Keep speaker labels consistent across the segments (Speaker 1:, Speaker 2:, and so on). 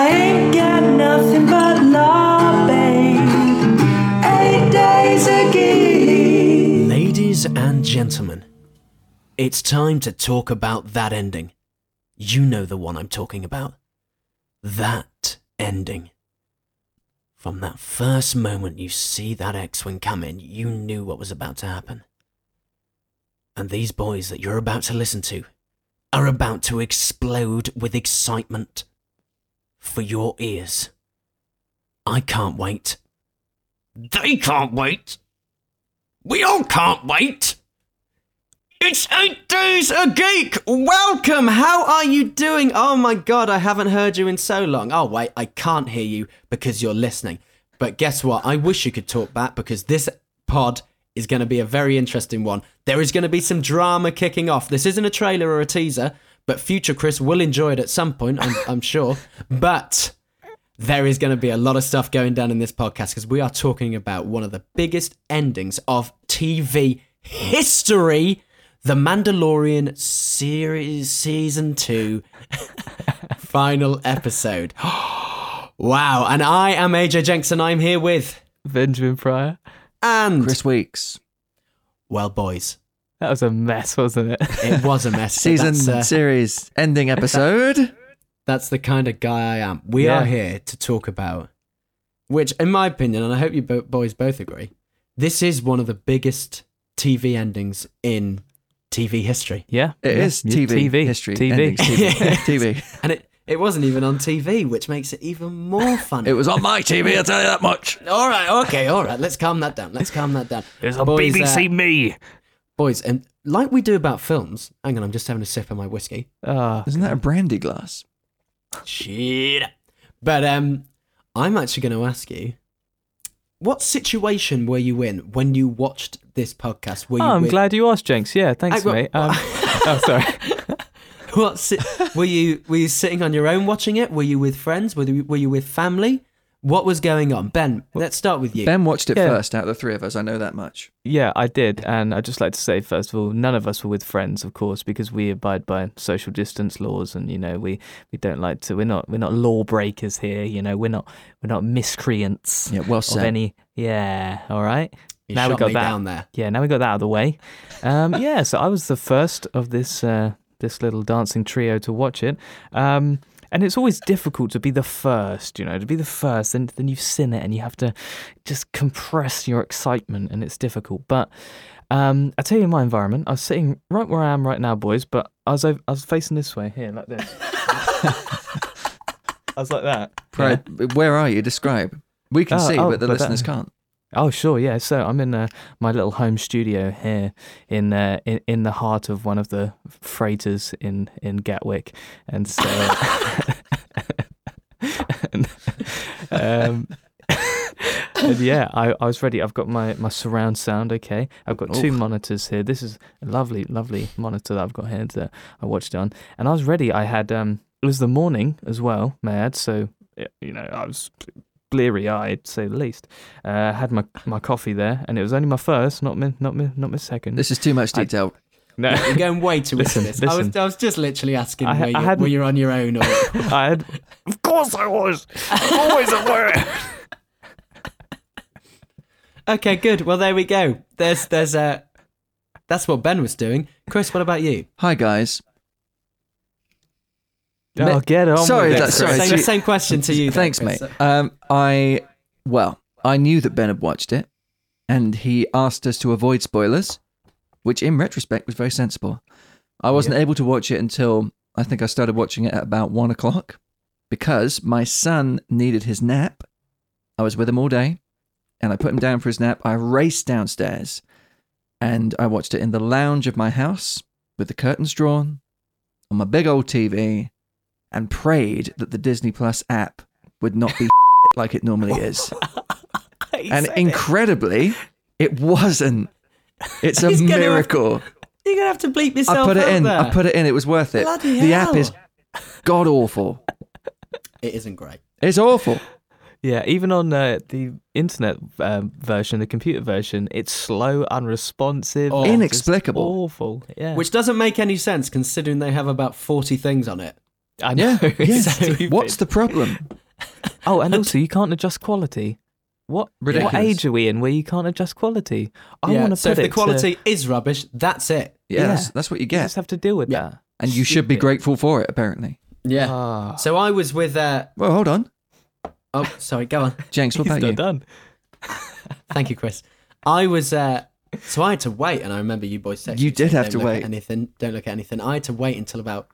Speaker 1: Ain't got nothing but love, babe. Eight days again.
Speaker 2: Ladies and gentlemen, it's time to talk about that ending. You know the one I'm talking about. That ending. From that first moment you see that X Wing come in, you knew what was about to happen. And these boys that you're about to listen to are about to explode with excitement for your ears. I can't wait. They can't wait. We all can't wait. It's eight days a geek. Welcome. How are you doing? Oh my god, I haven't heard you in so long. Oh wait, I can't hear you because you're listening. But guess what? I wish you could talk back because this pod is going to be a very interesting one. There is going to be some drama kicking off. This isn't a trailer or a teaser, but future Chris will enjoy it at some point, I'm, I'm sure. But there is going to be a lot of stuff going down in this podcast because we are talking about one of the biggest endings of TV history The Mandalorian series, season two, final episode. wow. And I am AJ Jenks and I'm here with.
Speaker 3: Benjamin Pryor.
Speaker 2: And.
Speaker 4: Chris Weeks,
Speaker 2: Well, boys,
Speaker 3: That was a mess, wasn't it?
Speaker 2: it was a mess. but
Speaker 4: season
Speaker 2: that's, uh,
Speaker 4: series ending episode.
Speaker 2: That's the kind of guy I am. We
Speaker 3: Yeah.
Speaker 2: are here to talk about, which, in my opinion, and I hope you bo- boys both agree, this is one of the biggest TV endings in TV history.
Speaker 3: yeah.
Speaker 4: It
Speaker 3: yeah.
Speaker 4: is
Speaker 3: Yeah,
Speaker 4: TV,
Speaker 3: TV
Speaker 4: history.
Speaker 3: TV.
Speaker 4: endings, TV. TV.
Speaker 2: And it, it wasn't even on TV, which makes it even more fun.
Speaker 4: It was on my TV. I'll tell you that much.
Speaker 2: all right, okay, all right. Let's calm that down. Let's calm that down.
Speaker 3: It's
Speaker 2: on Boys, BBC
Speaker 4: uh,
Speaker 3: Me.
Speaker 2: Boys, and like we do about films, hang on, I'm just having a sip of my whiskey.
Speaker 3: Oh,
Speaker 4: Isn't that a brandy glass?
Speaker 2: Shit. But um, I'm actually going to ask you, what situation were you in when you watched this podcast? Were you
Speaker 3: Oh, I'm
Speaker 2: with-
Speaker 3: glad you asked, Jenks. Yeah,
Speaker 2: I-
Speaker 3: thanks,
Speaker 2: well-
Speaker 3: mate. Um, oh, sorry.
Speaker 2: What si- were you? Were you sitting on your own watching it? Were you with friends? Were you, were you with family? What was going on, Ben? Let's start with you.
Speaker 4: Ben watched it
Speaker 3: Yeah.
Speaker 4: first out of the three of us. I know that much.
Speaker 3: Yeah, I did. And I'd just like to say, first of all, none of us were with friends, of course, because we abide by social distance laws and, you know, we, we don't like to, we're not, we're not lawbreakers here, you know, we're not, we're not miscreants
Speaker 4: Yeah, well
Speaker 3: of
Speaker 4: said.
Speaker 3: any, yeah, all right.
Speaker 2: you
Speaker 3: now we
Speaker 2: shot
Speaker 3: got
Speaker 2: me
Speaker 3: that.
Speaker 2: down there.
Speaker 3: Yeah, now we got that out of the way. Um, yeah, so I was the first of this uh, this little dancing trio to watch it, um, and it's always difficult to be the first, you know, to be the first, and then you've seen it, and you have to just compress your excitement, and it's difficult. But um, I tell you, my environment, I was sitting right where I am right now, boys, but I was over, I was facing this way here, like this. I was like that.
Speaker 4: Pri- Where are you? Describe. We can
Speaker 3: Oh,
Speaker 4: see,
Speaker 3: oh,
Speaker 4: but the
Speaker 3: but that-
Speaker 4: listeners can't.
Speaker 3: Oh sure, yeah. So I'm in uh, my little home studio here in, uh, in in the heart of one of the freighters in in Gatwick, and so and, um, and yeah, I, I was ready. I've got my my surround sound. Okay, I've got two monitors here. This is a lovely, lovely monitor that I've got here that I watched it on, and I was ready. I had um, it was the morning as well, may I add. So y- you know, I was bleary eyed, to say the least. Uh, had my my coffee there, and it was only my first, not my not my not my second.
Speaker 4: This is too much
Speaker 3: I-
Speaker 4: detail.
Speaker 3: no.
Speaker 2: You're going way too into
Speaker 3: Listen,
Speaker 2: this. I was,
Speaker 3: listen.
Speaker 2: I was just literally asking
Speaker 3: I-
Speaker 2: where,
Speaker 3: I
Speaker 2: you,
Speaker 3: hadn't-
Speaker 2: were you on your own or
Speaker 3: I had, of course I was always aware.
Speaker 2: Okay, good. Well, there we go. There's there's uh that's what Ben was doing. Chris, what about you?
Speaker 4: Hi guys.
Speaker 3: Oh,
Speaker 4: Ma-
Speaker 3: get on.
Speaker 4: Sorry,
Speaker 3: with it,
Speaker 4: that- sorry,
Speaker 3: Chris.
Speaker 2: same,
Speaker 4: so-
Speaker 2: same question to you. then,
Speaker 4: Thanks,
Speaker 2: Chris.
Speaker 4: mate. Um, I well, I knew that Ben had watched it, and he asked us to avoid spoilers, which in retrospect was very sensible. I wasn't able to watch it until I think I started watching it at about one o'clock because my son needed his nap. I was with him all day, and I put him down for his nap. I raced downstairs, and I watched it in the lounge of my house with the curtains drawn, on my big old TV, and prayed that the Disney Plus app would not be like it normally is. and incredibly, it. wasn't. It's a
Speaker 2: He's gonna have-
Speaker 4: miracle.
Speaker 2: You're gonna have to bleep yourself.
Speaker 4: I put it
Speaker 2: out
Speaker 4: in.
Speaker 2: There.
Speaker 4: I put it in. It was worth it.
Speaker 2: Bloody
Speaker 4: the
Speaker 2: hell.
Speaker 4: app is god awful.
Speaker 2: It isn't great.
Speaker 4: It's awful.
Speaker 3: Yeah, even on uh, the internet um, version, the computer version, it's slow, unresponsive,
Speaker 2: Oh.
Speaker 3: just
Speaker 4: Inexplicable.
Speaker 3: awful. Yeah,
Speaker 2: Which doesn't make any sense considering they have about forty things on it.
Speaker 3: I know.
Speaker 4: Yeah,
Speaker 3: it's
Speaker 4: What's
Speaker 3: stupid.
Speaker 4: the problem?
Speaker 3: Oh, and also you can't adjust quality. What
Speaker 4: Ridiculous.
Speaker 3: what age are we in where you can't adjust quality? I
Speaker 2: Yeah,
Speaker 3: want
Speaker 2: so if
Speaker 3: put it
Speaker 2: the
Speaker 3: to-
Speaker 2: quality is rubbish, that's it.
Speaker 4: Yeah,
Speaker 3: Yeah.
Speaker 4: That's, that's what you
Speaker 3: you
Speaker 4: get.
Speaker 3: just have to deal with
Speaker 2: Yeah.
Speaker 3: that.
Speaker 4: and you should be
Speaker 2: Stupid.
Speaker 4: grateful for it, apparently.
Speaker 2: Yeah.
Speaker 3: Ah.
Speaker 2: so I was with. Uh,
Speaker 4: Well, hold on.
Speaker 2: oh, sorry. Go on.
Speaker 4: Jenks, what
Speaker 3: He's
Speaker 4: about
Speaker 3: not
Speaker 4: you?
Speaker 3: done.
Speaker 2: Thank you, Chris. I was. Uh, so I had to wait, and I remember you boys texted.
Speaker 4: You
Speaker 2: me saying,
Speaker 4: did have
Speaker 2: "Don't
Speaker 4: to
Speaker 2: look at
Speaker 4: wait."
Speaker 2: Anything? Don't look at anything. I had to wait until about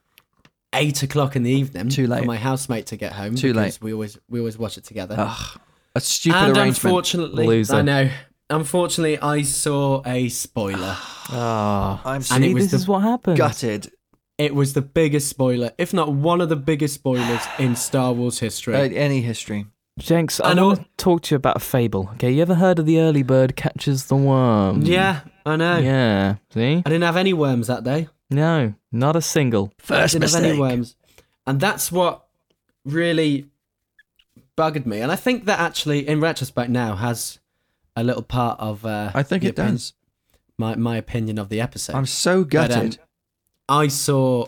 Speaker 2: eight o'clock in the evening.
Speaker 4: Too late.
Speaker 2: For my housemate to get home.
Speaker 4: Too late.
Speaker 2: because We always we always watch it together.
Speaker 4: Ugh, a stupid
Speaker 2: and
Speaker 4: arrangement.
Speaker 2: unfortunately,
Speaker 3: Loser.
Speaker 2: I know. Unfortunately, I saw a spoiler.
Speaker 3: Ah.
Speaker 4: I'm
Speaker 2: And
Speaker 3: See,
Speaker 2: it was
Speaker 3: this
Speaker 2: the
Speaker 3: is what happens.
Speaker 4: gutted.
Speaker 2: it was the biggest spoiler, if not one of the biggest spoilers in Star Wars history.
Speaker 4: Uh, any history.
Speaker 3: Jenks, I
Speaker 2: And
Speaker 3: want
Speaker 2: al-
Speaker 3: to talk to you about a fable. Okay, you ever heard of the early bird catches the worm?
Speaker 2: yeah, I know.
Speaker 3: Yeah. See?
Speaker 2: I didn't have any worms that day.
Speaker 3: No, not a single.
Speaker 4: First
Speaker 2: didn't have any
Speaker 4: mistake.
Speaker 2: worms. And that's what really buggered me. And I think that actually, in retrospect, now has a little part of uh,
Speaker 4: I think
Speaker 2: the
Speaker 4: it
Speaker 2: opin-
Speaker 4: does.
Speaker 2: My, my opinion of the episode.
Speaker 4: I'm so
Speaker 2: But, um,
Speaker 4: gutted.
Speaker 2: I saw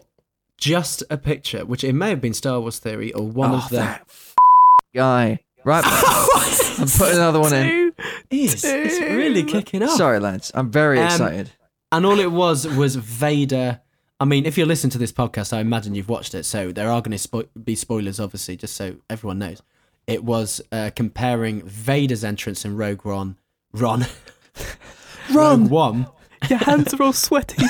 Speaker 2: just a picture, which it may have been Star Wars Theory or one
Speaker 4: Oh,
Speaker 2: of them.
Speaker 4: that f- guy. Right. I'm putting another one in.
Speaker 2: It is. It's really kicking off.
Speaker 4: Sorry, lads. I'm very
Speaker 2: Um,
Speaker 4: excited.
Speaker 2: And all it was was Vader. I mean, if you're listening to this podcast, I imagine you've watched it, so there are going to spo- be spoilers, obviously, just so everyone knows. It was uh, comparing Vader's entrance in Rogue One, Ron, Rogue One,
Speaker 3: Your hands are all sweaty.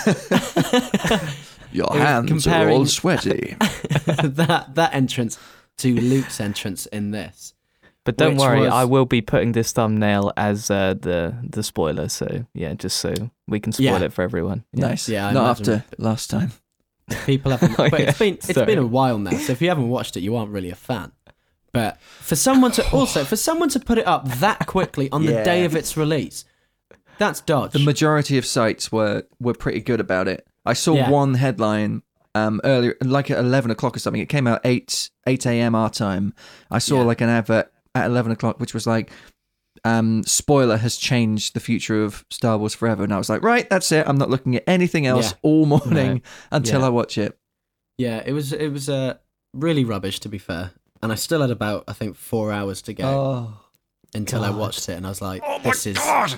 Speaker 4: Your
Speaker 2: it was
Speaker 4: hands are all
Speaker 2: comparing-
Speaker 4: sweaty.
Speaker 2: that that entrance to Luke's entrance in this.
Speaker 3: But don't
Speaker 2: Which
Speaker 3: worry,
Speaker 2: was-
Speaker 3: I will be putting this thumbnail as uh, the the spoiler. So yeah, just so we can spoil
Speaker 2: Yeah.
Speaker 3: it for everyone. Yeah.
Speaker 4: Nice.
Speaker 2: Yeah, I
Speaker 4: Not
Speaker 2: imagine-
Speaker 4: after last time.
Speaker 2: People haven't,
Speaker 3: Oh,
Speaker 2: but
Speaker 3: yeah.
Speaker 2: it's been it's
Speaker 3: Sorry.
Speaker 2: been a while now, so if you haven't watched it, you aren't really a fan. But for someone to also for someone to put it up that quickly on the day of its release, that's dodge.
Speaker 4: The majority of sites were were pretty good about it. I saw
Speaker 2: Yeah.
Speaker 4: one headline um, earlier, like at eleven o'clock or something. It came out eight eight a.m. our time. I saw
Speaker 2: Yeah.
Speaker 4: like an advert at eleven o'clock, which was like, um, "Spoiler has changed the future of Star Wars forever." And I was like, "Right, that's it. I'm not looking at anything else
Speaker 2: Yeah.
Speaker 4: all morning until
Speaker 3: Yeah.
Speaker 4: I watch it."
Speaker 2: Yeah, it was it was uh, really rubbish to be fair, and I still had about I think four hours to go
Speaker 4: Oh,
Speaker 2: until I watched it, and I was like, "This is
Speaker 4: God!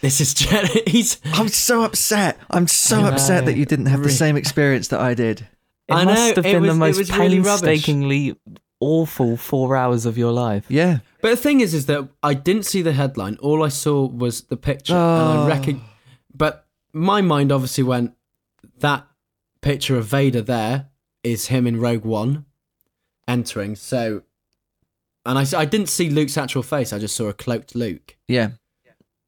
Speaker 2: this is he's
Speaker 4: I'm so upset. I'm so
Speaker 3: I
Speaker 4: upset that
Speaker 3: know.
Speaker 4: you didn't have the
Speaker 2: Really.
Speaker 4: same experience that I did.
Speaker 3: It
Speaker 2: I
Speaker 3: must
Speaker 2: know,
Speaker 3: have
Speaker 2: it
Speaker 3: been
Speaker 2: was-
Speaker 3: the
Speaker 2: it
Speaker 3: most
Speaker 2: was really rubbish.
Speaker 3: painstakingly awful four hours of your life.
Speaker 4: Yeah,
Speaker 2: But the thing is, is that I didn't see the headline. All I saw was the picture, and
Speaker 4: Oh.
Speaker 2: I reckon. But my mind obviously went that picture of Vader there is him in Rogue One entering. So, and I s- I didn't see Luke's actual face. I just saw a cloaked Luke.
Speaker 4: yeah.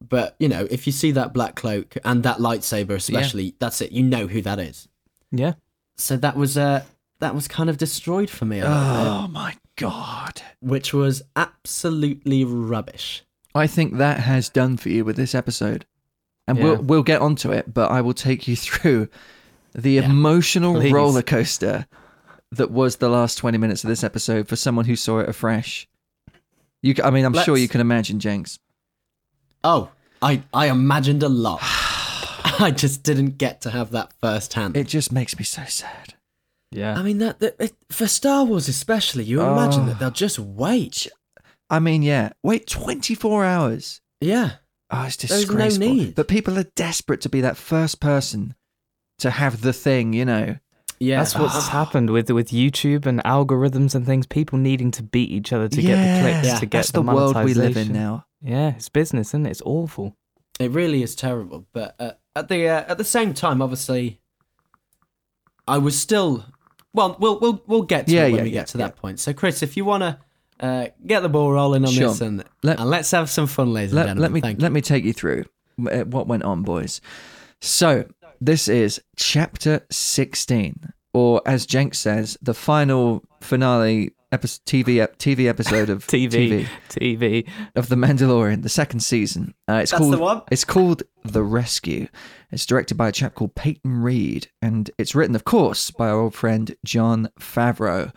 Speaker 2: But you know, if you see that black cloak and that lightsaber, especially, that's it. You know who that is.
Speaker 3: Yeah.
Speaker 2: So that was uh, that was kind of destroyed for me, a little
Speaker 4: Oh my God.
Speaker 2: bit, which was absolutely rubbish.
Speaker 4: I think that has done for you with this episode. And
Speaker 3: Yeah.
Speaker 4: we'll we'll get onto it, but I will take you through the emotional
Speaker 3: please.
Speaker 4: roller coaster that was the last 20 minutes of this episode for someone who saw it afresh. You ca- I mean, I'm sure
Speaker 2: Let's-
Speaker 4: you can imagine, Jenks.
Speaker 2: Oh, I I imagined a lot. I just didn't get to have that firsthand.
Speaker 4: It just makes me so sad.
Speaker 3: Yeah.
Speaker 2: I mean that, that it, for Star Wars especially, you imagine
Speaker 4: Oh.
Speaker 2: that they'll just wait.
Speaker 4: I mean, yeah, wait 24 hours.
Speaker 2: Yeah,
Speaker 4: Oh, it's
Speaker 2: was no
Speaker 4: disgraceful.
Speaker 2: need.
Speaker 4: But people are desperate to be that first person to have the thing, you know.
Speaker 2: yeah. Ah.
Speaker 3: That's what's happened with with YouTube and algorithms and things. People needing to beat each other to
Speaker 4: Yeah,
Speaker 3: get the clicks,
Speaker 2: Yeah.
Speaker 3: to get
Speaker 4: That's
Speaker 3: the,
Speaker 4: the world we live in
Speaker 3: monetization.
Speaker 4: now.
Speaker 3: Yeah, it's business, isn't it? It's awful.
Speaker 2: It really is terrible, but uh, at the uh, at the same time, obviously, I was still. Well, we'll we'll we'll get to
Speaker 4: Yeah,
Speaker 2: it when
Speaker 4: yeah,
Speaker 2: we get
Speaker 4: yeah,
Speaker 2: to that point. So, Chris, if you wanna uh, get the ball rolling on
Speaker 4: Sure.
Speaker 2: this and,
Speaker 4: Let-
Speaker 2: and let's have some fun, ladies and
Speaker 4: let,
Speaker 2: gentlemen.
Speaker 4: let me
Speaker 2: Thank you.
Speaker 4: let me take you through uh, what went on, boys. So this is chapter sixteen, or as Jenks says, the final finale episode, TV ep- TV episode of
Speaker 3: TV, TV.
Speaker 4: of The Mandalorian, the second season. Uh, it's
Speaker 2: That's
Speaker 4: called
Speaker 2: the one.
Speaker 4: It's called The Rescue. It's directed by a chap called Peyton Reed, and it's written, of course, by our old friend John Favreau.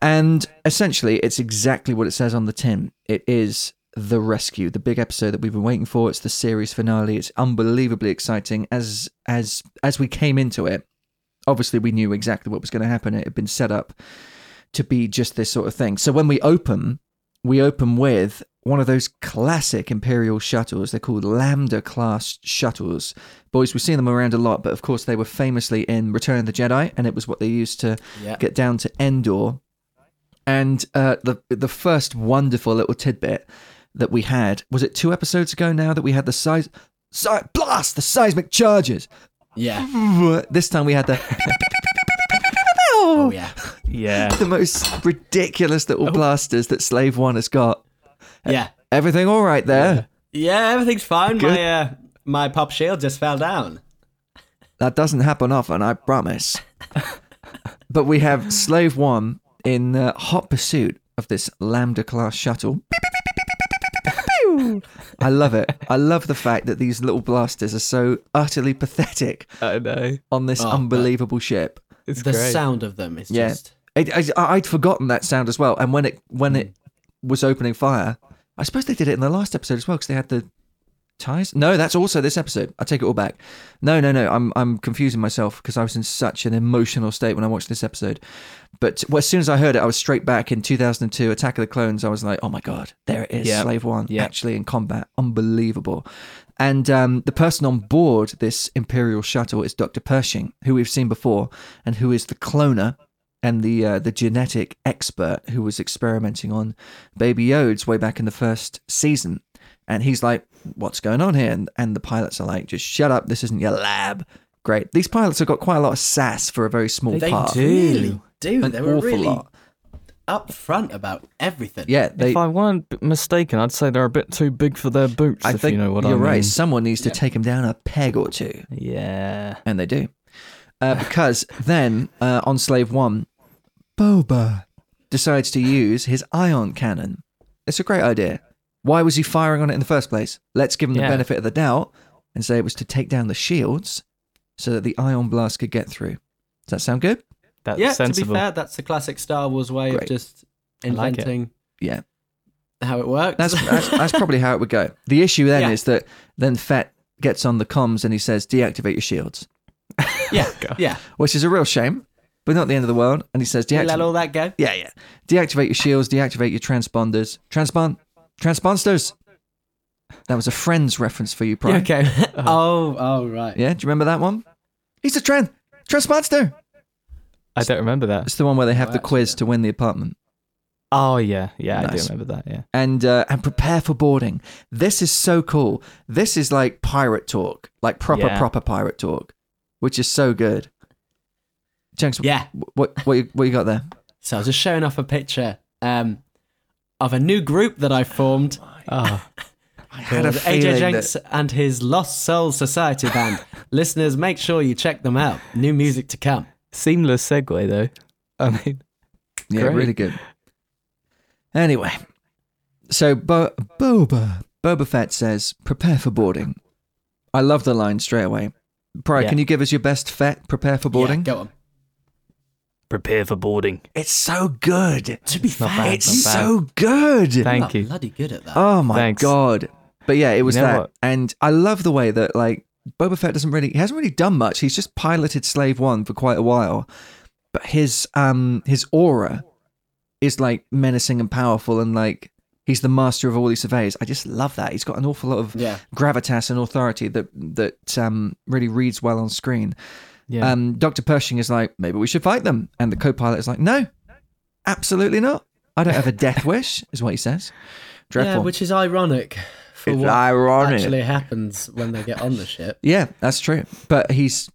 Speaker 4: And essentially, it's exactly what it says on the tin. It is The Rescue, the big episode that we've been waiting for. It's the series finale. It's unbelievably exciting. As as as we came into it, obviously we knew exactly what was going to happen. It had been set up to be just this sort of thing. So when we open we open with one of those classic Imperial shuttles. They're called Lambda class shuttles. Boys, we've seen them around a lot, but of course they were famously in Return of the Jedi, and it was what they used to
Speaker 2: Yeah.
Speaker 4: get down to Endor. And uh, the the first wonderful little tidbit that we had was it two episodes ago now that we had the size, si- blast the seismic charges. Oh.
Speaker 2: Yeah.
Speaker 4: This time we had the
Speaker 2: Oh yeah.
Speaker 3: Yeah.
Speaker 4: the most ridiculous little blasters that Slave One has got.
Speaker 2: Yeah.
Speaker 4: Everything all right there?
Speaker 2: Yeah, everything's fine. My uh, my pop shield just fell down.
Speaker 4: That doesn't happen often, I promise. but we have Slave One in uh, hot pursuit of this Lambda class shuttle. I love it. I love the fact that these little blasters are so utterly pathetic
Speaker 3: I know.
Speaker 4: on this
Speaker 2: Oh,
Speaker 4: unbelievable ship.
Speaker 3: It's
Speaker 2: the
Speaker 3: great.
Speaker 2: sound of them is
Speaker 4: Yeah.
Speaker 2: just
Speaker 4: It, I, I'd forgotten that sound as well. And when it when it
Speaker 3: Hmm.
Speaker 4: was opening fire, I suppose they did it in the last episode as well because they had the ties. No, that's also this episode. I take it all back. No, no, no. I'm I'm confusing myself because I was in such an emotional state when I watched this episode. But well, as soon as I heard it, I was straight back in 2002 Attack of the Clones. I was like, oh my god, there it is,
Speaker 3: Yeah.
Speaker 4: Slave One
Speaker 3: Yeah.
Speaker 4: actually in combat, unbelievable. And um, the person on board this Imperial shuttle is Dr. Pershing, who we've seen before, and who is the cloner and the uh, the genetic expert who was experimenting on baby Yodes way back in the first season. And he's like, "What's going on here?" And, and the pilots are like, "Just shut up. This isn't your lab." Great. These pilots have got quite a lot of sass for a very small
Speaker 2: they
Speaker 4: part.
Speaker 2: really do.
Speaker 4: An
Speaker 2: they were
Speaker 4: awful
Speaker 2: really
Speaker 4: lot.
Speaker 2: upfront about everything.
Speaker 4: Yeah, they.
Speaker 3: if I weren't b- mistaken, I'd say they're a bit too big for their boots.
Speaker 4: I
Speaker 3: if
Speaker 4: think
Speaker 3: you know what
Speaker 4: you're
Speaker 3: I mean.
Speaker 4: right. Someone needs to take him down a peg or two.
Speaker 3: Yeah.
Speaker 4: And they do. Uh, because then uh, on Slave One, Boba decides to use his ion cannon. It's a great idea. Why was he firing on it in the first place? Let's give him the
Speaker 3: Yeah.
Speaker 4: benefit of the doubt and say it was to take down the shields so that the ion blast could get through. Does that sound good?
Speaker 3: That's
Speaker 2: yeah. To
Speaker 3: sensible.
Speaker 2: be fair, that's the classic Star Wars way
Speaker 4: Great.
Speaker 2: of just
Speaker 3: I like it.
Speaker 2: inventing
Speaker 4: Yeah.
Speaker 2: how it works.
Speaker 4: That's, that's, that's probably how it would go. The issue then
Speaker 2: Yeah.
Speaker 4: is that then Fett gets on the comms and he says, deactivate your shields,
Speaker 2: yeah, yeah.
Speaker 4: which is a real shame, but not the end of the world. And he says,
Speaker 2: You
Speaker 4: deactivate.
Speaker 2: let all that go.
Speaker 4: Yeah, yeah. Deactivate your shields, deactivate your transponders. Transpon transponsters. That was a friend's reference for you, Prime. Yeah,
Speaker 2: Okay. oh, oh, right.
Speaker 4: do you remember that one? He's a trans transponster.
Speaker 3: I don't remember that.
Speaker 4: It's the one where they have
Speaker 2: Oh,
Speaker 4: the
Speaker 2: actually,
Speaker 4: quiz to win the apartment.
Speaker 3: Oh yeah, yeah. I
Speaker 4: Nice.
Speaker 3: do remember that. Yeah.
Speaker 4: And uh, and prepare for boarding. This is so cool. This is like pirate talk, like proper
Speaker 3: Yeah.
Speaker 4: proper pirate talk, which is so good. Jenks,
Speaker 2: Yeah.
Speaker 4: wh- what what you, what you got there?
Speaker 2: So I was just showing off a picture um, of a new group that I formed.
Speaker 3: Oh,
Speaker 4: I
Speaker 2: called
Speaker 4: had a feeling
Speaker 2: AJ
Speaker 4: that-
Speaker 2: Jenks and his Lost Soul Society band. Listeners, make sure you check them out. New music to come.
Speaker 3: seamless segue though. I mean,
Speaker 4: Yeah,
Speaker 3: Great.
Speaker 4: really good. Anyway, so Bo- Boba Boba Fett says, "Prepare for boarding." I love the line straight away. Prior,
Speaker 3: Yeah.
Speaker 4: can you give us your best Fett? Prepare for boarding.
Speaker 2: Yeah, go on.
Speaker 3: prepare for boarding.
Speaker 4: it's so good.
Speaker 2: To be fair,
Speaker 3: bad,
Speaker 2: it's
Speaker 4: It's
Speaker 3: not bad.
Speaker 4: so good.
Speaker 2: I'm
Speaker 3: Thank you.
Speaker 2: bloody good at that.
Speaker 4: oh my
Speaker 3: Thanks.
Speaker 4: god! But yeah, it was
Speaker 3: You know
Speaker 4: that,
Speaker 3: what?
Speaker 4: and I love the way that like Boba Fett doesn't really he hasn't really done much. He's just piloted Slave One for quite a while, but his um his aura is like menacing and powerful, and like he's the master of all he surveys. I just love that. He's got an awful lot of
Speaker 2: yeah.
Speaker 4: gravitas and authority that that um really reads well on screen.
Speaker 3: Yeah.
Speaker 4: Um, Dr. Pershing is like, maybe we should fight them. And the co pilot is like, no, absolutely not. I don't have a death wish, is what he says. Dreadful.
Speaker 2: Yeah, which is ironic for
Speaker 4: It's
Speaker 2: what
Speaker 4: ironic.
Speaker 2: actually happens when they get on the ship.
Speaker 4: Yeah, that's true. But he's,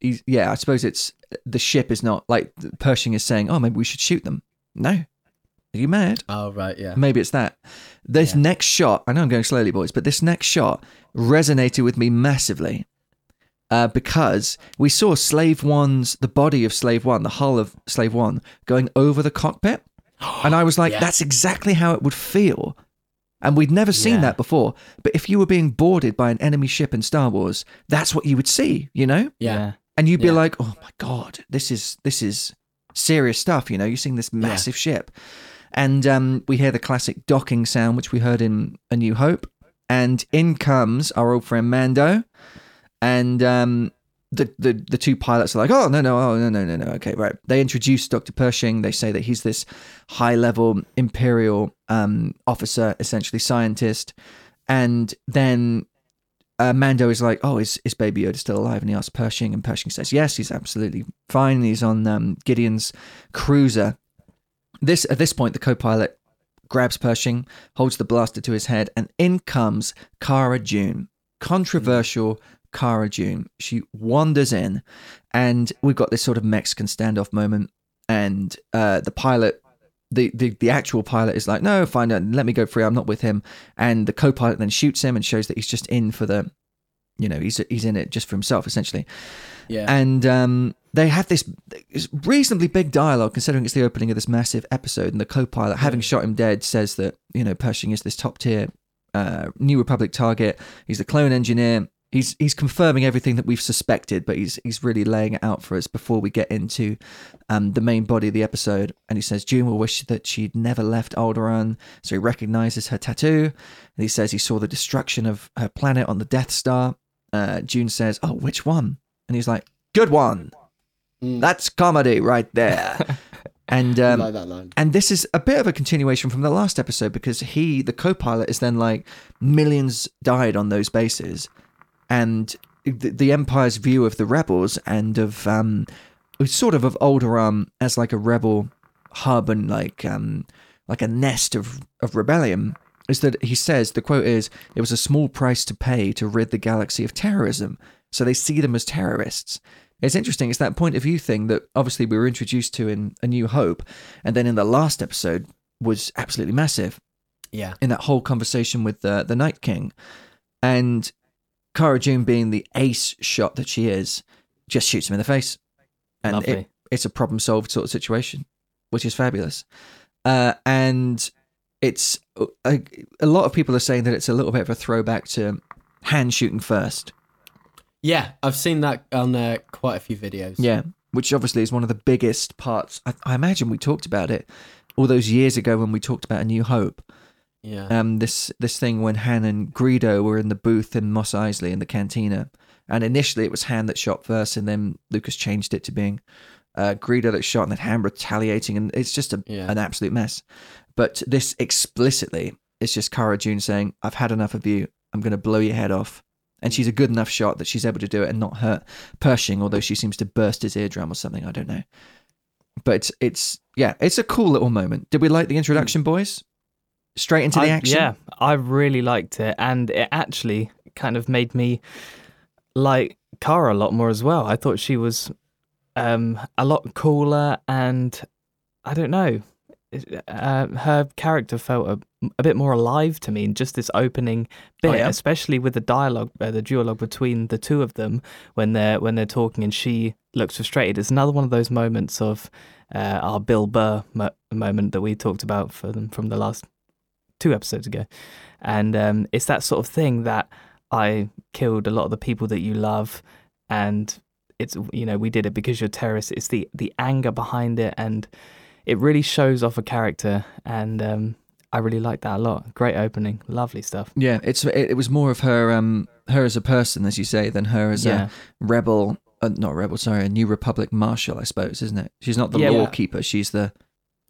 Speaker 4: he's, yeah, I suppose it's the ship is not like Pershing is saying, oh, maybe we should shoot them. No. Are you mad?
Speaker 2: Oh, right, yeah.
Speaker 4: Maybe it's that. This
Speaker 2: Yeah.
Speaker 4: next shot, I know I'm going slowly, boys, but this next shot resonated with me massively uh, because we saw Slave One's, the body of Slave One, the hull of Slave One, going over the cockpit. And I was like,
Speaker 2: Yeah.
Speaker 4: that's exactly how it would feel. And we'd never seen
Speaker 3: Yeah.
Speaker 4: that before. But if you were being boarded by an enemy ship in Star Wars, that's what you would see, you know?
Speaker 2: Yeah.
Speaker 4: and you'd be
Speaker 2: Yeah.
Speaker 4: like, "Oh my god, this is this is serious stuff." You know, you're seeing this massive ship, and um, we hear the classic docking sound, which we heard in A New Hope, and in comes our old friend Mando, and um, the, the the two pilots are like, oh no no oh no no no no okay right. They introduce Doctor Pershing. They say that he's this high level imperial um, officer, essentially scientist, and then uh, Mando is like, oh is is Baby Yoda still alive? And he asks Pershing, and Pershing says yes, he's absolutely fine. And he's on um, Gideon's cruiser. This at this point, the co-pilot grabs Pershing, holds the blaster to his head, and in comes Cara June. Controversial Cara June. She wanders in, and we've got this sort of Mexican standoff moment. And uh, the pilot, the, the the actual pilot, is like, "No, fine, uh, let me go free. I'm not with him." And the co-pilot then shoots him and shows that he's just in for the, you know, he's he's in it just for himself essentially.
Speaker 2: Yeah.
Speaker 4: And um, they have this this reasonably big dialogue, considering it's the opening of this massive episode. And the co-pilot, having shot him dead, says that you know Pershing is this top tier uh, New Republic target. He's the clone engineer. He's he's confirming everything that we've suspected, but he's he's really laying it out for us before we get into um, the main body of the episode. And he says June will wish that she'd never left Alderaan, so he recognizes her tattoo. And he says he saw the destruction of her planet on the Death Star. Uh, June says, "Oh, which one?" And he's like, "Good one." That's comedy right there. and um,
Speaker 2: Mm. like that line.
Speaker 4: and this is a bit of a continuation from the last episode because he, the co pilot, is then like, millions died on those bases. And the, the Empire's view of the rebels and of, um, it's sort of of Alderaan as like a rebel hub and like, um, like a nest of, of rebellion is that he says, the quote is, it was a small price to pay to rid the galaxy of terrorism. So they see them as terrorists. It's interesting. It's that point of view thing that obviously we were introduced to in A New Hope, and then in the last episode was absolutely massive
Speaker 2: Yeah.
Speaker 4: in that whole conversation with the the Night King, and Cara June being the ace shot that she is, just shoots him in the face, and
Speaker 3: Lovely.
Speaker 4: it, it's a problem solved sort of situation, which is fabulous, uh, and it's a, a lot of people are saying that it's a little bit of a throwback to hand shooting first,
Speaker 2: Yeah, I've seen that on uh, quite a few videos.
Speaker 4: Yeah, which obviously is one of the biggest parts. I, I imagine we talked about it all those years ago when we talked about A New Hope.
Speaker 2: Yeah.
Speaker 4: Um, this this thing when Han and Greedo were in the booth in Moss Eisley in the cantina, and initially it was Han that shot first, and then Lucas changed it to being uh, Greedo that shot, and then Han retaliating, and it's just a,
Speaker 2: Yeah.
Speaker 4: an absolute mess. But this explicitly is just Cara June saying, "I've had enough of you. I'm going to blow your head off." And she's a good enough shot that she's able to do it and not hurt Pershing, although she seems to burst his eardrum or something. I don't know. But it's, it's yeah, it's a cool little moment. Did we like the introduction, boys? Straight into the
Speaker 3: Hmm. I-
Speaker 4: action.
Speaker 3: Yeah, I really liked it, and it actually kind of made me like Kara a lot more as well. I thought she was um, a lot cooler, and I don't know, it- uh, her character felt a, a bit more alive to me in just this opening bit,
Speaker 4: yeah?
Speaker 3: especially with the dialogue, uh, the duologue between the two of them when they're when they're talking, and she looks frustrated. It's another one of those moments of. Uh, our Bill Burr mo- moment that we talked about for them from the last two episodes ago. And um, it's that sort of thing that I killed a lot of the people that you love, and it's you know we did it because you're terrorists. It's the the anger behind it, and it really shows off a character, and um, I really like that a lot. Great opening, lovely stuff.
Speaker 4: Yeah, it's it, it was more of her um her as a person, as you say, than her as
Speaker 3: Yeah.
Speaker 4: a rebel. Uh, not rebel, sorry, a New Republic marshal, I suppose, isn't it? She's not the
Speaker 3: Yeah.
Speaker 4: law keeper. She's the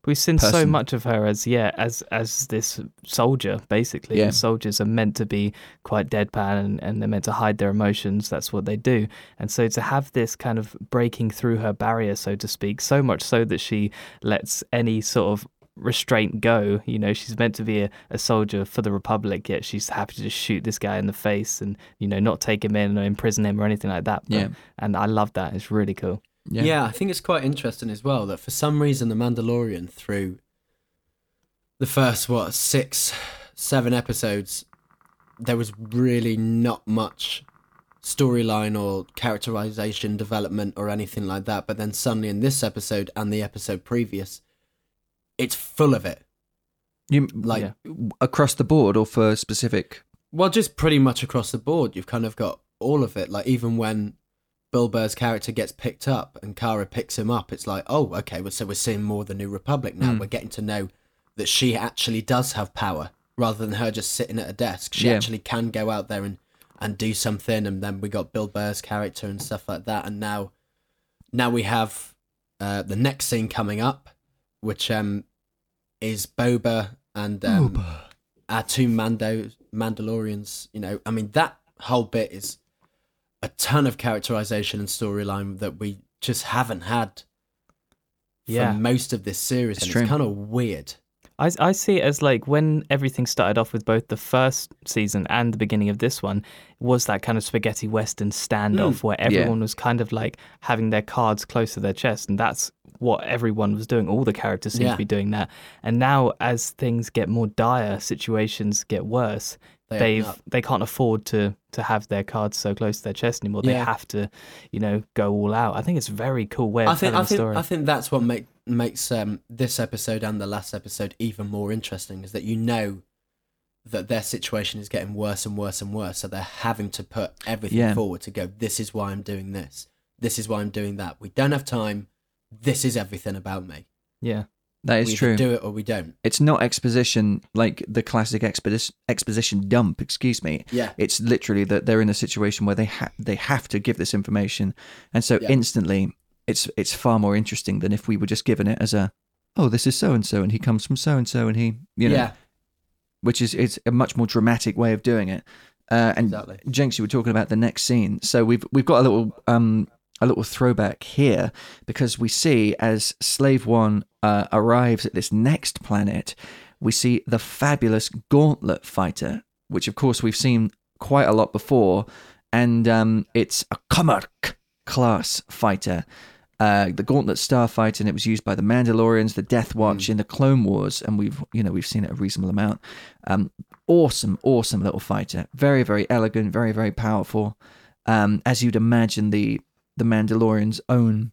Speaker 3: We've seen so
Speaker 4: person.
Speaker 3: much of her as yeah, as as this soldier basically.
Speaker 4: Yeah.
Speaker 3: And soldiers are meant to be quite deadpan and, and they're meant to hide their emotions. That's what they do. And so to have this kind of breaking through her barrier, so to speak, so much so that she lets any sort of restraint go. You know, she's meant to be a, a soldier for the Republic, yet she's happy to just shoot this guy in the face and you know not take him in or imprison him or anything like that.
Speaker 4: Yeah.
Speaker 3: And I love that. It's really cool.
Speaker 4: Yeah.
Speaker 2: Yeah. I think it's quite interesting as well that for some reason the Mandalorian through the first what six, seven episodes, there was really not much storyline or characterization development or anything like that. But then suddenly in this episode and the episode previous, it's full of it.
Speaker 4: you
Speaker 2: Like
Speaker 3: Yeah.
Speaker 4: across the board or for specific.
Speaker 2: Well, just pretty much across the board, you've kind of got all of it. Like even when Bill Burr's character gets picked up and Kara picks him up, it's like, oh, okay, well, so we're seeing more of the New Republic now. We're getting to know that she actually does have power rather than her just sitting at a desk. She
Speaker 4: Yeah.
Speaker 2: actually can go out there and and do something, and then we got Bill Burr's character and stuff like that, and now, now we have uh, the next scene coming up, which um, is Boba and um, our two Mando Mandalorians. You know, I mean that whole bit is a ton of characterization and storyline that we just haven't had
Speaker 3: Yeah.
Speaker 2: for most of this series.
Speaker 4: It's
Speaker 2: and
Speaker 4: true.
Speaker 2: it's kind of weird.
Speaker 3: I, I see it as like when everything started off with both the first season and the beginning of this one was that kind of spaghetti western
Speaker 2: Mm,
Speaker 3: standoff where everyone was kind of like having their cards close to their chest and that's what everyone was doing all the characters seem
Speaker 2: Yeah.
Speaker 3: to be doing that and now as things get more dire situations get worse
Speaker 2: They
Speaker 3: they
Speaker 2: open
Speaker 3: have they can't afford to to have their cards so close to their chest anymore they
Speaker 2: Yeah.
Speaker 3: have to you know go all out i think it's a very cool way of
Speaker 2: I think
Speaker 3: telling
Speaker 2: I
Speaker 3: the
Speaker 2: think
Speaker 3: story
Speaker 2: I think that's what make, makes um, this episode and the last episode even more interesting is that you know that their situation is getting worse and worse and worse, so they're having to put everything
Speaker 4: Yeah.
Speaker 2: forward to go. This is why I'm doing this. This is why I'm doing that. We don't have time. This is everything about me.
Speaker 3: yeah
Speaker 4: That is
Speaker 2: we either
Speaker 4: true.
Speaker 2: Do it or we don't.
Speaker 4: It's not exposition like the classic expedition exposition dump. Excuse me.
Speaker 2: Yeah.
Speaker 4: It's literally that they're in a situation where they ha- they have to give this information, and so
Speaker 2: Yeah.
Speaker 4: instantly it's it's far more interesting than if we were just given it as a oh this is so and so and he comes from so and so and he you know
Speaker 2: yeah.
Speaker 4: which is it's a much more dramatic way of doing it. Uh, and
Speaker 2: Exactly.
Speaker 4: Jenks, you were talking about the next scene, so we've we've got a little um a little throwback here because we see as Slave One uh, arrives at this next planet, we see the fabulous Gauntlet Fighter, which of course we've seen quite a lot before, and um, it's a Kamark class fighter. Uh, the Gauntlet Starfighter, and it was used by the Mandalorians, the Death Watch, in the Clone Wars, and we've you know we've seen it a reasonable amount. Um, awesome, awesome little fighter. Very, very elegant. Very, very powerful. Um, as you'd imagine the the Mandalorian's own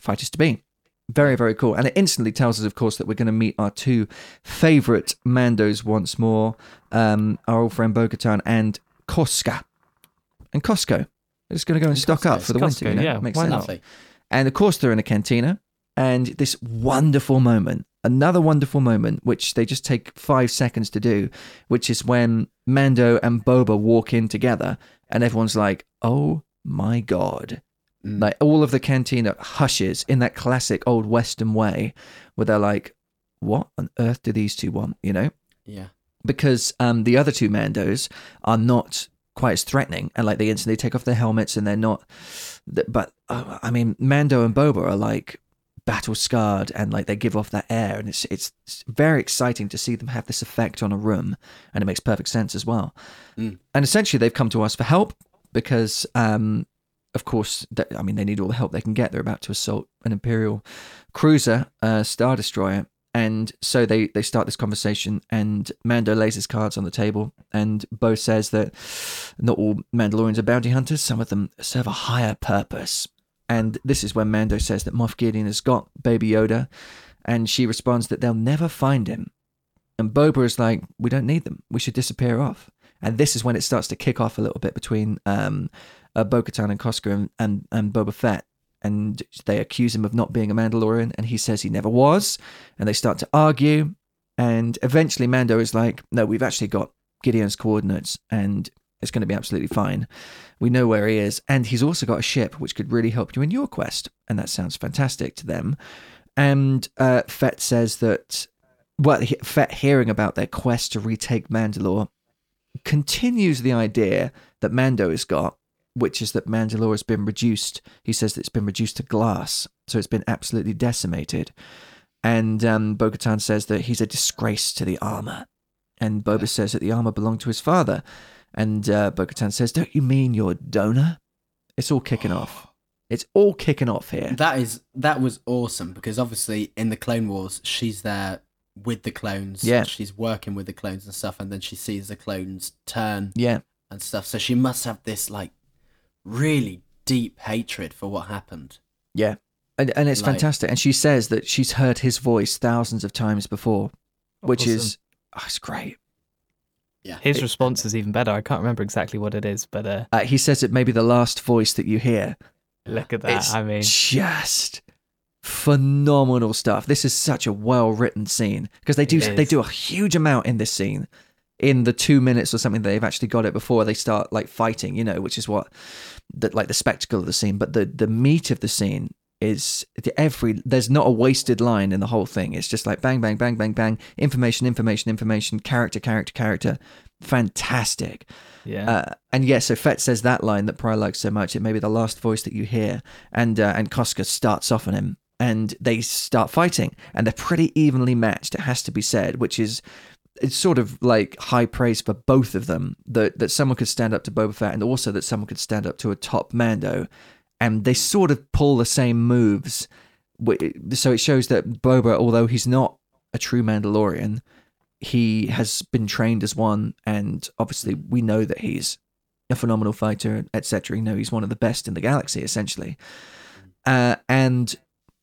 Speaker 4: fighters to be. Very, very cool. And it instantly tells us, of course, that we're going to meet our two favorite Mandos once more um, our old friend Bogotan and Koska. And Costco. They're just going to go and, stock up for the winter.
Speaker 3: Costco,
Speaker 4: You know?
Speaker 3: yeah,
Speaker 4: Makes
Speaker 3: why
Speaker 4: sense.
Speaker 3: not?
Speaker 2: Lovely.
Speaker 4: And of course, they're in a cantina. And this wonderful moment, another wonderful moment, which they just take five seconds to do, which is when Mando and Boba walk in together, and everyone's like, oh my God.
Speaker 2: Mm.
Speaker 4: Like all of the cantina hushes in that classic old Western way where they're like, what on earth do these two want? You know?
Speaker 2: Yeah.
Speaker 4: because um, the other two Mandos are not quite as threatening, and like they instantly take off their helmets, and they're not. th- But uh, I mean, Mando and Boba are like battle scarred, and like they give off that air, and it's it's it's very exciting to see them have this effect on a room, and it makes perfect sense as well.
Speaker 2: Mm.
Speaker 4: And essentially, they've come to us for help because, um, of course, th- I mean, they need all the help they can get. They're about to assault an Imperial cruiser, uh, Star Destroyer, and so they, they start this conversation, and Mando lays his cards on the table, and Bo says that not all Mandalorians are bounty hunters. Some of them serve a higher purpose. And this is when Mando says that Moff Gideon has got Baby Yoda, and she responds that they'll never find him. And Boba is like, we don't need them. We should disappear off. And this is when it starts to kick off a little bit between um, uh, Bo-Katan and Costco and, and, and Boba Fett. And they accuse him of not being a Mandalorian, and he says he never was. And they start to argue. And eventually, Mando is like, no, we've actually got Gideon's coordinates, and it's going to be absolutely fine. We know where he is. And he's also got a ship, which could really help you in your quest. And that sounds fantastic to them. And uh, Fett says that well, he- Fett hearing about their quest to retake Mandalore continues the idea that Mando has got, which is that Mandalore has been reduced. He says that it's been reduced to glass, so it's been absolutely decimated. And um, Bo Katan says that he's a disgrace to the armor. And Boba says that the armor belonged to his father. And uh, Bo Katan says, Don't you mean your donor? It's all kicking off. It's all kicking off here.
Speaker 2: That is that was awesome because obviously in the Clone Wars she's there with the clones.
Speaker 4: Yeah.
Speaker 2: She's working with the clones and stuff, and then she sees the clones turn
Speaker 4: Yeah.
Speaker 2: and stuff. So she must have this like really deep hatred for what happened.
Speaker 4: Yeah. And, and it's
Speaker 2: Like-
Speaker 4: fantastic. And she says that she's heard his voice thousands of times before, which is oh, it's great.
Speaker 3: His response is even better. I can't remember exactly what it is, but uh,
Speaker 4: Uh, he says it may be the last voice that you hear.
Speaker 3: look at that.
Speaker 4: It's
Speaker 3: I mean,
Speaker 4: just phenomenal stuff. This is such a well written scene because they do
Speaker 3: It
Speaker 4: they
Speaker 3: is.
Speaker 4: do a huge amount in this scene, in the two minutes or something they've actually got it before they start like fighting, you know, which is what that like the spectacle of the scene. But the the meat of the scene is the every there's not a wasted line in the whole thing. It's just like bang, bang, bang, bang, bang, information, information, information, character, character, character. Fantastic.
Speaker 3: Yeah.
Speaker 4: Uh, and yeah, so Fett says that line that Pryor likes so much. It may be the last voice that you hear. And uh, and Koska starts off on him, and they start fighting, and they're pretty evenly matched. It has to be said, which is it's sort of like high praise for both of them that that someone could stand up to Boba Fett, and also that someone could stand up to a top Mando, and they sort of pull the same moves. Wh- So it shows that Boba, although he's not a true Mandalorian, he has been trained as one, and obviously we know that he's a phenomenal fighter, etc. You know, he's one of the best in the galaxy, essentially. Uh, and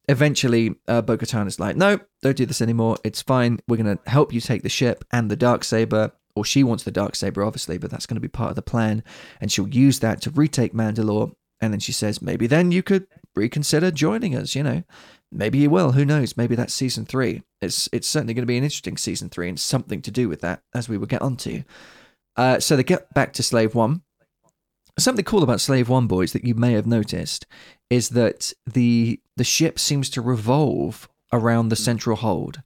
Speaker 4: eventually, uh, Bo-Katan is like, "No, don't do this anymore. It's fine. We're gonna help you take the ship and the dark saber." Or she wants the dark saber, obviously, but that's going to be part of the plan, and she'll use that to retake Mandalore. And then she says, "Maybe then you could reconsider joining us." You know, maybe you will. Who knows? Maybe that's season three. It's it's certainly going to be an interesting season three, and something to do with that, as we will get onto. Uh, so they get back to Slave One. Something cool about Slave One, boys, that you may have noticed is that the the ship seems to revolve around the central hold,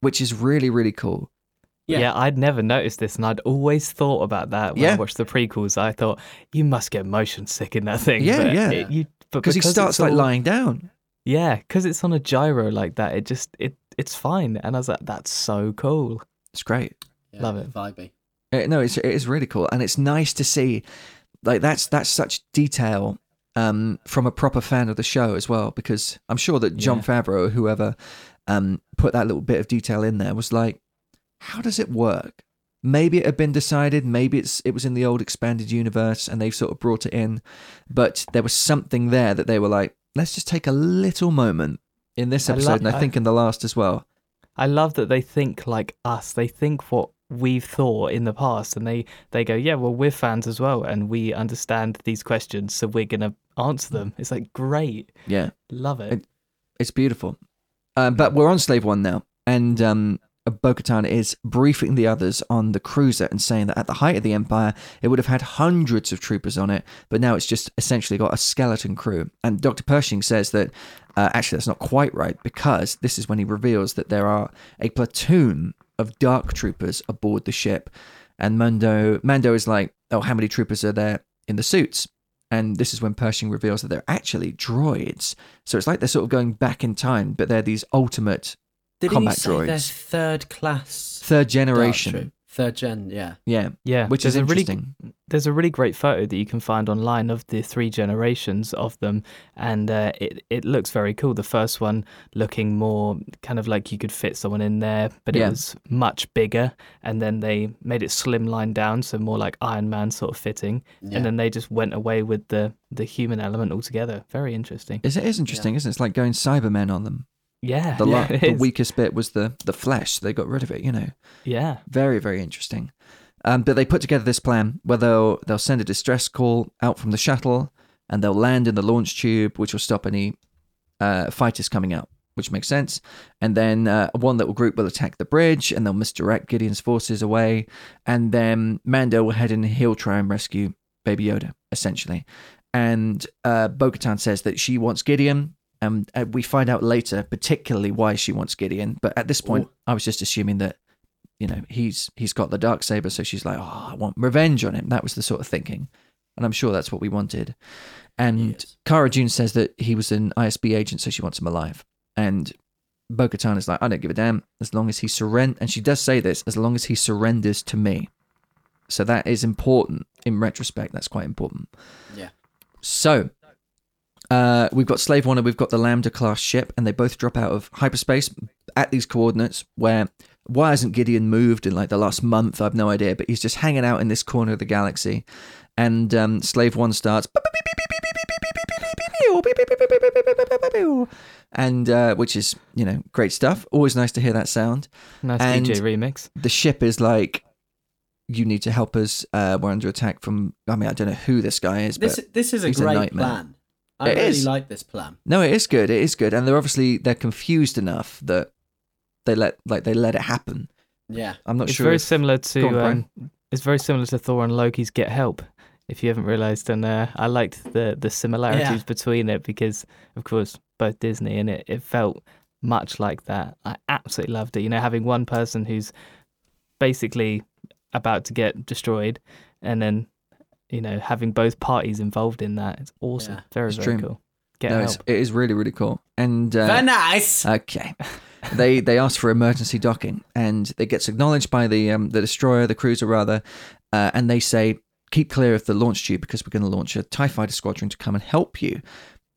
Speaker 4: which is really really cool.
Speaker 3: Yeah.
Speaker 2: Yeah.
Speaker 3: I'd never noticed this, and I'd always thought about that when
Speaker 4: Yeah.
Speaker 3: I watched the prequels. I thought you must get motion sick in that thing.
Speaker 4: Yeah,
Speaker 3: but
Speaker 4: yeah.
Speaker 3: it- you, but
Speaker 4: Because he
Speaker 3: it's
Speaker 4: starts like
Speaker 3: all-
Speaker 4: lying down.
Speaker 3: Yeah, because it's on a gyro like that. It just it it's fine. And I was like, that's so cool.
Speaker 4: It's great.
Speaker 2: Yeah,
Speaker 3: Love it.
Speaker 2: Vibey.
Speaker 4: Uh, no, it's it is really cool, and it's nice to see. Like that's that's such detail um, from a proper fan of the show as well, because I'm sure that John Favreau, whoever um, put that little bit of detail in there, was like, how does it work? Maybe it had been decided. Maybe it's it was in the old expanded universe, and they've sort of brought it in. But there was something there that they were like, let's just take a little moment in this
Speaker 3: I lo-
Speaker 4: episode, and I
Speaker 3: I-
Speaker 4: think in the last as well.
Speaker 3: I love that they think like us. They think what we've thought in the past, and they they go, yeah, well, we're fans as well, and we understand these questions, so we're gonna answer them. It's like great,
Speaker 4: Yeah.
Speaker 3: love it.
Speaker 4: And- It's beautiful. Um, but we're on Slave One now, and um, Bo Katan is briefing the others on the cruiser and saying that at the height of the Empire, it would have had hundreds of troopers on it, but now it's just essentially got a skeleton crew. And Dr. Pershing says that uh, actually that's not quite right because this is when he reveals that there are a platoon of dark troopers aboard the ship. And Mando, Mando is like, oh, how many troopers are there in the suits? And this is when Pershing reveals that they're actually droids. So it's like they're sort of going back in time, but they're these ultimate
Speaker 2: Did
Speaker 4: Combat
Speaker 2: he say
Speaker 4: droids.
Speaker 2: there's third class
Speaker 4: third
Speaker 2: dark
Speaker 4: generation.
Speaker 2: troop? Third gen, yeah.
Speaker 4: Yeah.
Speaker 3: yeah,
Speaker 4: Which
Speaker 3: there's
Speaker 4: is
Speaker 3: a really
Speaker 4: interesting.
Speaker 3: there's a really great photo that you can find online of the three generations of them, and uh, it it looks very cool. The first one looking more kind of like you could fit someone in there, but
Speaker 4: Yeah.
Speaker 3: it was much bigger. And then they made it slimline down, so more like Iron Man sort of fitting.
Speaker 2: Yeah.
Speaker 3: And then they just went away with the the human element altogether. Very interesting.
Speaker 4: Is it is interesting, isn't it? It's like going Cybermen on them.
Speaker 3: Yeah,
Speaker 4: The, la-
Speaker 3: yeah, it
Speaker 4: the
Speaker 3: is.
Speaker 4: weakest bit was the the flesh. They got rid of it, you know.
Speaker 3: Yeah,
Speaker 4: Very very interesting. Um, but they put together this plan where they'll they'll send a distress call out from the shuttle, and they'll land in the launch tube, which will stop any uh, fighters coming out, which makes sense. And then uh, one little group will attack the bridge, and they'll misdirect Gideon's forces away. And then Mando will head in and he'll try and rescue Baby Yoda, essentially. And uh, Bo-Katan says that she wants Gideon, and uh, we find out later, particularly why she wants Gideon. But at this point, I was just assuming that. You know he's he's got the dark saber, so she's like, "Oh, I want revenge on him." That was the sort of thinking, and I'm sure that's what we wanted. And
Speaker 2: Yes.
Speaker 4: Cara June says that he was an ISB agent, so she wants him alive. And Bo Katan is like, I don't give a damn as long as he surrenders. And she does say this as long as he surrenders to me. So that is important in retrospect. That's quite important.
Speaker 2: Yeah.
Speaker 4: So uh, we've got Slave One and we've got the Lambda class ship, and they both drop out of hyperspace at these coordinates where. Why hasn't Gideon moved in like the last month? I've no idea, but he's just hanging out in this corner of the galaxy. And um, Slave One starts and uh, which is you know great stuff. Always nice to hear that sound.
Speaker 3: nice
Speaker 4: And-
Speaker 3: DJ remix.
Speaker 4: The ship is like, you need to help us. Uh, we're under attack from. I mean, I don't know who this guy is,
Speaker 2: This
Speaker 4: but
Speaker 2: this is a
Speaker 4: he's a
Speaker 2: great
Speaker 4: nightmare.
Speaker 2: plan. I
Speaker 4: It
Speaker 2: really
Speaker 4: is.
Speaker 2: like this plan.
Speaker 4: no, it is good. It is good, and they're obviously they're confused enough that they let like they let it happen.
Speaker 2: Yeah.
Speaker 4: I'm not
Speaker 3: it's
Speaker 4: sure.
Speaker 3: very
Speaker 4: if-
Speaker 3: similar to
Speaker 4: Go on, Brian.
Speaker 3: um, it's very similar to Thor and Loki's Get Help. If you haven't realised, and uh, I liked the the similarities
Speaker 2: Yeah.
Speaker 3: between it because, of course, both Disney and it it felt much like that. I absolutely loved it. You know, having one person who's basically about to get destroyed, and then you know having both parties involved in that. It's awesome.
Speaker 2: Yeah.
Speaker 3: Very
Speaker 4: It's
Speaker 3: very
Speaker 4: true.
Speaker 3: cool. Get
Speaker 4: no,
Speaker 3: help.
Speaker 4: it's, it is really really cool. And uh,
Speaker 2: Very nice.
Speaker 4: Okay. They they ask for emergency docking, and it gets acknowledged by the um, the destroyer, the cruiser rather, uh, and they say keep clear of the launch tube because we're going to launch a Tie Fighter squadron to come and help you.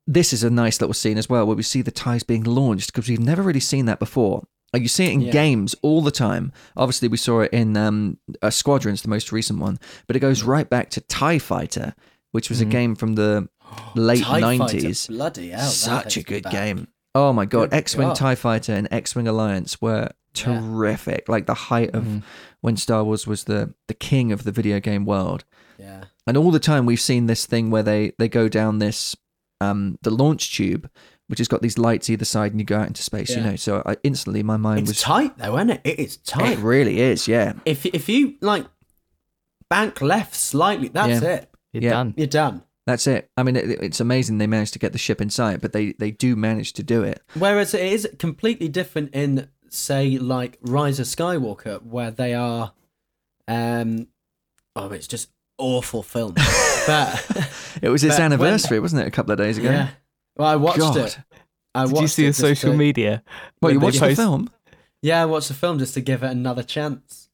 Speaker 4: This is a nice little scene as well, where we see the ties being launched because we've never really seen that before. Like you see it in
Speaker 2: Yeah.
Speaker 4: games all the time. Obviously, we saw it in um, uh, Squadrons, the most recent one, but it goes right back to Tie Fighter, which was a game from the late
Speaker 2: TIE fighter,
Speaker 4: nineties.
Speaker 2: Bloody hell. that
Speaker 4: Such a
Speaker 2: thing's
Speaker 4: good
Speaker 2: bad.
Speaker 4: game. Oh my god,
Speaker 2: Good
Speaker 4: X Wing
Speaker 2: God.
Speaker 4: TIE E Fighter and X Wing Alliance were
Speaker 2: Yeah. Mm-hmm.
Speaker 4: terrific. Like the height of when Star Wars was the, the king of the video game world.
Speaker 2: Yeah.
Speaker 4: And all the time we've seen this thing where they, they go down this um the launch tube, which has got these lights either side and you go out into space, you
Speaker 2: Yeah.
Speaker 4: know. So I instantly my mind
Speaker 2: It's
Speaker 4: was
Speaker 2: tight though, isn't it? It is tight.
Speaker 4: It really is, yeah.
Speaker 2: if if you like bank left slightly, that's
Speaker 4: Yeah.
Speaker 2: it.
Speaker 3: You're
Speaker 4: yeah.
Speaker 3: done.
Speaker 2: You're done.
Speaker 4: That's it. I mean, it, it's amazing they managed to get the ship inside, but they, they do manage to do it.
Speaker 2: Whereas it is completely different in, say, like Rise of Skywalker, where they are, um, oh, it's just awful film. but
Speaker 4: It was its
Speaker 2: But when-
Speaker 4: anniversary, wasn't it, a couple of days ago?
Speaker 2: yeah, well, I watched
Speaker 4: God.
Speaker 2: it. I
Speaker 3: Did you
Speaker 2: watched
Speaker 3: see
Speaker 2: it
Speaker 3: the
Speaker 2: just
Speaker 3: social
Speaker 2: to-
Speaker 3: media?
Speaker 4: Well,
Speaker 3: when
Speaker 4: you
Speaker 3: they
Speaker 4: watched the
Speaker 3: post-
Speaker 4: film.
Speaker 2: Yeah, I watched the film just to give it another chance.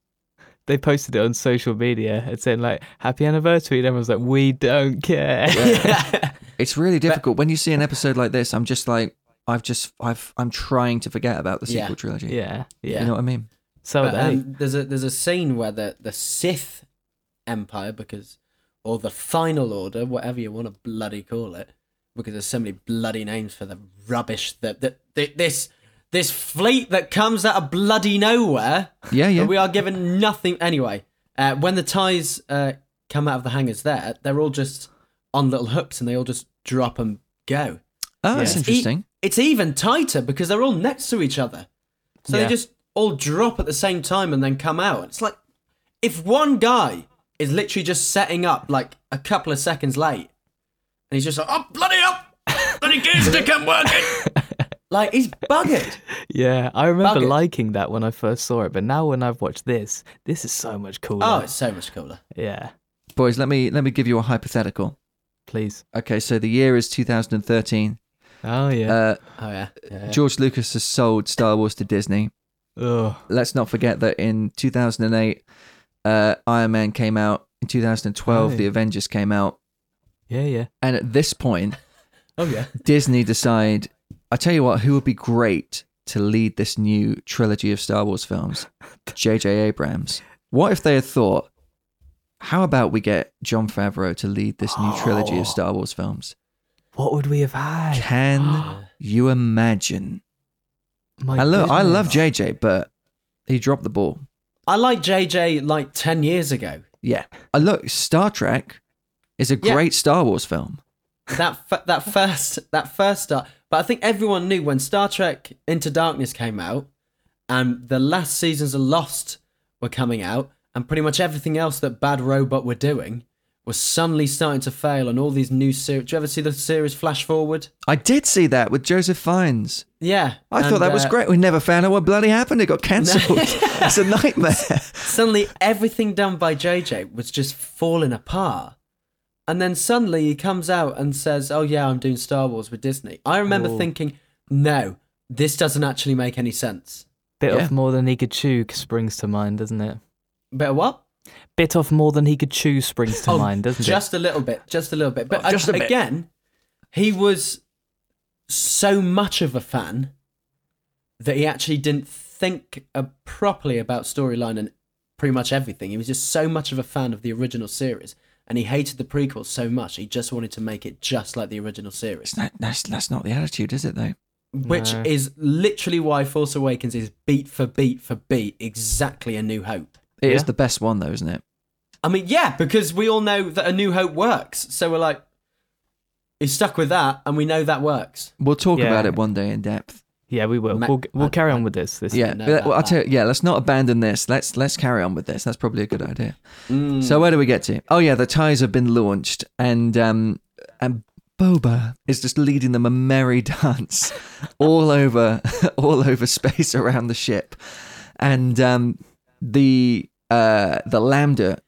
Speaker 3: they posted it on social media and saying like happy anniversary and everyone's like we don't care
Speaker 4: It's really difficult when you see an episode like this. I'm just like, I've just, I've, I'm trying to forget about the sequel
Speaker 2: Yeah.
Speaker 4: trilogy.
Speaker 3: yeah yeah
Speaker 4: You know what I mean?
Speaker 3: so
Speaker 2: But,
Speaker 3: they
Speaker 2: um, there's a there's a scene where the the Sith Empire, because or the Final Order, whatever you want to bloody call it, because there's so many bloody names for the rubbish that that, that this this fleet that comes out of bloody nowhere.
Speaker 4: Yeah, yeah.
Speaker 2: But we are given nothing anyway. Uh, when the ties uh, come out of the hangars, there they're all just on little hooks and they all just drop and go.
Speaker 4: oh, that's
Speaker 3: Yeah.
Speaker 2: It's e-
Speaker 4: interesting.
Speaker 2: it's even tighter because they're all next to each other. So
Speaker 3: Yeah.
Speaker 2: they just all drop at the same time and then come out. It's like if one guy is literally just setting up like a couple of seconds late and he's just like, oh, bloody up! Bloody gear stick ain't working! like, he's buggered.
Speaker 3: yeah i remember
Speaker 2: Bugger.
Speaker 3: liking that when i first saw it but now when i've watched this this is so much cooler
Speaker 2: Oh, it's so much cooler.
Speaker 3: yeah
Speaker 4: Boys, let me let me give you a hypothetical.
Speaker 3: please
Speaker 4: Okay, so the year is 2013.
Speaker 3: oh yeah
Speaker 4: Uh,
Speaker 2: Oh, yeah. yeah.
Speaker 4: George Lucas has sold Star Wars to Disney.
Speaker 2: Uh,
Speaker 3: Ugh.
Speaker 4: Let's not forget that in 2008, uh, Iron Man came out. In 2012,
Speaker 3: Right.
Speaker 4: The Avengers came out.
Speaker 3: yeah yeah
Speaker 4: And at this point,
Speaker 2: Oh, yeah.
Speaker 4: Disney decide, I tell you what, who would be great to lead this new trilogy of Star Wars films? J.J. Abrams. What if they had thought, how about we get John Favreau to lead this new trilogy of Star Wars films?
Speaker 3: what would we have had
Speaker 4: Can you imagine?
Speaker 3: My
Speaker 4: I love, I
Speaker 3: goodness.
Speaker 4: love J.J., but he dropped the ball.
Speaker 2: I liked JJ like 10 years ago.
Speaker 4: Yeah. I Uh, look, Star Trek is a
Speaker 2: Yeah.
Speaker 4: great Star Wars film.
Speaker 2: that f- that first that first star but i think everyone knew when star trek into darkness came out and the last seasons of lost were coming out and pretty much everything else that bad robot were doing was suddenly starting to fail on all these new series do you ever see the series flash forward
Speaker 4: I did see that with Joseph Fiennes.
Speaker 2: yeah
Speaker 4: I thought
Speaker 2: and,
Speaker 4: that was
Speaker 2: uh,
Speaker 4: great. We never found out what bloody happened. It got cancelled. it's a nightmare.
Speaker 2: suddenly everything done by jj was just falling apart and then suddenly he comes out and says oh yeah i'm doing star wars with disney i remember thinking no this doesn't actually make any sense
Speaker 3: bit
Speaker 4: Yeah.
Speaker 3: off more than he could chew springs to mind doesn't it
Speaker 2: Bit of what?
Speaker 3: bit off more than he could chew springs to mind doesn't it
Speaker 2: Oh, just a little bit, just a little bit. But
Speaker 4: Oh, just a bit.
Speaker 2: again, he was so much of a fan that he actually didn't think uh, properly about storyline and pretty much everything. He was just so much of a fan of the original series, and he hated the prequels so much. He just wanted to make it just like the original series,
Speaker 4: It's not, that's, that's not the attitude, is it, though?
Speaker 2: which
Speaker 3: No.
Speaker 2: is literally why Force Awakens is beat for beat for beat exactly A New Hope.
Speaker 4: It is
Speaker 3: Yeah.
Speaker 4: the best one, though, isn't it?
Speaker 2: I mean, yeah, because we all know that A New Hope works. So we're like, he's stuck with that, and we know that works.
Speaker 4: We'll talk
Speaker 3: Yeah.
Speaker 4: about it one day in depth.
Speaker 3: Yeah, we will.
Speaker 2: Ma-
Speaker 3: we'll we'll
Speaker 2: I-
Speaker 3: carry on with this. This
Speaker 4: Yeah,
Speaker 2: know
Speaker 4: but-
Speaker 2: about
Speaker 4: well, I'll
Speaker 2: that.
Speaker 4: tell you, yeah. Let's not abandon this. Let's let's carry on with this. That's probably a good idea.
Speaker 2: Mm.
Speaker 4: So where do we get to? Oh yeah, the ties have been launched, and um, and Boba is just leading them a merry dance all over all over space around the ship, and um, the uh, the Lambda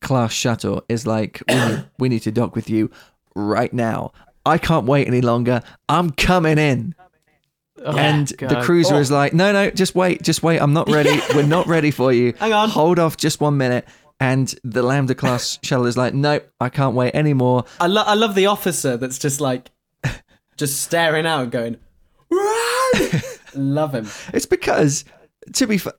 Speaker 4: class shuttle is like we need, we need to dock with you right now. I can't wait any longer. I'm coming in.
Speaker 3: Oh,
Speaker 4: and the
Speaker 3: God.
Speaker 4: cruiser is like, no, no, just wait, just wait. I'm not ready. We're not ready for you.
Speaker 2: Hang on.
Speaker 4: Hold off just one minute. And the Lambda class shuttle is like, nope, I can't wait anymore.
Speaker 2: I, lo- I love the officer that's just like, just staring out and going, run! love him.
Speaker 4: It's because, to be fair,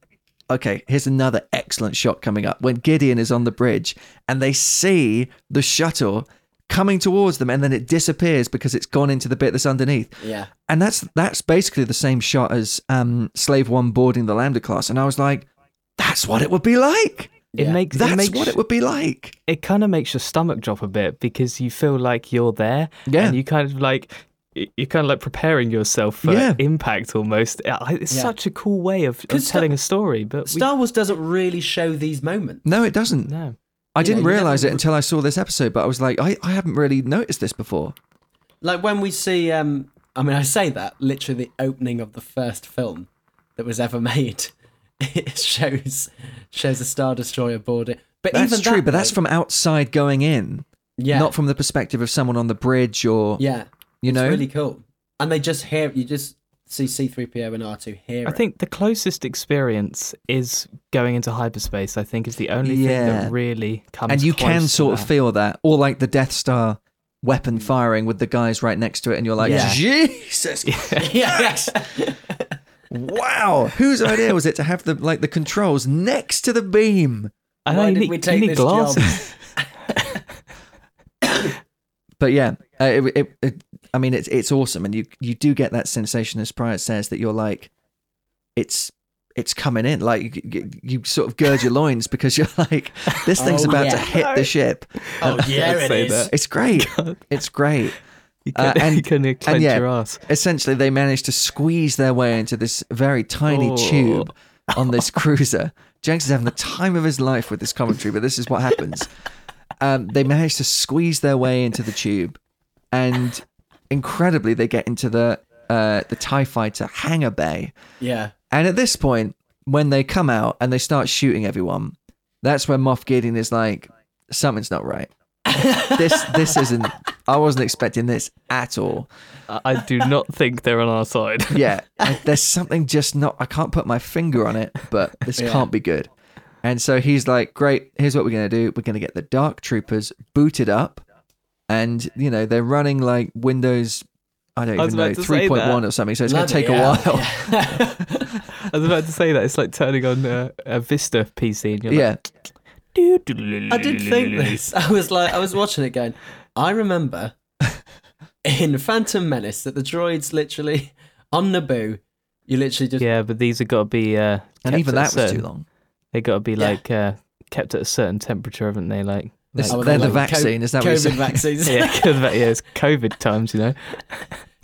Speaker 4: okay, here's another excellent shot coming up when Gideon is on the bridge and they see the shuttle coming towards them and then it disappears because it's gone into the bit that's underneath.
Speaker 2: Yeah.
Speaker 4: And that's that's basically the same shot as um, Slave One boarding the Lambda class. And I was like, that's what it would be like.
Speaker 3: It
Speaker 2: Yeah.
Speaker 3: makes
Speaker 4: That's
Speaker 3: it makes
Speaker 4: what it would be like.
Speaker 3: it kind of makes your stomach drop a bit because you feel like you're there
Speaker 4: Yeah.
Speaker 3: and you kind of like y- you're kind of like preparing yourself for
Speaker 4: Yeah.
Speaker 3: impact almost I- I- it's
Speaker 2: Yeah.
Speaker 3: such a cool way of, of
Speaker 2: 'Cause Star-
Speaker 3: telling a story but we,
Speaker 2: Star Wars doesn't really show these moments.
Speaker 4: No, it doesn't.
Speaker 3: no
Speaker 4: I
Speaker 2: you
Speaker 4: didn't
Speaker 2: never-
Speaker 4: realize it until I saw this episode, but I was like, I, I haven't really noticed this before.
Speaker 2: Like when we see, um, I mean, I say that literally the opening of the first film that was ever made. It shows shows a star destroyer boarding, but
Speaker 4: That's
Speaker 2: even
Speaker 4: true,
Speaker 2: that,
Speaker 4: but that's
Speaker 2: though-
Speaker 4: from outside going in,
Speaker 2: yeah,
Speaker 4: not from the perspective of someone on the bridge or,
Speaker 2: yeah.
Speaker 4: you know.
Speaker 2: It's really cool. And they just hear you just see C3PO and R2 hear
Speaker 3: I
Speaker 2: it.
Speaker 3: think the closest experience is going into hyperspace I think is the only thing
Speaker 4: Yeah.
Speaker 3: that really comes
Speaker 4: and you can
Speaker 3: close to
Speaker 4: sort of
Speaker 3: that.
Speaker 4: feel that, or like the Death Star weapon firing with the guys right next to it, and you're like,
Speaker 2: Mm. Yeah.
Speaker 4: Jesus,
Speaker 2: yes.
Speaker 4: wow! Whose idea was it to have the like the controls next to the beam?
Speaker 3: I know
Speaker 2: Why
Speaker 3: you
Speaker 2: did
Speaker 3: need,
Speaker 2: we
Speaker 3: you
Speaker 2: take
Speaker 3: need
Speaker 2: this job?
Speaker 3: glasses
Speaker 4: but yeah, uh, it, it, it, I mean, it's it's awesome, and you you do get that sensation, as Pryor says, that you're like, it's it's coming in, like you, you sort of gird your loins because you're like, this thing's
Speaker 2: Oh,
Speaker 4: about to
Speaker 2: yeah.
Speaker 4: hit the ship.
Speaker 2: oh, yeah,
Speaker 3: I'd
Speaker 2: it
Speaker 3: say
Speaker 2: is.
Speaker 3: that.
Speaker 4: It's great. It's great.
Speaker 3: you can,
Speaker 4: Uh,
Speaker 3: you
Speaker 4: and-
Speaker 3: can clench
Speaker 4: yeah.
Speaker 3: your ass
Speaker 4: Essentially, they manage to squeeze their way into this very tiny
Speaker 3: Oh.
Speaker 4: tube on this cruiser. Jenks is having the time of his life with this commentary, but this is what happens. Um, they manage to squeeze their way into the tube, and incredibly, they get into the uh, the Tie Fighter hangar bay.
Speaker 2: Yeah.
Speaker 4: And at this point, when they come out and they start shooting everyone, that's when Moff Gideon is like, "Something's not right. this this isn't. I wasn't expecting this at all."
Speaker 3: I I do not think they're on our side
Speaker 4: yeah, I- there's something just not. I can't put my finger on it, but this
Speaker 2: Yeah.
Speaker 4: can't be good. And so he's like, "Great, here's what we're gonna do. We're gonna get the dark troopers booted up, and you know they're running like Windows, I don't
Speaker 3: I was
Speaker 4: even know,
Speaker 3: about to say
Speaker 4: three point one or something. So it's gonna
Speaker 2: Bloody
Speaker 4: take a
Speaker 2: hell,
Speaker 4: while.
Speaker 2: yeah.
Speaker 3: I was about to say that it's like turning on a, a Vista PC and you're
Speaker 4: yeah,
Speaker 3: like,
Speaker 2: I did think this. I was like, I was watching it going, I remember in Phantom Menace that the droids literally on Naboo, you literally just.
Speaker 3: Yeah, but these have got to be. Uh,
Speaker 4: and
Speaker 3: kept
Speaker 4: even
Speaker 3: at a
Speaker 4: that was
Speaker 3: certain,
Speaker 4: too long.
Speaker 3: They got to be
Speaker 2: Yeah.
Speaker 3: like uh, kept at a certain temperature, haven't they? Like,
Speaker 4: This-
Speaker 2: I
Speaker 3: like
Speaker 2: was
Speaker 4: they're the
Speaker 2: Oh, like, co-
Speaker 4: vaccine. Is that what you're
Speaker 2: COVID
Speaker 4: saying?
Speaker 2: vaccines.
Speaker 3: yeah, 'cause that- yeah, it's COVID times, you know.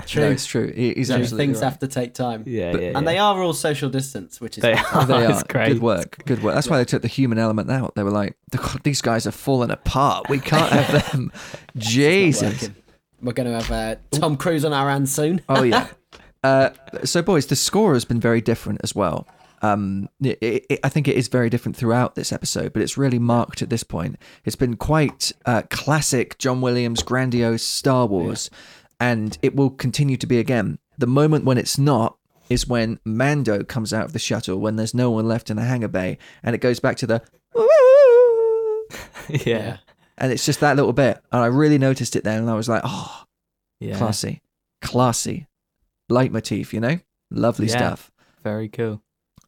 Speaker 2: True.
Speaker 4: No, it's true. He- He's
Speaker 2: No,
Speaker 4: absolutely
Speaker 2: things
Speaker 4: right.
Speaker 2: have to take time.
Speaker 3: Yeah,
Speaker 4: But-
Speaker 3: yeah.
Speaker 2: And
Speaker 3: yeah.
Speaker 2: they are all social distance, which is.
Speaker 3: They are.
Speaker 4: Oh, They
Speaker 3: it's
Speaker 4: are
Speaker 3: great.
Speaker 4: good work. Good work. That's why they took the human element out. They were like, "God, these guys are falling apart. We can't have them. Jesus.
Speaker 2: working. We're going to have uh, Tom Cruise on our hands soon.
Speaker 4: Oh yeah. uh, so boys, the score has been very different as well. Um, it, it, I think it is very different throughout this episode, but it's really marked at this point. It's been quite uh, classic John Williams, grandiose Star Wars, and it will continue to be again. The moment when it's not is when Mando comes out of the shuttle when there's no one left in the hangar bay, and it goes back to the.
Speaker 3: yeah,
Speaker 4: And it's just that little bit, and I really noticed it then, and I was like, "Oh,
Speaker 3: yeah.
Speaker 4: classy, classy, leitmotif, you know, lovely
Speaker 3: Yeah.
Speaker 4: stuff,
Speaker 3: Very cool.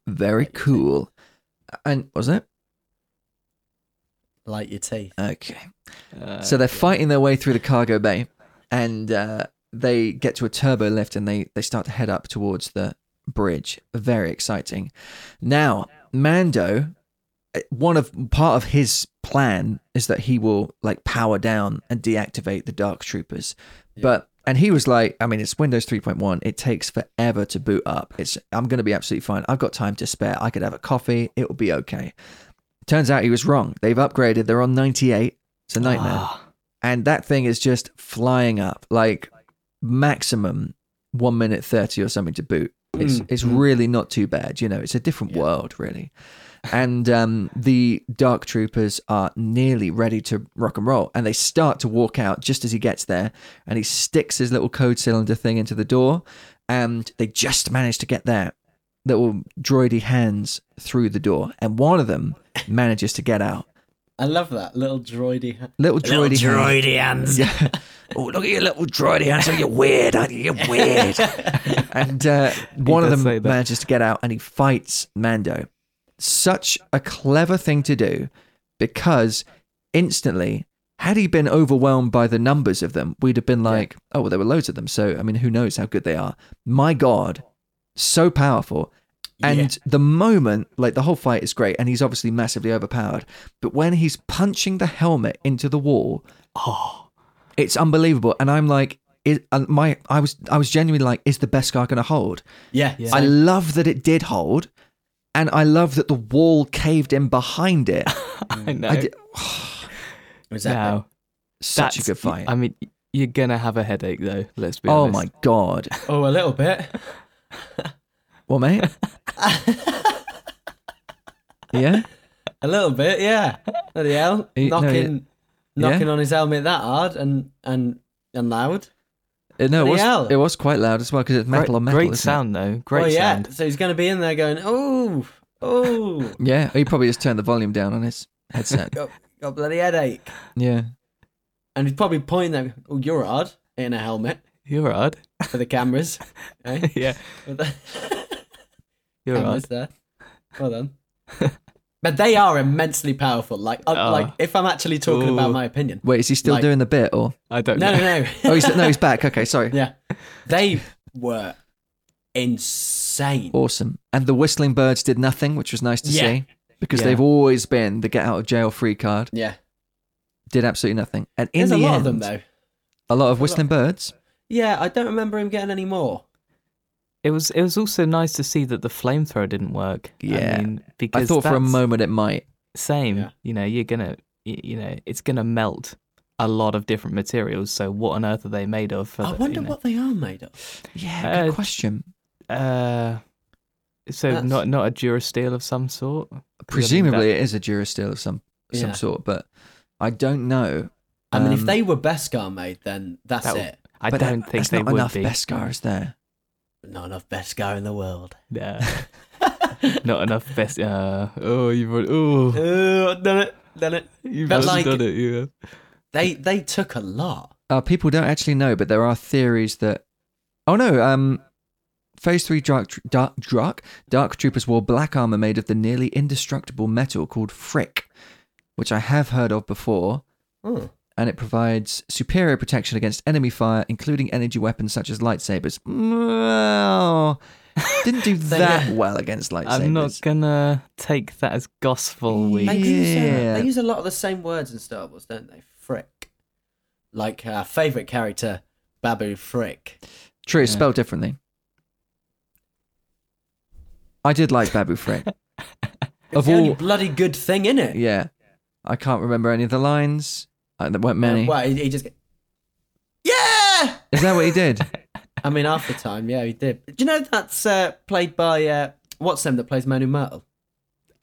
Speaker 4: very cool. And was it
Speaker 2: Light your teeth.
Speaker 4: okay?
Speaker 3: Uh,
Speaker 4: so they're fighting their way through the cargo bay, and uh, they get to a turbo lift, and they they start to head up towards the bridge. Very exciting. Now, Mando, uh, one of part of his plan is that he will like power down and deactivate the dark troopers, but And he was like, I mean, it's Windows 3.1. It takes forever to boot up. It's I'm going to be absolutely fine. I've got time to spare. I could have a coffee. It will be okay. Turns out he was wrong. They've upgraded. They're on 98. It's a nightmare. And that thing is just flying up, like maximum 1 minute 30 or something to boot. It's it's really not too bad, you know. It's a different world, really. And um, the Dark Troopers are nearly ready to rock and roll, and they start to walk out just as he gets there, and he sticks his little code cylinder thing into the door, and they just manage to get their little droidy hands through the door, and one of them manages to get out.
Speaker 2: I love that little droidy. ha-
Speaker 4: Little droidy, hand.
Speaker 5: hands.
Speaker 4: Yeah.
Speaker 5: Oh, look at your little droidy hands. You're weird, aren't you? You're weird.
Speaker 4: and uh, one of
Speaker 3: does say
Speaker 4: them
Speaker 3: that.
Speaker 4: manages to get out and he fights Mando. Such a clever thing to do because instantly, had he been overwhelmed by the numbers of them, we'd have been like, oh, well, there were loads of them. So, I mean, who knows how good they are. My God, so powerful. And the moment, like the whole fight is great, and he's obviously massively overpowered. But when he's punching the helmet into the wall, it's unbelievable. And I'm like, it, and my I was I was genuinely like, is the Beskar going to hold?
Speaker 2: Yeah,
Speaker 4: I love that it did hold, and I love that the wall caved in behind it.
Speaker 3: I know.
Speaker 4: I did,
Speaker 2: exactly.
Speaker 3: Now,
Speaker 4: such a
Speaker 3: that's-
Speaker 4: good fight.
Speaker 3: I mean, you're gonna have a headache though. Let's be
Speaker 4: oh
Speaker 3: honest.
Speaker 4: my god!
Speaker 2: Oh, a little bit.
Speaker 4: Well, mate, yeah,
Speaker 2: A little bit, yeah. Bloody hell.
Speaker 4: Eh, no,
Speaker 2: knocking
Speaker 4: yeah.
Speaker 2: knocking on his helmet that hard and and and loud.
Speaker 4: Uh, no, it
Speaker 2: Bloody
Speaker 4: was,
Speaker 2: hell.
Speaker 4: it was quite loud as well because it's
Speaker 3: Great-
Speaker 4: metal on metal.
Speaker 3: Great
Speaker 4: isn't it?
Speaker 3: sound though. Great
Speaker 2: oh yeah.
Speaker 3: sound.
Speaker 2: So he's gonna be in there going, Oh, oh
Speaker 4: Yeah, he probably just turned the volume down on his headset.
Speaker 2: got, got a bloody headache.
Speaker 4: yeah,
Speaker 2: And he's probably pointing there, Oh, you're hard in a helmet
Speaker 3: You're odd.
Speaker 2: for the cameras. eh?
Speaker 3: yeah,
Speaker 2: For the
Speaker 3: you're
Speaker 2: cameras
Speaker 3: odd.
Speaker 2: there. Well done. But they are immensely powerful. Like, uh,
Speaker 3: Oh.
Speaker 2: like if I'm actually talking
Speaker 3: Ooh.
Speaker 2: about my opinion.
Speaker 4: wait, is he still
Speaker 2: Like-
Speaker 4: doing the bit or?
Speaker 3: I don't
Speaker 2: No,
Speaker 3: know.
Speaker 2: no, no.
Speaker 4: Oh, he's, no, he's back. Okay, sorry.
Speaker 2: Yeah. They were insane.
Speaker 4: Awesome. And the Whistling Birds did nothing, which was nice to
Speaker 2: Yeah.
Speaker 4: see because
Speaker 3: Yeah.
Speaker 4: they've always been the get out of jail free card.
Speaker 2: Yeah.
Speaker 4: Did absolutely nothing. And in
Speaker 2: There's a
Speaker 4: the
Speaker 2: lot
Speaker 4: end,
Speaker 2: of them, though.
Speaker 4: a lot of Whistling Birds.
Speaker 2: Yeah, I don't remember him getting any more.
Speaker 3: It was. It was also nice to see that the flamethrower didn't work.
Speaker 4: Yeah.
Speaker 3: I mean, because
Speaker 4: I thought for a
Speaker 3: that's-
Speaker 4: moment it might.
Speaker 3: same
Speaker 2: Yeah.
Speaker 3: you know you're gonna y- you know it's gonna melt a lot of different materials so what on earth are they made of for
Speaker 2: I
Speaker 3: the-
Speaker 2: wonder
Speaker 3: you know?
Speaker 2: what they are made of.
Speaker 4: Yeah,
Speaker 3: Uh,
Speaker 4: good question.
Speaker 3: uh so
Speaker 2: That's-
Speaker 3: not not a durasteel of some sort 'Cause I mean,
Speaker 4: Presumably
Speaker 3: that-
Speaker 4: it is a Durasteel of some some
Speaker 2: Yeah.
Speaker 4: sort, but I don't know.
Speaker 2: I mean,
Speaker 4: Um,
Speaker 2: if they were Beskar made, then that's
Speaker 3: that-
Speaker 2: it.
Speaker 3: i
Speaker 4: but that-
Speaker 3: don't think
Speaker 4: that's
Speaker 3: they
Speaker 4: not
Speaker 3: would
Speaker 4: enough
Speaker 3: be
Speaker 4: Beskars there.
Speaker 2: Not enough Beskar in the world.
Speaker 3: no. not enough best uh oh you've already, oh
Speaker 2: Oh, done it, done it.
Speaker 3: you've
Speaker 2: But
Speaker 3: already
Speaker 2: like-
Speaker 3: done it yeah
Speaker 2: They they took a lot.
Speaker 4: Uh, people don't actually know, but there are theories that. Oh no! Um, Phase three dark Tr- dark dark dark troopers wore black armor made of the nearly indestructible metal called frick, which I have heard of before,
Speaker 2: Oh,
Speaker 4: and it provides superior protection against enemy fire, including energy weapons such as lightsabers. Well, didn't do
Speaker 2: They-
Speaker 4: that well against lightsabers.
Speaker 3: i'm not gonna take that as gospel we
Speaker 2: They, use, uh,
Speaker 4: Yeah.
Speaker 2: they use a lot of the same words in Star Wars, don't they? Frick. Like our favourite character, Babu Frick.
Speaker 4: True, it's spelled differently. I did like Babu Frick.
Speaker 2: It's
Speaker 4: of
Speaker 2: the only
Speaker 4: all,
Speaker 2: bloody good thing in it.
Speaker 4: yeah, I can't remember any of the lines. Uh, there weren't many.
Speaker 2: Well, he, he just. Yeah!
Speaker 4: Is that what he did?
Speaker 2: I mean, half the time, yeah, he did. Do you know that's uh, played by uh, what's him that plays Manu Myrtle?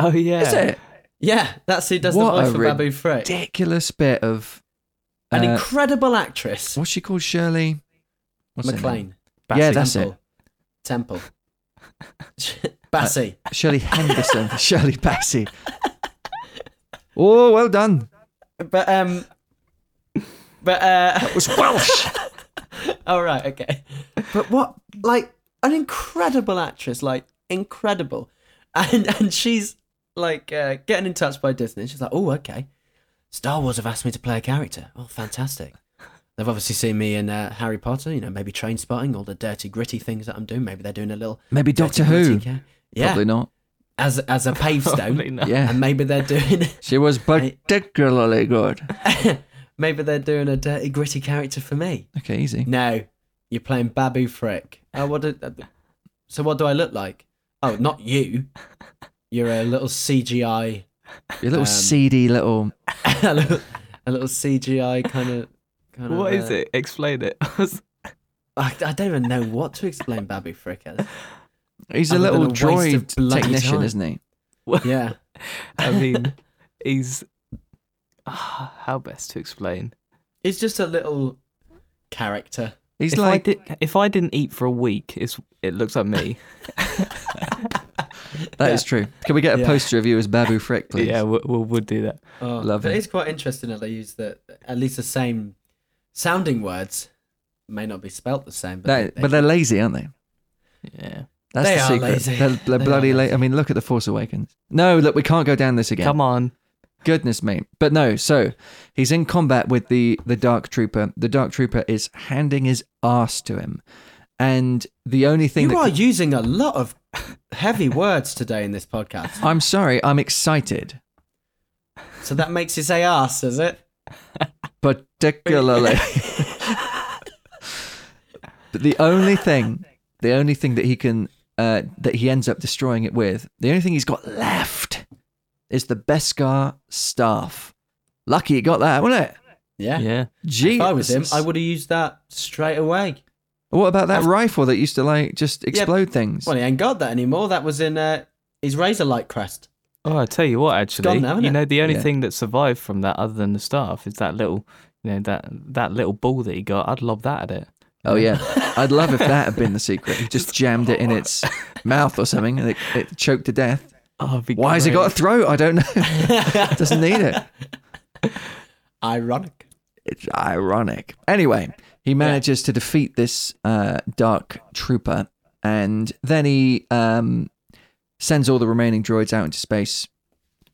Speaker 3: oh yeah
Speaker 4: Is it
Speaker 2: Yeah, that's who does
Speaker 4: What
Speaker 2: the
Speaker 4: a
Speaker 2: voice for
Speaker 4: rid-
Speaker 2: Babu Frick.
Speaker 4: ridiculous bit of?
Speaker 2: An
Speaker 4: uh,
Speaker 2: incredible actress,
Speaker 4: what's she called? Shirley what's her name?
Speaker 2: McLean.
Speaker 4: Yeah,
Speaker 3: Bassett.
Speaker 4: that's it.
Speaker 2: Temple. Temple. Bassie.
Speaker 4: Shirley Henderson. Shirley Bassey. Oh, well done.
Speaker 2: But um, but uh,
Speaker 4: It was Welsh.
Speaker 2: all Oh, right, okay. But what, like, an incredible actress, like incredible, and and she's like uh, getting in touch by Disney. She's like, oh, okay. Star Wars have asked me to play a character. Oh, fantastic. They've obviously seen me in uh, Harry Potter, you know, maybe train spotting, all the dirty, gritty things that I'm doing. Maybe they're doing a little.
Speaker 4: Maybe
Speaker 2: dirty,
Speaker 4: Doctor Who.
Speaker 2: gritty ca- Yeah.
Speaker 4: Probably not.
Speaker 2: as as a pavestone,
Speaker 3: Probably not.
Speaker 4: Yeah,
Speaker 2: and maybe they're doing
Speaker 4: she was particularly good.
Speaker 2: Maybe they're doing a dirty, gritty character for me.
Speaker 4: Okay, easy.
Speaker 2: No, you're playing Babu Frick. Oh, what? Did, uh, so what do I look like? Oh, not you. You're a little CGI,
Speaker 4: Your little
Speaker 2: Um,
Speaker 4: seedy little.
Speaker 2: a little, a little CGI kind of. Kind
Speaker 3: What
Speaker 2: of,
Speaker 3: is
Speaker 2: uh,
Speaker 3: it? Explain it.
Speaker 2: I, I don't even know what to explain Babu Frick as.
Speaker 4: He's a
Speaker 2: other
Speaker 4: little
Speaker 2: than a waste of
Speaker 4: droid
Speaker 2: bloody
Speaker 4: technician,
Speaker 2: time.
Speaker 4: isn't he?
Speaker 2: Yeah,
Speaker 3: I mean, he's Ah, how best to explain.
Speaker 2: he's just a little character.
Speaker 4: He's
Speaker 3: if I
Speaker 4: like
Speaker 3: did, if I didn't eat for a week, it's it looks like me.
Speaker 4: that is true. Can we get a
Speaker 2: Yeah.
Speaker 4: poster of you as Babu Frick, please?
Speaker 3: yeah, we'll, we'll we'll do that.
Speaker 2: Oh,
Speaker 4: Love
Speaker 2: but
Speaker 4: it.
Speaker 2: it's quite interesting that they use the at least the same sounding words may not be spelt the same, but,
Speaker 4: That-
Speaker 2: they-
Speaker 4: but they're lazy, aren't they?
Speaker 3: Yeah.
Speaker 4: That's
Speaker 2: They
Speaker 4: the
Speaker 2: are
Speaker 4: secret.
Speaker 2: lazy.
Speaker 4: They're, they're
Speaker 2: They are
Speaker 4: bloody late.
Speaker 2: lazy.
Speaker 4: I mean, look at the Force Awakens. No, look, we can't go down this again.
Speaker 3: Come on.
Speaker 4: Goodness me. But no, so he's in combat with the the dark trooper. The dark trooper is handing his ass to him. And the only thing
Speaker 2: you
Speaker 4: that
Speaker 2: are using a lot of heavy words today in this podcast.
Speaker 4: I'm sorry, I'm excited.
Speaker 2: So that makes you say ass, does it?
Speaker 4: Particularly. but the only thing the only thing that he can uh, that he ends up destroying it with, the only thing he's got left is the Beskar staff. Lucky he got that, wasn't it?
Speaker 2: Yeah.
Speaker 3: Yeah.
Speaker 4: Gee,
Speaker 2: If I was him, I would have used that straight away.
Speaker 4: What about that rifle that used to like just explode things?
Speaker 2: Well, he ain't got that anymore. That was in uh, his razor light crest.
Speaker 3: Oh, I tell you what, actually,
Speaker 2: gone now, isn't
Speaker 3: you
Speaker 2: it?
Speaker 3: know, the only
Speaker 4: Yeah.
Speaker 3: thing that survived from that, other than the staff, is that little, you know, that that little ball that he got. I'd lob that at it.
Speaker 4: Oh yeah, I'd love if that had been the secret. He just jammed it in its mouth or something, and it, it choked to death.
Speaker 3: Oh, it'd be
Speaker 4: Why has it got a
Speaker 3: great.
Speaker 4: throat? I don't know. Doesn't need it.
Speaker 2: Ironic.
Speaker 4: It's ironic. Anyway, he manages to defeat this uh, dark trooper, and then he um, sends all the remaining droids out into space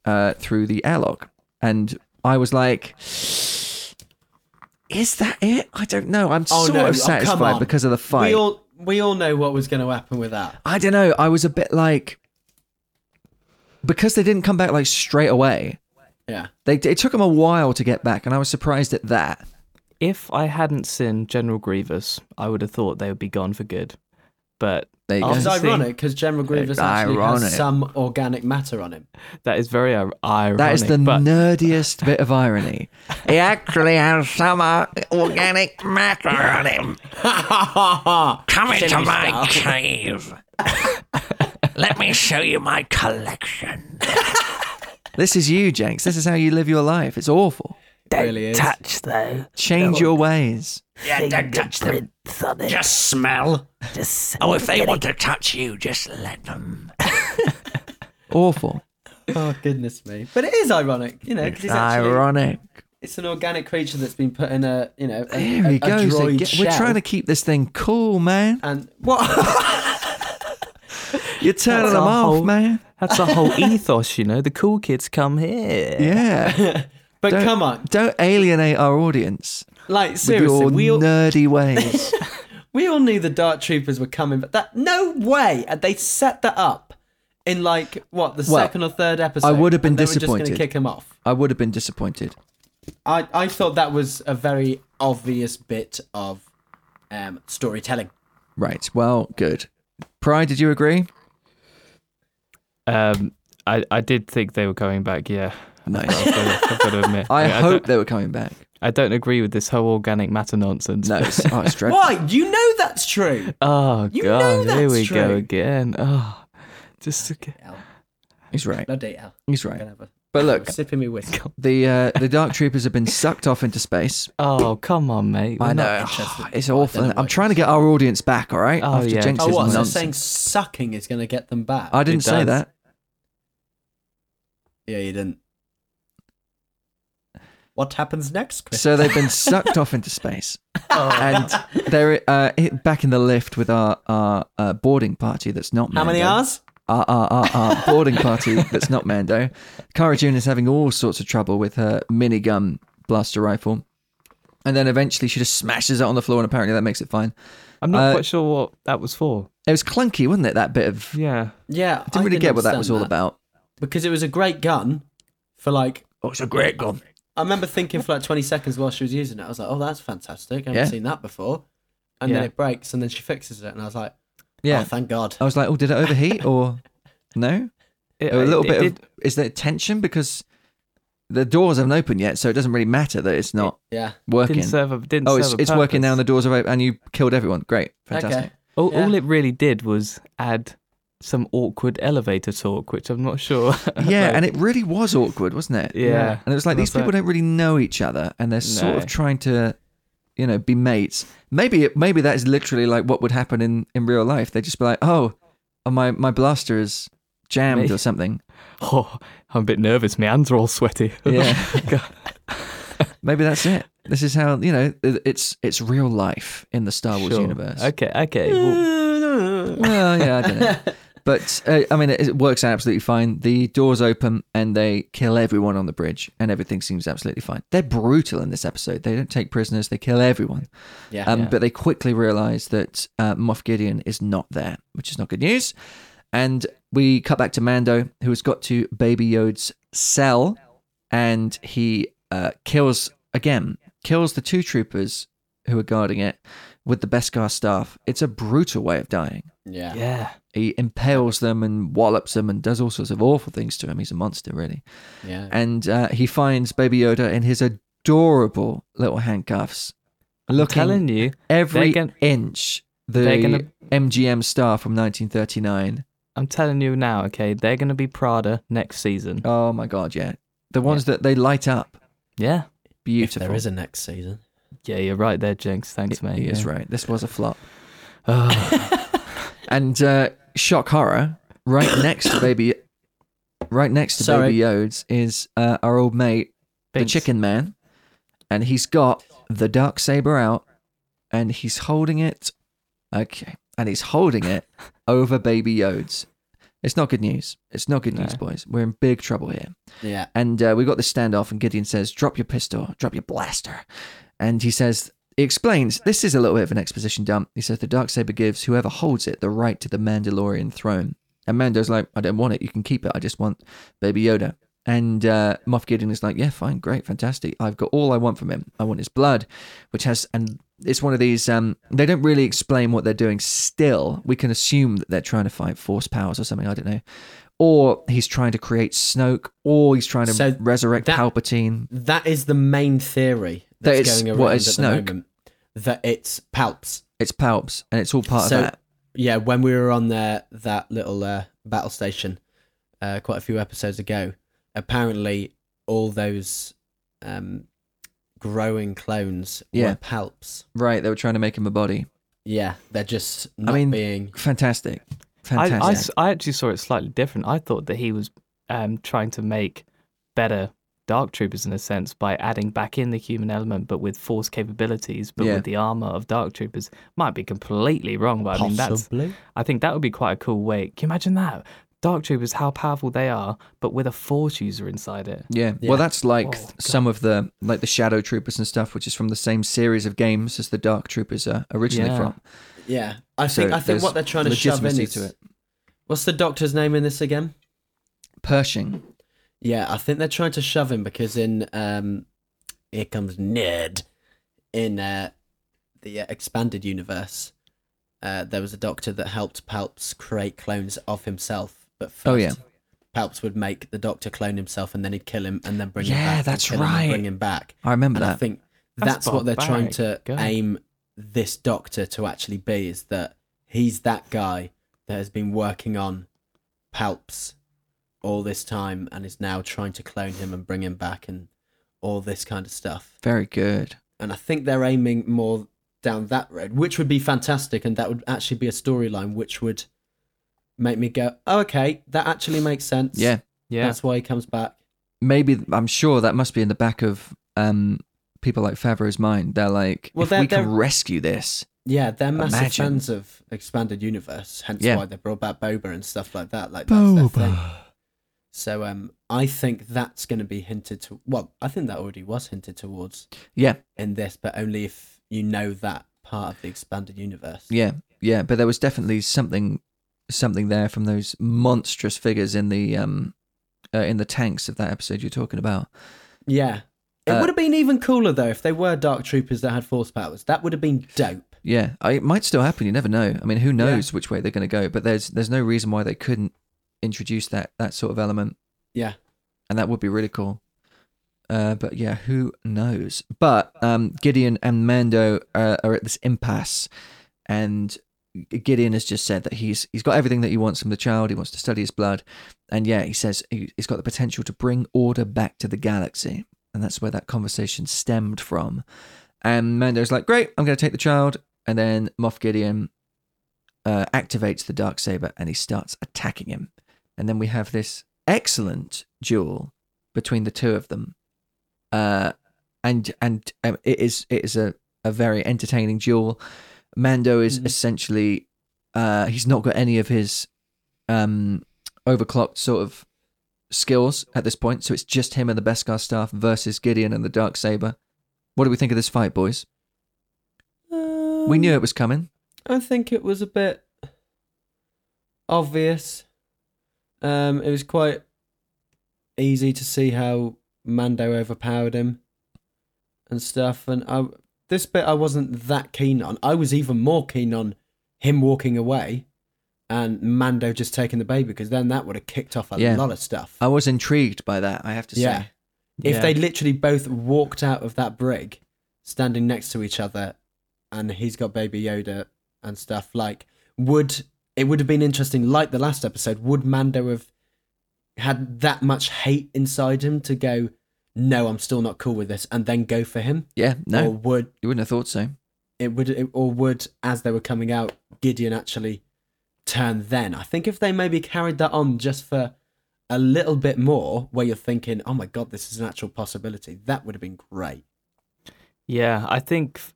Speaker 4: uh, through the airlock. And I was like, "Is that it? I don't know. I'm
Speaker 2: Oh,
Speaker 4: sort
Speaker 2: no. Oh,
Speaker 4: of
Speaker 2: come
Speaker 4: satisfied
Speaker 2: on.
Speaker 4: because of the fight.
Speaker 2: We all we all know what was going to happen with that.
Speaker 4: I don't know. I was a bit like because they didn't come back like straight away.
Speaker 2: Yeah.
Speaker 4: They it took them a while to get back, and I was surprised at that.
Speaker 3: If I hadn't seen General Grievous, I would have thought they would be gone for good. But
Speaker 4: There you go.
Speaker 2: It's
Speaker 3: Obviously-
Speaker 2: ironic because General Grievous actually
Speaker 4: Ironic.
Speaker 2: has some organic matter on him.
Speaker 3: that is very ir- ironic.
Speaker 4: That is the
Speaker 3: but
Speaker 4: nerdiest bit of irony. He actually has some uh, organic matter on him.
Speaker 6: Come into my cave. Let me show you my collection.
Speaker 4: This is you, Jenks. This is how you live your life. It's awful.
Speaker 2: really is.
Speaker 6: Touch though.
Speaker 4: Change your ways.
Speaker 6: Yeah, don't touch them. Just smell. oh, if they want to touch you, just let them.
Speaker 4: Awful.
Speaker 2: Oh goodness me! But it is ironic, you know, because it's actually
Speaker 4: Ironic.
Speaker 2: it's an organic creature that's been put in a you know a,
Speaker 4: Here
Speaker 2: a,
Speaker 4: he
Speaker 2: a
Speaker 4: goes.
Speaker 2: droid
Speaker 4: again. We're
Speaker 2: shell.
Speaker 4: trying to keep this thing cool, man.
Speaker 2: and what?
Speaker 4: You're turning
Speaker 3: That's
Speaker 4: them
Speaker 3: our
Speaker 4: off,
Speaker 3: whole-
Speaker 4: man.
Speaker 3: that's the whole ethos, you know. The cool kids come here.
Speaker 4: Yeah.
Speaker 2: but
Speaker 4: Don't-
Speaker 2: come on,
Speaker 4: Don't alienate our audience.
Speaker 2: like
Speaker 4: with
Speaker 2: seriously,
Speaker 4: your
Speaker 2: we all
Speaker 4: nerdy ways.
Speaker 2: we all knew the Dark Troopers were coming, but that no way, and they set that up in like what the
Speaker 4: Well,
Speaker 2: second or third episode.
Speaker 4: I would have been
Speaker 2: and they Were just
Speaker 4: disappointed.
Speaker 2: going to kick him off.
Speaker 4: I would have been disappointed.
Speaker 2: I I thought that was a very obvious bit of um, storytelling.
Speaker 4: Right. Well, good. Pry, did you agree?
Speaker 3: Um, I I did think they were coming back. Yeah,
Speaker 4: Nice.
Speaker 3: I've got to, I've got to admit.
Speaker 4: I
Speaker 3: mean, don't-
Speaker 4: hope they were coming back.
Speaker 3: I don't agree with this whole organic matter nonsense.
Speaker 4: No, it's, oh, it's dreadful.
Speaker 2: Why? You know that's true.
Speaker 3: Oh
Speaker 2: You know
Speaker 3: god, here
Speaker 2: that's
Speaker 3: we go
Speaker 2: true.
Speaker 3: again. Oh, just
Speaker 4: He's right.
Speaker 2: Bloody hell!
Speaker 4: He's
Speaker 2: I'm
Speaker 4: right.
Speaker 2: gonna have a-
Speaker 4: But look,
Speaker 2: sipping me whiskey.
Speaker 4: the uh, the dark troopers have been sucked off into space.
Speaker 3: oh come on, mate. We're
Speaker 4: I
Speaker 3: not-
Speaker 4: know.
Speaker 2: interested.
Speaker 4: It's
Speaker 2: I
Speaker 4: awful.
Speaker 2: don't know
Speaker 4: I'm
Speaker 2: what
Speaker 4: trying to get our audience back. All right.
Speaker 3: Oh,
Speaker 4: After
Speaker 3: yeah.
Speaker 4: Jenks'
Speaker 2: Oh, what? So
Speaker 4: nonsense.
Speaker 2: saying sucking is going to get them back?
Speaker 4: I didn't
Speaker 3: It
Speaker 4: say
Speaker 3: does.
Speaker 4: that.
Speaker 2: yeah, you didn't. What happens next, Chris?
Speaker 4: So they've been sucked off into space,
Speaker 2: Oh.
Speaker 4: and they're uh, hit- back in the lift with our our uh, boarding party. That's not
Speaker 2: How many
Speaker 4: Mando.
Speaker 2: hours?
Speaker 4: our, our, our, our boarding party that's not Mando. Cara June is having all sorts of trouble with her minigun blaster rifle. And then eventually she just smashes it on the floor, and apparently that makes it fine.
Speaker 3: I'm not
Speaker 4: Uh,
Speaker 3: quite sure what that was for.
Speaker 4: It was clunky, wasn't it? That bit of.
Speaker 3: Yeah.
Speaker 2: Yeah,
Speaker 4: I didn't really get what that was all about.
Speaker 2: because it was a great gun for like
Speaker 4: Oh, it's a great gun.
Speaker 2: I remember thinking for like 20 seconds while she was using it, I was like, oh, that's fantastic. I haven't
Speaker 4: Yeah.
Speaker 2: seen that before. And then
Speaker 3: Yeah.
Speaker 2: it breaks, and then she fixes it, and I was like, yeah.
Speaker 4: Yeah.
Speaker 2: oh, thank God.
Speaker 4: I was like, oh, did it overheat or no?
Speaker 3: It-
Speaker 4: a little
Speaker 3: it-
Speaker 4: bit
Speaker 3: it
Speaker 4: of is there tension because the doors haven't opened yet, so it doesn't really matter that it's not
Speaker 2: Yeah.
Speaker 4: working.
Speaker 3: didn't serve a didn't
Speaker 4: oh,
Speaker 3: serve
Speaker 4: it's it's
Speaker 3: a
Speaker 4: working now, and
Speaker 3: purpose.
Speaker 4: the doors are open, and you killed everyone. Great, fantastic.
Speaker 2: Okay.
Speaker 3: All,
Speaker 2: Yeah.
Speaker 3: all it really did was add some awkward elevator talk, which I'm not sure.
Speaker 4: Yeah,
Speaker 3: like-
Speaker 4: and it really was awkward, wasn't it?
Speaker 3: Yeah.
Speaker 4: And it was like
Speaker 3: And I
Speaker 4: these
Speaker 3: was like-
Speaker 4: people don't really know each other, and they're sort
Speaker 3: No.
Speaker 4: of trying to, you know, be mates. Maybe it, maybe that is literally like what would happen in in real life. They'd just be like, oh, oh, my my blaster is jammed
Speaker 3: Maybe.
Speaker 4: or something.
Speaker 3: oh, I'm a bit nervous. My hands are all sweaty.
Speaker 4: Yeah.
Speaker 3: God.
Speaker 4: Maybe that's it. This is how you know it- it's it's real life in the Star Wars
Speaker 3: Sure.
Speaker 4: universe.
Speaker 3: Okay, okay. Well,
Speaker 4: Well, yeah, I don't know. But uh, I mean, it, it works out absolutely fine. The doors open and they kill everyone on the bridge, and everything seems absolutely fine. They're brutal in this episode. They don't take prisoners; they kill everyone.
Speaker 2: Yeah.
Speaker 4: Um, But they quickly realize that uh, Moff Gideon is not there, which is not good news. And we cut back to Mando, who has got to Baby Yoda's cell, and he uh, kills again, kills the two troopers who are guarding it with the Beskar staff. It's a brutal way of dying
Speaker 2: yeah.
Speaker 3: yeah.
Speaker 4: he impales them and wallops them and does all sorts of awful things to him. He's a monster, really.
Speaker 2: Yeah.
Speaker 4: And uh, he finds Baby Yoda in his adorable little handcuffs, looking
Speaker 3: Telling you,
Speaker 4: every
Speaker 3: they're gon-
Speaker 4: inch the
Speaker 3: they're gonna-
Speaker 4: MGM star from 1939.
Speaker 3: I'm telling you now. Okay, they're gonna be Prada next season.
Speaker 4: Oh my God, yeah, the ones that they light up,
Speaker 3: yeah.
Speaker 2: If
Speaker 4: beautiful.
Speaker 2: there is a next season.
Speaker 3: Yeah, you're right there, Jinx. Thanks, mate.
Speaker 4: He is
Speaker 3: yeah.
Speaker 4: right. This was a flop.
Speaker 3: Oh,
Speaker 4: And uh, shock horror, right next to Baby, right next to
Speaker 2: Sorry.
Speaker 4: Baby Yodes is uh, our old mate the
Speaker 3: Binks.
Speaker 4: chicken man, and he's got the dark saber out, and he's holding it. Okay, and he's holding it over Baby Yodes. It's not good news. It's not good news,
Speaker 3: No.
Speaker 4: boys. We're in big trouble here.
Speaker 2: Yeah.
Speaker 4: And uh, we got this standoff, and Gideon says, "Drop your pistol. Drop your blaster." And he says, he explains. This is a little bit of an exposition dump. He says the dark saber gives whoever holds it the right to the Mandalorian throne. And Mando's like, "I don't want it. You can keep it. I just want Baby Yoda." And uh, Moff Gideon is like, "Yeah, fine, great, fantastic. I've got all I want from him. I want his blood, which has and." It's one of these. Um, they don't really explain what they're doing. Still, we can assume that they're trying to fight force powers or something. I don't know, or he's trying to create Snoke, or he's trying to
Speaker 2: So
Speaker 4: resurrect
Speaker 2: that-
Speaker 4: Palpatine.
Speaker 2: That is the main theory
Speaker 4: That
Speaker 2: that's
Speaker 4: it's-
Speaker 2: going around
Speaker 4: what is
Speaker 2: at the
Speaker 4: Snoke?
Speaker 2: moment. That it's Palps.
Speaker 4: It's Palps, and it's all part
Speaker 2: So-
Speaker 4: of that.
Speaker 2: yeah, when we were on there that little uh, battle station uh, quite a few episodes ago, apparently all those um, growing clones
Speaker 4: Yeah.
Speaker 2: were palps.
Speaker 4: Right, they were trying to make him a body.
Speaker 2: Yeah, they're just not
Speaker 4: mean,
Speaker 2: being.
Speaker 4: Fantastic.
Speaker 3: I, I s-
Speaker 4: Fantastic.
Speaker 3: I actually saw it slightly different. I thought that he was um, trying to make better Dark Troopers in a sense by adding back in the human element, but with force capabilities, but
Speaker 4: Yeah.
Speaker 3: with the armor of Dark Troopers. Might be completely wrong, but I mean that's. I think that would be quite a cool way. Can you imagine that? Dark Troopers, how powerful they are, but with a force user inside it.
Speaker 4: yeah.
Speaker 2: Yeah.
Speaker 4: Well, that's like
Speaker 3: Oh,
Speaker 4: th-
Speaker 3: God.
Speaker 4: some of the like the Shadow Troopers and stuff, which is from the same series of games as the Dark Troopers are originally
Speaker 3: Yeah.
Speaker 4: from.
Speaker 2: Yeah, I
Speaker 4: So
Speaker 2: think I think
Speaker 4: there's
Speaker 2: what they're trying to shove in
Speaker 4: legitimacy
Speaker 2: is
Speaker 4: to it.
Speaker 2: what's the doctor's name in this again?
Speaker 4: Pershing.
Speaker 2: Yeah, I think they're trying to shove him because in um, here comes Ned in uh, the uh, expanded universe. Uh, there was a doctor that helped Palps create clones of himself, but first,
Speaker 4: Oh, yeah.
Speaker 2: Palps would make the doctor clone himself, and then he'd kill him, and then bring him
Speaker 4: Yeah,
Speaker 2: back. and
Speaker 4: that's
Speaker 2: kill him and
Speaker 4: right.
Speaker 2: bring him back,
Speaker 4: I remember
Speaker 2: and I
Speaker 4: that.
Speaker 2: think
Speaker 3: That's
Speaker 2: that's, what they're trying to
Speaker 3: barbaric. God.
Speaker 2: aim this doctor to actually be is that he's that guy that has been working on Palps all this time and is now trying to clone him and bring him back and all this kind of stuff.
Speaker 4: Very good.
Speaker 2: And I think they're aiming more down that road, which would be fantastic, and that would actually be a storyline which would make me go, "Oh, okay, that actually makes sense."
Speaker 4: Yeah.
Speaker 3: Yeah.
Speaker 2: that's why he comes back.
Speaker 4: Maybe I'm sure that must be in the back of um people like Favreau's mind. They're like,
Speaker 2: Well,
Speaker 4: if
Speaker 2: they're-
Speaker 4: we can
Speaker 2: they're-
Speaker 4: rescue this.
Speaker 2: Yeah, they're massive
Speaker 4: Imagine.
Speaker 2: fans of expanded universe, hence
Speaker 4: Yeah.
Speaker 2: why they brought back Boba and stuff like that. Like that's their thing. So um, I think that's going to be hinted to. Well, I think that already was hinted towards
Speaker 4: Yeah,
Speaker 2: in this, but only if you know that part of the expanded universe.
Speaker 4: yeah, yeah. But there was definitely something, something there from those monstrous figures in the um, uh, in the tanks of that episode you're talking about.
Speaker 2: Yeah. It
Speaker 4: Uh,
Speaker 2: would have been even cooler though if they were dark troopers that had force powers. That would have been dope.
Speaker 4: Yeah, I, it might still happen. You never know. I mean, who knows which way they're going to go? But there's there's no reason why they couldn't introduce that that sort of element,
Speaker 2: Yeah.
Speaker 4: and that would be really cool. Uh, but yeah, who knows? But um, Gideon and Mando uh, are at this impasse, and Gideon has just said that he's he's got everything that he wants from the child. He wants to study his blood, and yeah, he says he, he's got the potential to bring order back to the galaxy, and that's where that conversation stemmed from. And Mando's like, "Great, I'm going to take the child," and then Moff Gideon uh, activates the dark saber and he starts attacking him, and then we have this excellent duel between the two of them, uh, and and um, it is it is a, a very entertaining duel. Mando is essentially uh, he's not got any of his um, overclocked sort of skills at this point, so it's just him and the Beskar staff versus Gideon and the dark saber. What do we think of this fight, boys? we
Speaker 2: Um,
Speaker 4: knew it was coming.
Speaker 2: I think it was a bit obvious. Um, it was quite easy to see how Mando overpowered him and stuff. And I, this bit I wasn't that keen on. I was even more keen on him walking away and Mando just taking the baby because then that would have kicked off a
Speaker 4: Yeah.
Speaker 2: lot of stuff.
Speaker 4: I was intrigued by that. I have to
Speaker 2: Yeah.
Speaker 4: say.
Speaker 2: If
Speaker 3: Yeah.
Speaker 2: they literally both walked out of that brig, standing next to each other, and he's got Baby Yoda and stuff, like would it would have been interesting? Like the last episode, would Mando have had that much hate inside him to go, "No, I'm still not cool with this," and then go for him,
Speaker 4: Yeah, no,
Speaker 2: or would
Speaker 4: you wouldn't have thought so.
Speaker 2: it would it, or would as they were coming out, Gideon actually turn then? I think if they maybe carried that on just for a little bit more, where you're thinking, "Oh my god, this is an actual possibility," that would have been great.
Speaker 3: Yeah, I think f-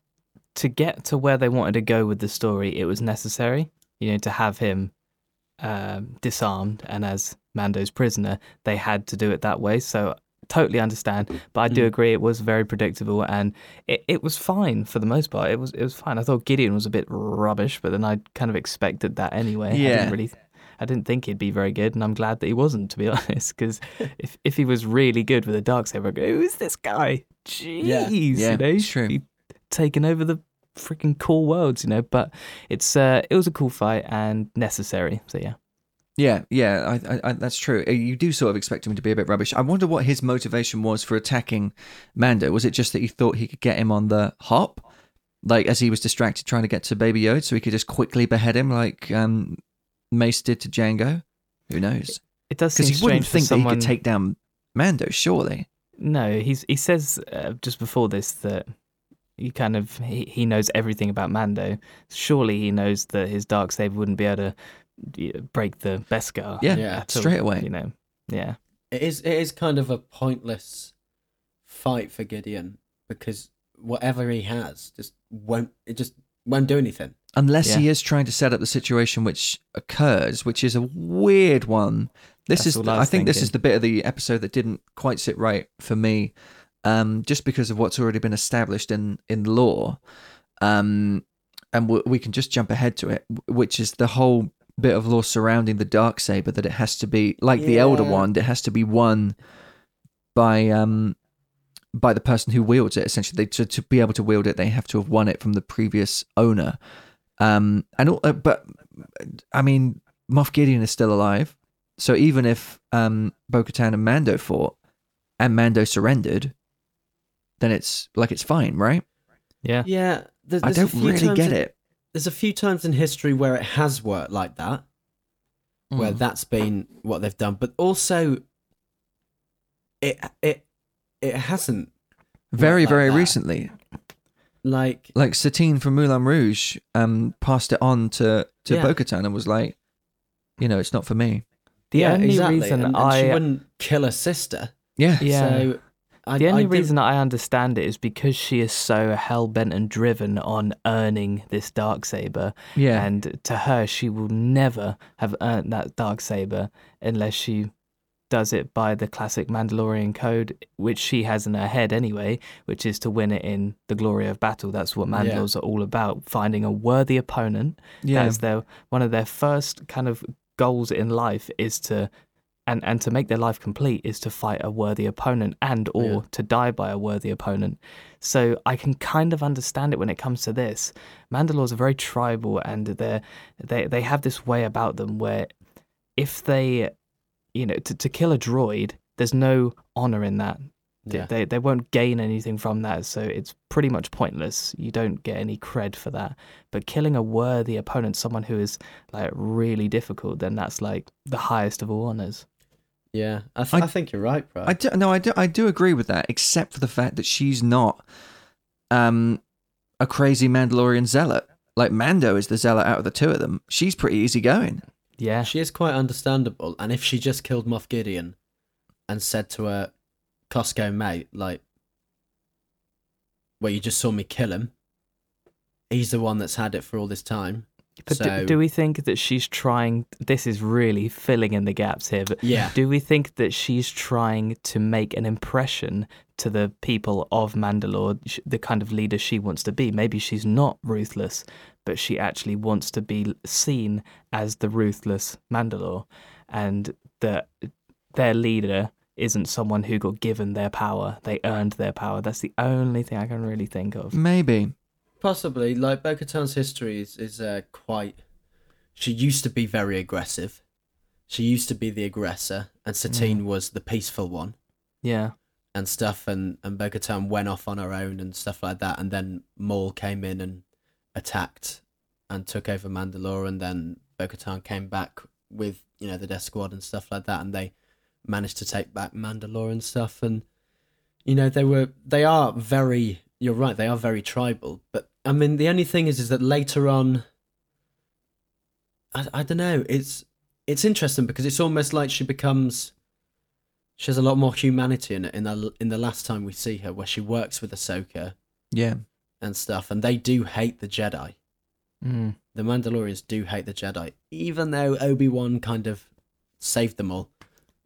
Speaker 3: to get to where they wanted to go with the story, it was necessary, you know, to have him um, disarmed and as Mando's prisoner. They had to do it that way. So totally understand, but I do agree it was very predictable and it, it was fine for the most part. It was it was fine. I thought Gideon was a bit rubbish, but then I kind of expected that anyway. I
Speaker 4: Yeah.
Speaker 3: didn't really. I didn't think he'd be very good, and I'm glad that he wasn't, to be honest. Because if, if he was really good with a dark saber, who is this guy? Jeez,
Speaker 2: Yeah.
Speaker 4: Yeah,
Speaker 3: you know,
Speaker 4: it's true.
Speaker 3: be taking over the freaking cool worlds, you know. But it's uh, it was a cool fight and necessary. So yeah,
Speaker 4: Yeah, yeah, I, I, I, that's true. Uh, You do sort of expect him to be a bit rubbish. I wonder what his motivation was for attacking Mando. Was it just that he thought he could get him on the hop, like as he was distracted trying to get to Baby Yoda, so he could just quickly behead him, like um, Mace did to Django? Who knows?
Speaker 3: it does seem
Speaker 4: Because you wouldn't
Speaker 3: strange
Speaker 4: think
Speaker 3: for
Speaker 4: that he
Speaker 3: someone.
Speaker 4: could take down Mando, surely.
Speaker 3: No, he's he says uh, just before this that he kind of he, he knows everything about Mando. Surely he knows that his dark saber wouldn't be able to uh, break the Beskar.
Speaker 4: Yeah,
Speaker 2: Yeah.
Speaker 3: at all,
Speaker 4: straight away.
Speaker 3: You know, yeah.
Speaker 2: It is it is kind of a pointless fight for Gideon because whatever he has just won't it just won't do anything.
Speaker 4: Unless he
Speaker 3: Yeah.
Speaker 4: is trying to set up the situation which occurs, which is a weird one. This
Speaker 3: That's
Speaker 4: is,
Speaker 3: what I
Speaker 4: I,
Speaker 3: was
Speaker 4: think, this is
Speaker 3: thinking.
Speaker 4: the bit of the episode that didn't quite sit right for me, um, just because of what's already been established in in law, um, and w- we can just jump ahead to it, w- which is the whole bit of law surrounding the dark saber that it has to be like the elder
Speaker 2: Yeah.
Speaker 4: wand, it has to be won by um by the person who wields it. Essentially, they, to to be able to wield it, they have to have won it from the previous owner. Um, and all, uh, but I mean, Moff Gideon is still alive, so even if um Bo-Katan and Mando fought and Mando surrendered, then it's like it's fine, right?
Speaker 3: Yeah.
Speaker 2: Yeah, there's,
Speaker 4: I don't really get it.
Speaker 2: There's a few times in history where it has worked like that. where
Speaker 3: Hmm.
Speaker 2: that's been what they've done, but also it it it hasn't
Speaker 4: very,
Speaker 2: like
Speaker 4: very
Speaker 2: that.
Speaker 4: recently,
Speaker 2: like
Speaker 4: like Satine from Moulin Rouge, um, passed it on to to
Speaker 2: Yeah.
Speaker 4: Bo-Katan and was like, you know, it's not for me.
Speaker 3: The only
Speaker 2: exactly,
Speaker 3: reason
Speaker 2: and, and she
Speaker 3: I
Speaker 2: wouldn't kill her sister.
Speaker 4: Yeah,
Speaker 3: yeah.
Speaker 2: So I,
Speaker 3: the only
Speaker 2: I didn't-
Speaker 3: reason I understand it is because she is so hell bent and driven on earning this dark saber,
Speaker 4: yeah.
Speaker 3: and to her, she will never have earned that dark saber unless she does it by the classic Mandalorian code, which she has in her head anyway, which is to win it in the glory of battle. That's what
Speaker 2: Yeah.
Speaker 3: Mandalors are all about: finding a worthy opponent
Speaker 4: yeah.
Speaker 3: that's their one of their first kind of goals in life is to and and to make their life complete is to fight a worthy opponent and or to die by a worthy opponent so i can kind of understand it when it comes to this mandalores are very tribal and they're they they have this way about them where if they you know to, to kill a droid there's no honor in that Th-
Speaker 2: Yeah.
Speaker 3: they, they won't gain anything from that so it's pretty much pointless you don't get any cred for that but killing a worthy opponent someone who is like really difficult then that's like the highest of all honors
Speaker 2: Yeah, I, th-
Speaker 4: I-
Speaker 2: I, think you're right, bro.
Speaker 4: I do, no, I do, I do agree with that, except for the fact that she's not um, a crazy Mandalorian zealot. Like Mando is the zealot out of the two of them. She's pretty easygoing.
Speaker 3: yeah
Speaker 2: she is quite understandable, and if she just killed Moff Gideon and said to her, Costco mate, like, well, you just saw me kill him. He's the one that's had it for all this time.
Speaker 3: but
Speaker 2: so-
Speaker 3: do, do we think that she's trying this is really filling in the gaps here but
Speaker 2: Yeah.
Speaker 3: do we think that she's trying to make an impression to the people of Mandalore, sh- the kind of leader she wants to be? Maybe she's not ruthless, but she actually wants to be seen as the ruthless Mandalore, and that their leader isn't someone who got given their power; they earned their power. That's the only thing I can really think of.
Speaker 4: Mm. Maybe.
Speaker 2: Possibly, like bo history is is uh, quite. She used to be very aggressive. She used to be the aggressor, and
Speaker 3: Mm.
Speaker 2: Satine was the peaceful one
Speaker 3: Yeah,
Speaker 2: and stuff. And and bo went off on her own and stuff like that. And then Maul came in and attacked and took over Mandalore. And then bo came back with you know the Death Squad and stuff like that. And they managed to take back Mandalore and stuff. And you know they were they are very you're right they are very tribal but i mean the only thing is is that later on i, I don't know it's it's interesting because it's almost like she becomes she has a lot more humanity in it in the in the last time we see her where she works with ahsoka
Speaker 4: Yeah.
Speaker 2: and stuff and they do hate the jedi
Speaker 3: Mm.
Speaker 2: the mandalorians do hate the jedi even though obi-wan kind of saved them all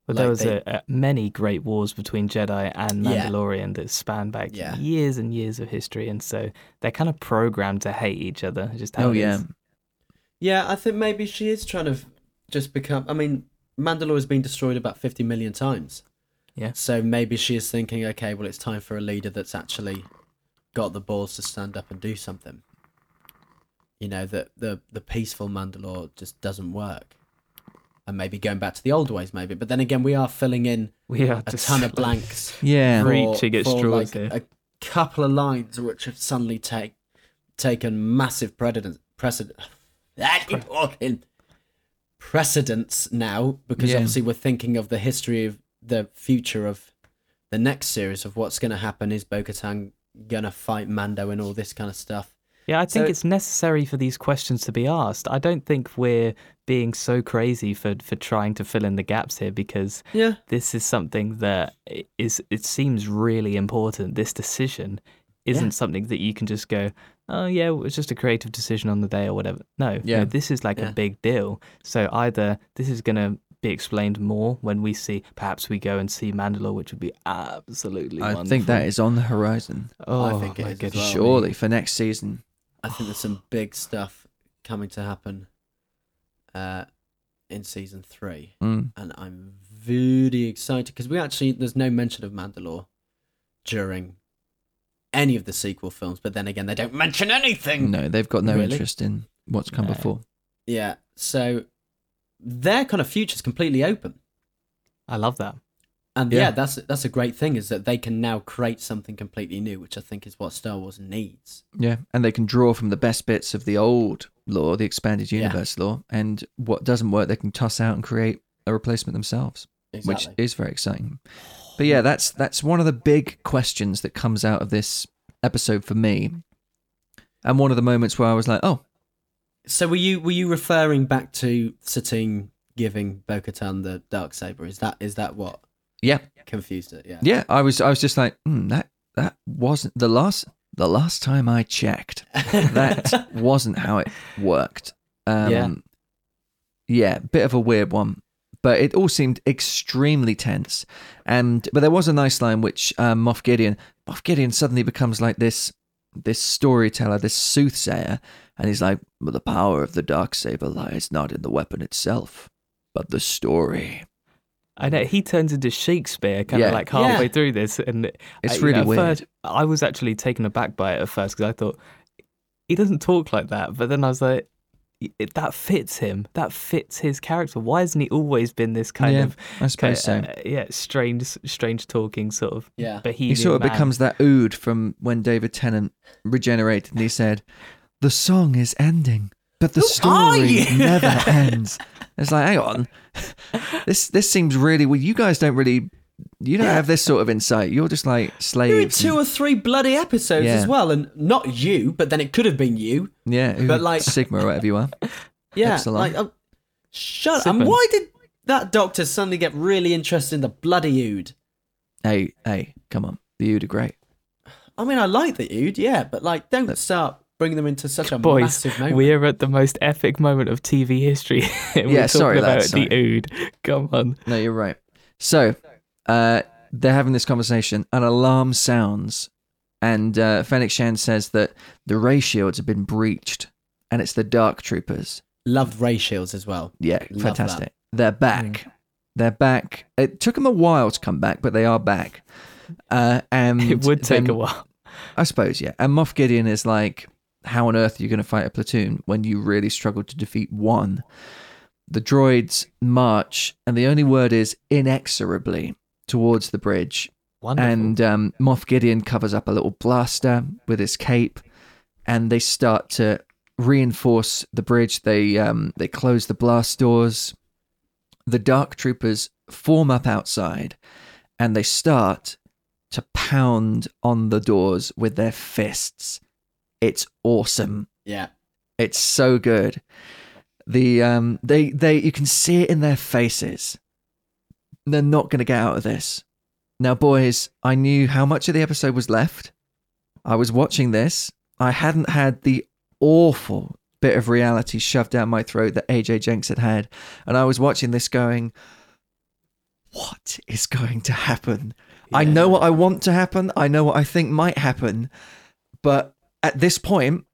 Speaker 3: but there
Speaker 2: Like
Speaker 3: was
Speaker 2: they-
Speaker 3: a, a- many great wars between Jedi and
Speaker 2: Yeah.
Speaker 3: Mandalorian that span back
Speaker 2: Yeah.
Speaker 3: years and years of history, and so they're kind of programmed to hate each other. Just how
Speaker 4: Oh
Speaker 3: it
Speaker 4: yeah.
Speaker 3: is.
Speaker 2: Yeah, I think maybe she is trying to just become. I mean, Mandalore has been destroyed about 50 million times.
Speaker 3: Yeah.
Speaker 2: So maybe she is thinking, okay, well, it's time for a leader that's actually got the balls to stand up and do something. You know, that the, the peaceful Mandalore just doesn't work. And maybe going back to the old ways, maybe. But then again, we are filling in
Speaker 3: We are
Speaker 2: a
Speaker 3: just
Speaker 2: ton of
Speaker 3: like-
Speaker 2: blanks
Speaker 4: Yeah.
Speaker 3: Right. Reaching at straws
Speaker 2: like,
Speaker 3: here.
Speaker 2: A couple of lines which have suddenly take, taken massive precedence. precedent. I keep talking. Precedence now, because
Speaker 4: Yeah.
Speaker 2: obviously we're thinking of the history of the future of the next series of what's going to happen. Is Bo Katan going to fight Mando and all this kind of stuff?
Speaker 3: Yeah, I think
Speaker 2: So-
Speaker 3: it's necessary for these questions to be asked. I don't think we're being so crazy for, for trying to fill in the gaps here because
Speaker 2: Yeah.
Speaker 3: this is something that i- is it seems really important. This decision isn't
Speaker 2: Yeah.
Speaker 3: something that you can just go, oh yeah, it was just a creative decision on the day or whatever. No,
Speaker 4: Yeah.
Speaker 3: no this is like
Speaker 2: Yeah.
Speaker 3: a big deal. So either this is going to be explained more when we see, perhaps we go and see Mandalore, which would be absolutely.
Speaker 4: I
Speaker 3: wonderful.
Speaker 4: think that is on the horizon.
Speaker 3: Oh,
Speaker 2: I think it
Speaker 3: my
Speaker 2: is as
Speaker 3: goodness.
Speaker 2: well.
Speaker 4: Surely for next season.
Speaker 2: I think there's some big stuff coming to happen uh, in season three.
Speaker 4: Mm.
Speaker 2: and I'm very excited because we actually there's no mention of Mandalore during any of the sequel films, but then again they don't mention anything.
Speaker 4: Mm. No, they've got no
Speaker 2: Really?
Speaker 4: interest in what's come
Speaker 3: No.
Speaker 4: before.
Speaker 2: Yeah, so their kind of future's completely open,
Speaker 3: I love that.
Speaker 2: and yeah.
Speaker 4: Yeah.
Speaker 2: that's that's a great thing is that they can now create something completely new, which I think is what Star Wars needs.
Speaker 4: Yeah, and they can draw from the best bits of the old law, the expanded
Speaker 2: Yeah.
Speaker 4: universe law, and what doesn't work, they can toss out and create a replacement themselves, which is very exciting. But yeah, that's that's one of the big questions that comes out of this episode for me, and one of the moments where I was like, oh,
Speaker 2: so were you were you referring back to Satine giving Bo-Katan the dark saber? Is that is that what
Speaker 4: yeah,
Speaker 2: confused it? Yeah.
Speaker 4: yeah, I was I was just like, hmm, that that wasn't the last the last time I checked, that wasn't how it worked. Um,
Speaker 2: Yeah.
Speaker 4: yeah, bit of a weird one, but it all seemed extremely tense. And but there was a nice line which um, Moff Gideon, Moff Gideon suddenly becomes like this, this storyteller, this soothsayer, and he's like, well, "The power of the dark saber lies not in the weapon itself, but the story."
Speaker 3: I know he turns into Shakespeare kind
Speaker 4: Yeah.
Speaker 3: of like halfway
Speaker 2: Yeah.
Speaker 3: through this, and uh,
Speaker 4: It's
Speaker 3: I-
Speaker 4: really
Speaker 3: at
Speaker 4: weird.
Speaker 3: First, I was actually taken aback by it at first because I thought he doesn't talk like that, but then I was like, it, that fits him. That fits his character. Why hasn't he always been this kind
Speaker 4: Yeah,
Speaker 3: of
Speaker 4: I suppose
Speaker 3: kind-
Speaker 4: so.
Speaker 3: uh, yeah, strange, strange talking sort of
Speaker 2: Yeah.
Speaker 3: bohemian.
Speaker 4: He sort of
Speaker 3: man.
Speaker 4: becomes that ood from when David Tennant regenerated and he said, The song is ending, but the story never ends. It's like, hang on. This this seems really well, you guys don't really you don't have this sort of insight. You're just like
Speaker 2: You did
Speaker 4: slaves.
Speaker 2: two or three bloody episodes
Speaker 4: Yeah.
Speaker 2: as well, and not you, but then it could have been you.
Speaker 4: and- yeah,
Speaker 2: but
Speaker 4: but
Speaker 2: like-
Speaker 4: like Sigma or whatever you are.
Speaker 2: Yeah,
Speaker 4: Epsilon.
Speaker 2: like uh, shut. up.
Speaker 3: Sigmund.
Speaker 2: And why did that doctor suddenly get really interested in the bloody ood?
Speaker 4: Hey, hey, come on. The ood are great.
Speaker 2: I mean, I like the ood, yeah, but like, don't start bringing them into such a
Speaker 3: Boys,
Speaker 2: massive moment.
Speaker 3: we're at the most epic moment of TV history. we're
Speaker 4: Yeah,
Speaker 3: talking
Speaker 4: sorry,
Speaker 3: about
Speaker 4: lads,
Speaker 3: the ood. Come on.
Speaker 4: No, you're right. So, uh, they're having this conversation. An alarm sounds, and uh, Fenix Shan says that the ray shields have been breached, and it's the Dark Troopers.
Speaker 2: Loved Ray Shields as well.
Speaker 4: Yeah,
Speaker 2: Love
Speaker 4: fantastic. They're back. They're back. It took them a while to come back, but they are back. Uh, and
Speaker 3: It would take
Speaker 4: then-
Speaker 3: a while.
Speaker 4: I suppose, yeah. And Moff Gideon is like, how on earth are you going to fight a platoon when you really struggled to defeat one? The droids march, and the only word is inexorably towards the bridge.
Speaker 3: Wonderful.
Speaker 4: And um, Moff Gideon covers up a little blaster with his cape, and they start to reinforce the bridge. They um, they close the blast doors. The dark troopers form up outside, and they start to pound on the doors with their fists. It's awesome.
Speaker 2: Yeah.
Speaker 4: It's so good. The um they they you can see it in their faces. They're not going to get out of this. Now boys, I knew how much of the episode was left. I was watching this. I hadn't had the awful bit of reality shoved down my throat that AJ Jenks had had and I was watching this going what is going to happen? I know what I want to happen. I know what I think might happen. But at this point,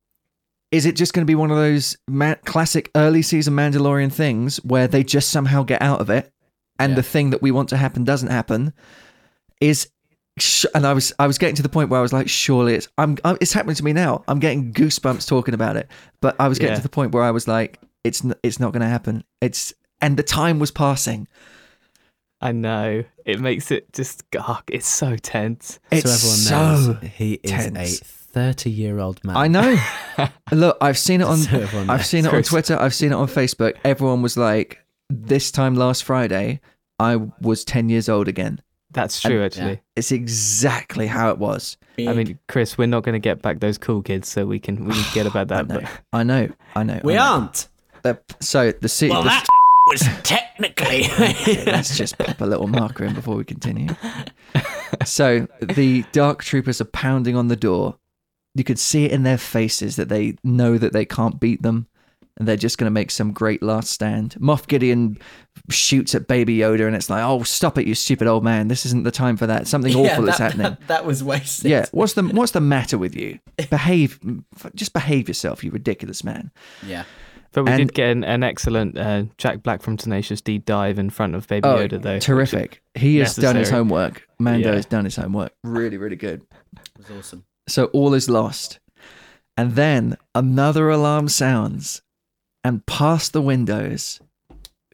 Speaker 4: is it just going to be one of those ma- classic early season Mandalorian things where they just somehow get out of it, and the thing that we want to happen doesn't happen? Is sh- and I was I was getting to the point where I was like, surely it's I'm, i it's happening to me now. I'm getting goosebumps talking about it. But I was getting
Speaker 3: Yeah.
Speaker 4: to the point where I was like, it's n- it's not going to happen. It's and the time was passing.
Speaker 3: I know. It makes it just, oh, it's so tense.
Speaker 4: It's
Speaker 2: so
Speaker 4: so,
Speaker 2: everyone knows he is
Speaker 4: tense.
Speaker 2: a 30 year old man.
Speaker 4: I know. Look, I've seen it on
Speaker 2: So everyone
Speaker 4: I've
Speaker 2: knows.
Speaker 4: seen it on
Speaker 3: Chris.
Speaker 4: Twitter, I've seen it on Facebook. Everyone was like, this time last Friday, I was 10 years old again.
Speaker 3: That's true, actually.
Speaker 4: It's exactly how it was.
Speaker 3: I mean, Chris, we're not going to get back those cool kids, so we can we can get about that.
Speaker 4: No,
Speaker 3: but
Speaker 4: I know, I know.
Speaker 2: we
Speaker 4: I know.
Speaker 2: aren't.
Speaker 4: The- so the city.
Speaker 6: Well,
Speaker 4: the-
Speaker 6: that was technically.
Speaker 4: let's just pop a little marker in before we continue. So the dark troopers are pounding on the door. You could see it in their faces that they know that they can't beat them, and they're just going to make some great last stand. Moff Gideon shoots at Baby Yoda, and it's like, "Oh, stop it, you stupid old man! This isn't the time for that. Something awful
Speaker 2: yeah,
Speaker 4: is
Speaker 2: that-
Speaker 4: happening."
Speaker 2: That, that was wasted.
Speaker 4: Yeah, what's the what's the matter with you? Behave, just behave yourself, you ridiculous man.
Speaker 2: Yeah.
Speaker 3: but we
Speaker 4: And-
Speaker 3: did get an, an excellent uh, Jack Black from Tenacious D dive in front of Baby
Speaker 4: Oh,
Speaker 3: Yoda, though.
Speaker 4: terrific! He has done his
Speaker 3: necessary.
Speaker 4: homework. Mando
Speaker 3: Yeah.
Speaker 4: has done his homework. Really, really good.
Speaker 2: It was awesome.
Speaker 4: So all is lost. And then another alarm sounds, and past the windows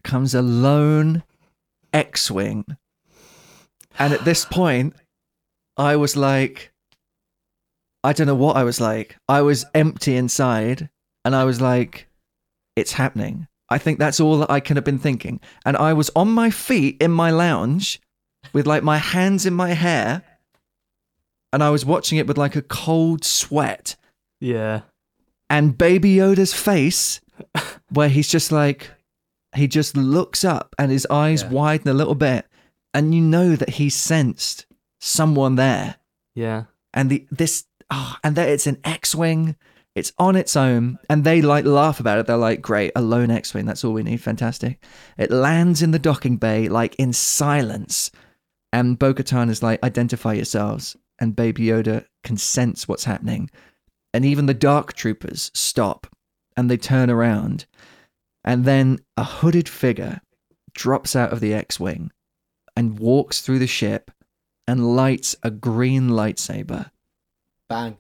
Speaker 4: comes a lone X Wing. And at this point, I was like, I don't know what I was like. I was empty inside, and I was like, it's happening. I think that's all that I could have been thinking. And I was on my feet in my lounge with like my hands in my hair and I was watching it with like a cold sweat.
Speaker 3: Yeah.
Speaker 4: And Baby Yoda's face, where he's just like, he just looks up and his eyes
Speaker 2: Yeah.
Speaker 4: widen a little bit, and you know that he sensed someone there.
Speaker 3: Yeah.
Speaker 4: And the this, ah, and that it's an X-wing. It's on its own, and they like laugh about it. They're like, "Great, a lone X-wing. That's all we need. Fantastic." It lands in the docking bay, like in silence, and Bo-Katan is like, "Identify yourselves." And Baby Yoda can sense what's happening, and even the dark troopers stop and they turn around, and then a hooded figure drops out of the X-wing and walks through the ship and lights a green lightsaber.
Speaker 2: Bang.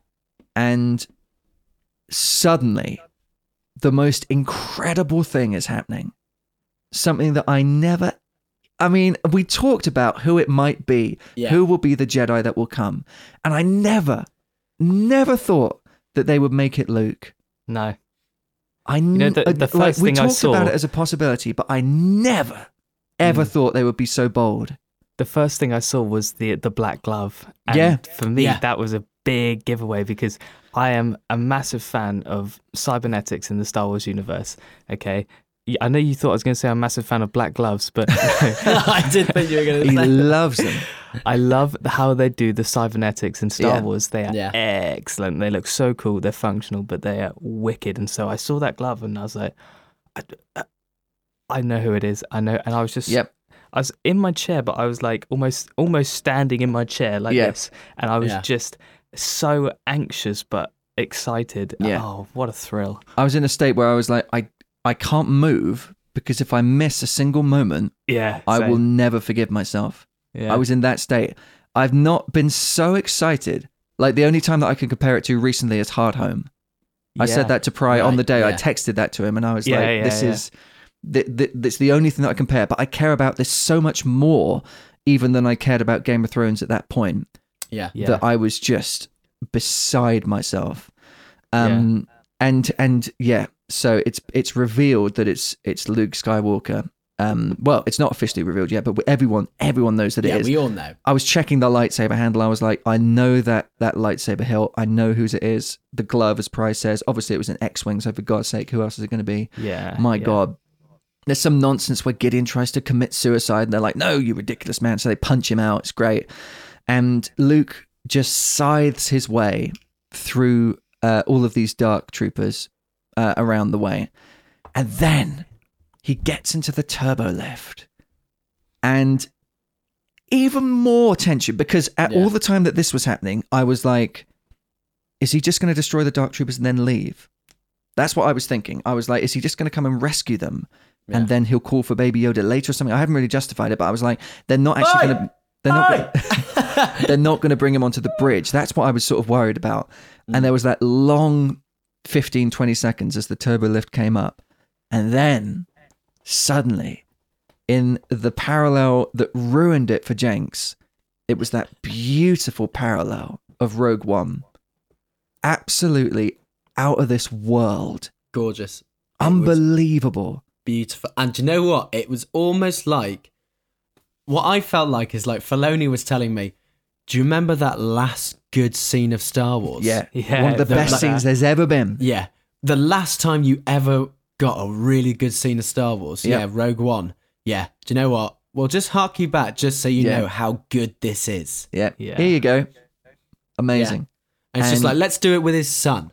Speaker 4: And suddenly, the most incredible thing is happening. Something that I never. I mean, we talked about who it might be,
Speaker 2: Yeah.
Speaker 4: who will be the Jedi that will come. And I never, never thought that they would make it Luke.
Speaker 3: No.
Speaker 4: I you know
Speaker 3: the- the first
Speaker 4: we
Speaker 3: thing I
Speaker 4: talked
Speaker 3: saw- Mm.
Speaker 4: about it as a possibility, but I never ever thought they would be so bold.
Speaker 3: The first thing I saw was the the black glove. And
Speaker 4: Yeah.
Speaker 3: For me,
Speaker 2: Yeah.
Speaker 3: that was a big giveaway because I am a massive fan of cybernetics in the Star Wars universe. Okay. Y- I know you thought I was going to say I'm a massive fan of black gloves, but no.
Speaker 2: I did think you were going to
Speaker 4: He
Speaker 2: say
Speaker 4: loves them.
Speaker 3: I love how they do the cybernetics in Star
Speaker 4: Yeah.
Speaker 3: Wars. They are
Speaker 2: Yeah.
Speaker 3: excellent. They look so cool. They're functional, but they are wicked. And so I saw that glove and I was like, I, uh, I know who it is. I know. And I was just,
Speaker 4: Yep.
Speaker 3: I was in my chair, but I was like almost, almost standing in my chair like
Speaker 4: Yeah.
Speaker 3: this. And I was
Speaker 2: Yeah.
Speaker 3: just so anxious, but excited.
Speaker 4: Yeah.
Speaker 3: Oh, what a thrill.
Speaker 4: I was in a state where I was like, I I can't move because if I miss a single moment,
Speaker 3: Yeah.
Speaker 4: I
Speaker 3: same.
Speaker 4: will never forgive myself.
Speaker 3: Yeah.
Speaker 4: I was in that state. I've not been so excited. Like the only time that I can compare it to recently is Hard Home. I
Speaker 3: Yeah.
Speaker 4: said that to Pry on
Speaker 2: Right,
Speaker 4: the day. I
Speaker 2: yeah.
Speaker 4: texted that to him, and I was
Speaker 3: Yeah,
Speaker 4: like,
Speaker 3: yeah,
Speaker 4: "This
Speaker 3: yeah.
Speaker 4: is th- th- that's the only thing that I compare." But I care about this so much more, even than I cared about Game of Thrones at that point.
Speaker 2: Yeah.
Speaker 3: Yeah.
Speaker 4: That I was just beside myself. Um, and and yeah, so it's it's revealed that it's it's Luke Skywalker. Um, well, it's not officially revealed yet, but everyone everyone knows that it
Speaker 2: Yeah,
Speaker 4: is.
Speaker 2: we all know.
Speaker 4: I was checking the lightsaber handle. I was like, I know that that lightsaber hilt. I know whose it is. The glove, as Price says, obviously it was an X-wing. So for God's sake, who else is it going to be?
Speaker 3: Yeah.
Speaker 4: My
Speaker 3: yeah.
Speaker 4: God. There's some nonsense where Gideon tries to commit suicide, and they're like, "No, you ridiculous man!" So they punch him out. It's great, and Luke just scythes his way through uh, all of these dark troopers uh, around the way, and then he gets into the turbo lift, and even more tension because at
Speaker 2: Yeah.
Speaker 4: all the time that this was happening, I was like, "Is he just going to destroy the dark troopers and then leave?" That's what I was thinking. I was like, is he just going to come and rescue them?
Speaker 2: Yeah.
Speaker 4: And then he'll call for Baby Yoda later or something. I haven't really justified it, but I was like, they're not actually going to. They're not. Gonna, they're not going to bring him onto the bridge. That's what I was sort of worried about.
Speaker 2: Mm.
Speaker 4: And there was that long 15, 20 seconds as the turbo lift came up. And then suddenly, in the parallel that ruined it for Jenks, it was that beautiful parallel of Rogue One. Absolutely out of this world
Speaker 2: Gorgeous. It was
Speaker 4: unbelievable.
Speaker 2: beautiful. And do you know what? It was almost like what I felt like is like Filoni was telling me, Do you remember that last good scene of Star Wars?
Speaker 3: Yeah,
Speaker 4: one of the
Speaker 3: the-
Speaker 4: best
Speaker 3: like-
Speaker 4: scenes there's ever been.
Speaker 2: Yeah. The last time you ever got a really good scene of Star Wars.
Speaker 4: Yeah.
Speaker 2: Yeah, Rogue One. Yeah. Do you know what? Well, just hark you back just so you
Speaker 4: Yeah.
Speaker 2: know how good this is.
Speaker 4: Yeah.
Speaker 3: Yeah.
Speaker 4: Here you go. Amazing.
Speaker 2: And it's just
Speaker 4: And-
Speaker 2: like, let's do it with his son.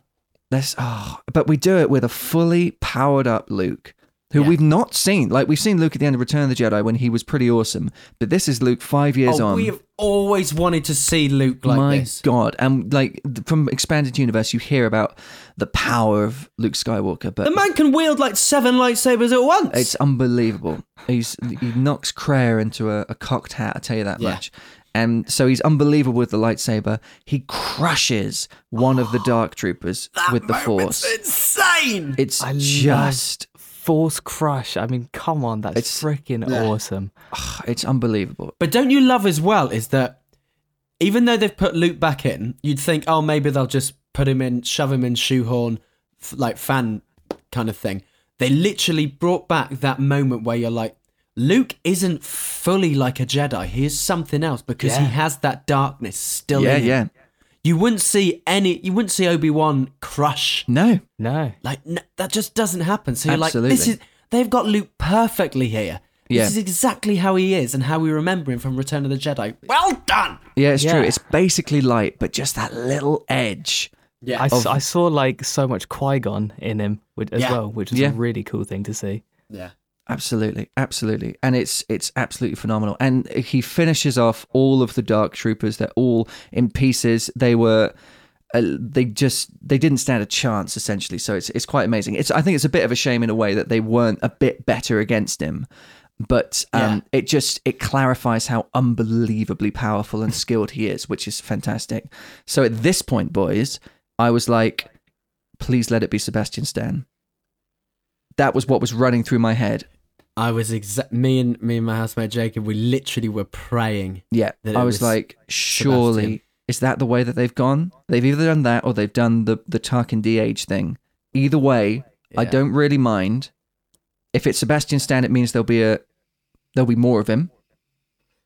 Speaker 4: Let's oh, but we do it with a fully powered up Luke, who
Speaker 2: Yeah.
Speaker 4: we've not seen. Like we've seen Luke at the end of Return of the Jedi when he was pretty awesome, but this is Luke five years
Speaker 2: Oh,
Speaker 4: on.
Speaker 2: we have always wanted to see Luke like
Speaker 4: My
Speaker 2: this.
Speaker 4: God! And like th- from expanded universe, you hear about the power of Luke Skywalker, but
Speaker 2: The man can wield like seven lightsabers at once.
Speaker 4: It's unbelievable. He's he knocks Kreia into a, a cocked hat. I tell you that
Speaker 2: Yeah.
Speaker 4: much. And so he's unbelievable with the lightsaber. He crushes one of the dark troopers with the force.
Speaker 2: insane.
Speaker 4: It's
Speaker 3: I love-
Speaker 4: just
Speaker 3: Force Crush. I mean, come on, that's
Speaker 4: It's-
Speaker 3: freaking awesome.
Speaker 4: it's unbelievable.
Speaker 2: But don't you love as well is that even though they've put Luke back in, you'd think, oh, maybe they'll just put him in, shove him in, shoehorn, f- like fan kind of thing. They literally brought back that moment where you're like, Luke isn't fully like a Jedi. He is something else because he
Speaker 3: Yeah.
Speaker 2: has that darkness still
Speaker 4: Yeah,
Speaker 2: in him.
Speaker 4: yeah.
Speaker 2: You wouldn't see any, you wouldn't see Obi Wan crush
Speaker 4: No,
Speaker 3: No.
Speaker 2: Like n that just doesn't happen. So you're like, this
Speaker 4: Absolutely.
Speaker 2: is they've got Luke perfectly here. This
Speaker 4: Yeah.
Speaker 2: is exactly how he is and how we remember him from Return of the Jedi. Well done.
Speaker 4: yeah, it's true.
Speaker 3: Yeah.
Speaker 4: It's basically light, but just that little edge.
Speaker 2: Yeah, Oh,
Speaker 3: I, s- I saw like so much Qui Gon in him which, as
Speaker 2: Yeah.
Speaker 3: well, which was
Speaker 4: Yeah.
Speaker 3: a really cool thing to see.
Speaker 2: yeah,
Speaker 4: Absolutely, absolutely, and it's it's absolutely phenomenal. And he finishes off all of the dark troopers. They're all in pieces. They were, uh, they just they didn't stand a chance essentially. So it's it's quite amazing. It's I think it's a bit of a shame in a way that they weren't a bit better against him. but um, it just it clarifies how unbelievably powerful and skilled he is, which is fantastic. So at this point, boys, I was like, please let it be Sebastian Stan. That was what was running through my head.
Speaker 2: I was exa- me and me and my housemate Jacob. We literally were praying.
Speaker 4: Yeah,
Speaker 2: that it
Speaker 4: I was,
Speaker 2: was
Speaker 4: like, surely
Speaker 2: Sebastian.
Speaker 4: is that the way that they've gone? They've either done that or they've done the the Tarkin DH thing. Either way, I
Speaker 2: Yeah.
Speaker 4: don't really mind. If it's Sebastian Stan, it means there'll be a there'll be more of him.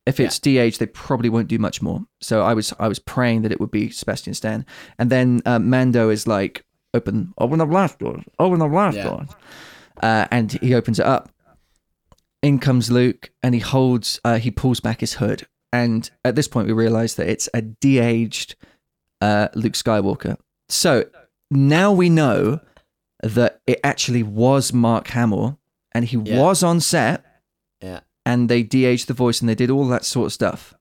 Speaker 4: If it's DH, they probably won't do much more. So I was I was praying that it would be Sebastian Stan, and then uh, Mando is like, open open the blast door, open the blast
Speaker 2: Yeah.
Speaker 4: door, uh, and he opens it up. In comes Luke, and he holds uh, he pulls back his hood, and at this point we realise that it's a de-aged uh, Luke Skywalker. So now we know that it actually was Mark Hamill, and he
Speaker 2: Yeah.
Speaker 4: was on set
Speaker 2: Yeah,
Speaker 4: and they de-aged the voice and they did all that sort of stuff.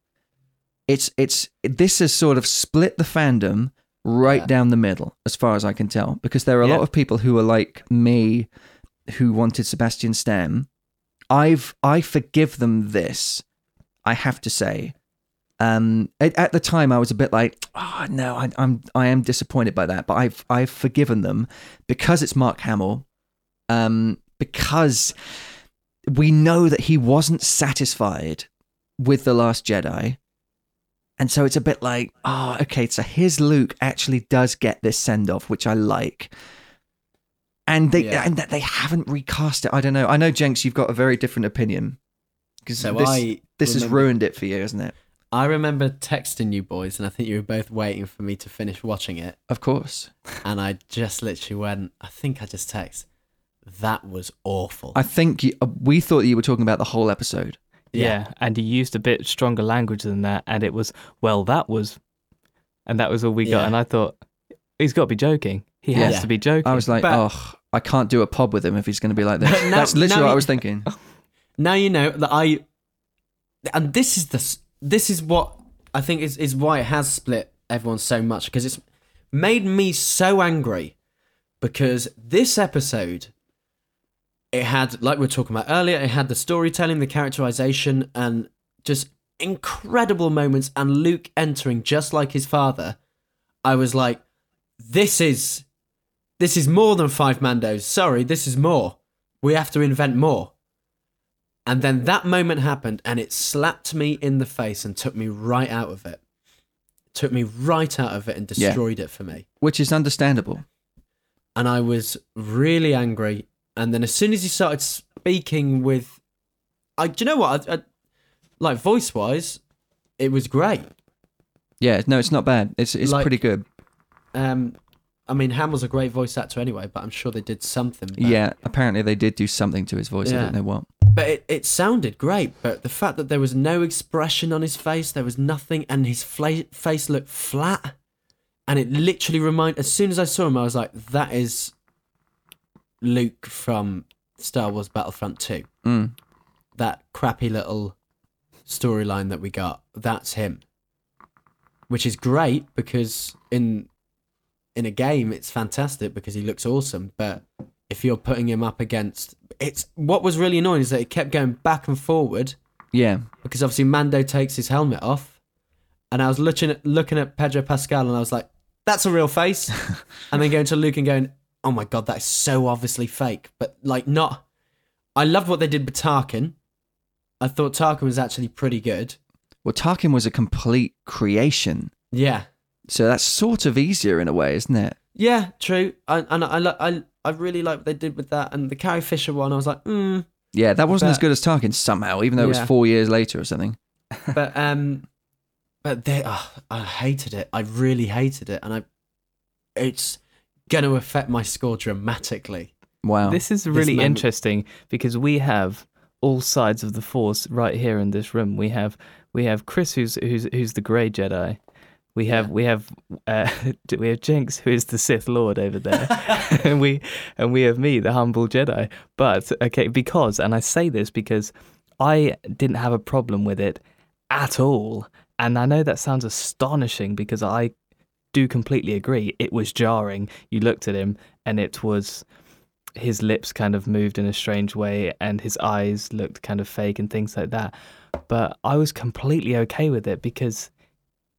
Speaker 4: It's it's this has sort of split the fandom right
Speaker 2: Yeah.
Speaker 4: down the middle, as far as I can tell, because there are a
Speaker 3: Yeah.
Speaker 4: lot of people who are like me, who wanted Sebastian Stan. I've I forgive them this. I have to say, um, at, at the time I was a bit like, oh no, I, I'm I am disappointed by that, but I've I've forgiven them because it's Mark Hamill, um, because we know that he wasn't satisfied with the Last Jedi, and so it's a bit like, oh, okay, so his Luke actually does get this send off, which I like. And they
Speaker 2: Yeah.
Speaker 4: and that they haven't recast it. I don't know. I know Jenks, you've got a very different opinion because
Speaker 2: So
Speaker 4: this,
Speaker 2: I
Speaker 4: this has
Speaker 2: remember-
Speaker 4: ruined it for you, isn't it?
Speaker 2: I remember texting you boys, and I think you were both waiting for me to finish watching it.
Speaker 4: Of course.
Speaker 2: And I just literally went. I think I just text. That was awful.
Speaker 4: I think you, uh, we thought you were talking about the whole episode.
Speaker 3: Yeah.
Speaker 2: Yeah.
Speaker 3: and he used a bit stronger language than that, and it was well, that was, and that was all we got.
Speaker 2: Yeah.
Speaker 3: And I thought he's got to be joking. He has
Speaker 2: Yeah.
Speaker 3: to be joking.
Speaker 4: I was like,
Speaker 3: But-
Speaker 4: oh, I can't do a pod with him if he's going to be like this.
Speaker 2: But now-
Speaker 4: That's
Speaker 2: now
Speaker 4: literally what I
Speaker 2: you-
Speaker 4: was thinking.
Speaker 2: now you know that I, and this is the s- this is what I think is is why it has split everyone so much because it's made me so angry because this episode it had like we were talking about earlier it had the storytelling the characterization and just incredible moments and luke entering just like his father i was like this is this is more than five mandos sorry this is more we have to invent more and then that moment happened and it slapped me in the face and took me right out of it. Took me right out of it and
Speaker 4: Yeah.
Speaker 2: destroyed it for me.
Speaker 4: Which is understandable.
Speaker 2: And I was really angry. And then as soon as he started speaking with, I do you know what? I, I, like voice wise, it was great.
Speaker 4: Yeah, no, it's not bad. It's it's
Speaker 2: Like-
Speaker 4: pretty good.
Speaker 2: Um, I mean, Hamill's a great voice actor anyway, but I'm sure they did something. better.
Speaker 4: Yeah, apparently they did do something to his voice. I
Speaker 2: Yeah.
Speaker 4: don't know what.
Speaker 2: But it, it sounded great. But the fact that there was no expression on his face, there was nothing, and his fla- face looked flat. And it literally reminded, as soon as I saw him, I was like, that is Luke from Star Wars Battlefront 2.
Speaker 4: Mm.
Speaker 2: That crappy little storyline that we got. That's him. Which is great because in in a game it's fantastic because he looks awesome, but if you're putting him up against it's what was really annoying is that it kept going back and forward
Speaker 4: Yeah,
Speaker 2: because obviously Mando takes his helmet off and I was looking at looking at Pedro Pascal and I was like, that's a real face and then going to Luke and going, Oh my god, that's so obviously fake. But like not I loved what they did with Tarkin. I thought Tarkin was actually pretty good.
Speaker 4: well, Tarkin was a complete creation,
Speaker 2: Yeah.
Speaker 4: so that's sort of easier in a way, isn't it?
Speaker 2: Yeah, true. I, and I, li- I I really like what they did with that and the Carrie Fisher one. I was like, mm,
Speaker 4: Yeah, that wasn't as
Speaker 2: But-
Speaker 4: good as Tarkin somehow, even though it was
Speaker 2: Yeah.
Speaker 4: four years later or something.
Speaker 2: but um, but they, oh, I hated it. I really hated it, and I, it's gonna affect my score dramatically.
Speaker 4: Wow.
Speaker 3: This is really
Speaker 2: moment-
Speaker 3: interesting because we have all sides of the force right here in this room. We have we have Chris, who's who's who's the Grey Jedi. We have we have uh, we have Jenks, who is the Sith Lord over there, and we and we have me, the humble Jedi. But okay, because and I say this because I didn't have a problem with it at all, and I know that sounds astonishing because I do completely agree. It was jarring. You looked at him, and it was his lips kind of moved in a strange way and his eyes looked kind of fake and things like that. But I was completely okay with it because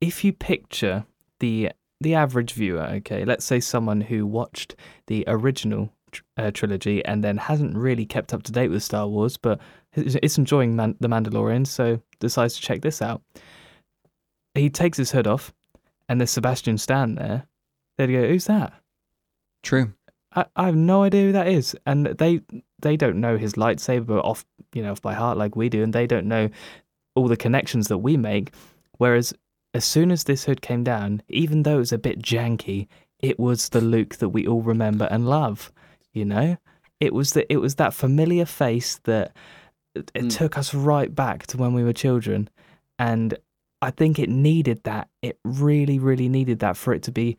Speaker 3: if you picture the the average viewer, okay, let's say someone who watched the original tr- uh, trilogy and then hasn't really kept up to date with Star Wars, but is is enjoying Man- the Mandalorian, so decides to check this out. He takes his hood off, and there's Sebastian Stan there. They'd go, "Who's that?"
Speaker 4: True.
Speaker 3: I, I have no idea who that is, and they they don't know his lightsaber off you know off by heart like we do, and they don't know all the connections that we make. Whereas as soon as this hood came down, even though it was a bit janky, it was the Luke that we all remember and love. You know, it was that it was that familiar face that it, it took us right back to when we were children, and I think it needed that. It really, really needed that for it to be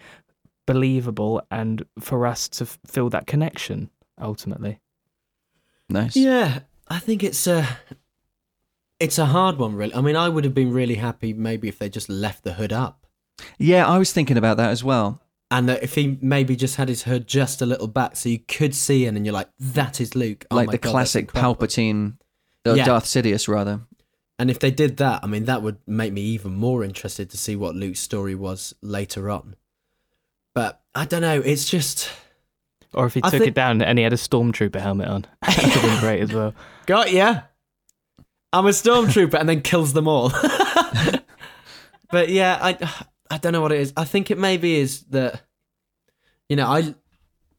Speaker 3: believable and for us to f- feel that connection ultimately.
Speaker 4: Nice.
Speaker 2: Yeah, I think it's a it's a hard one, really. I mean, I would have been really happy maybe if they just left the hood up,
Speaker 4: Yeah, I was thinking about that as well.
Speaker 2: and that if he maybe just had his hood just a little back, so you could see in, and you're like, that is Luke, Oh
Speaker 4: like
Speaker 2: my
Speaker 4: the
Speaker 2: God, that's
Speaker 4: classic
Speaker 2: incredible.
Speaker 4: Palpatine, uh,
Speaker 2: Yeah.
Speaker 4: Darth Sidious, rather.
Speaker 2: And if they did that, I mean, that would make me even more interested to see what Luke's story was later on. But I don't know. It's just
Speaker 3: Or if he
Speaker 2: I
Speaker 3: took
Speaker 2: thi-
Speaker 3: it down and he had a stormtrooper helmet on, that would have been great as well.
Speaker 2: got ya. I'm a stormtrooper, and then kills them all. but yeah, I I don't know what it is. I think it maybe is that you know I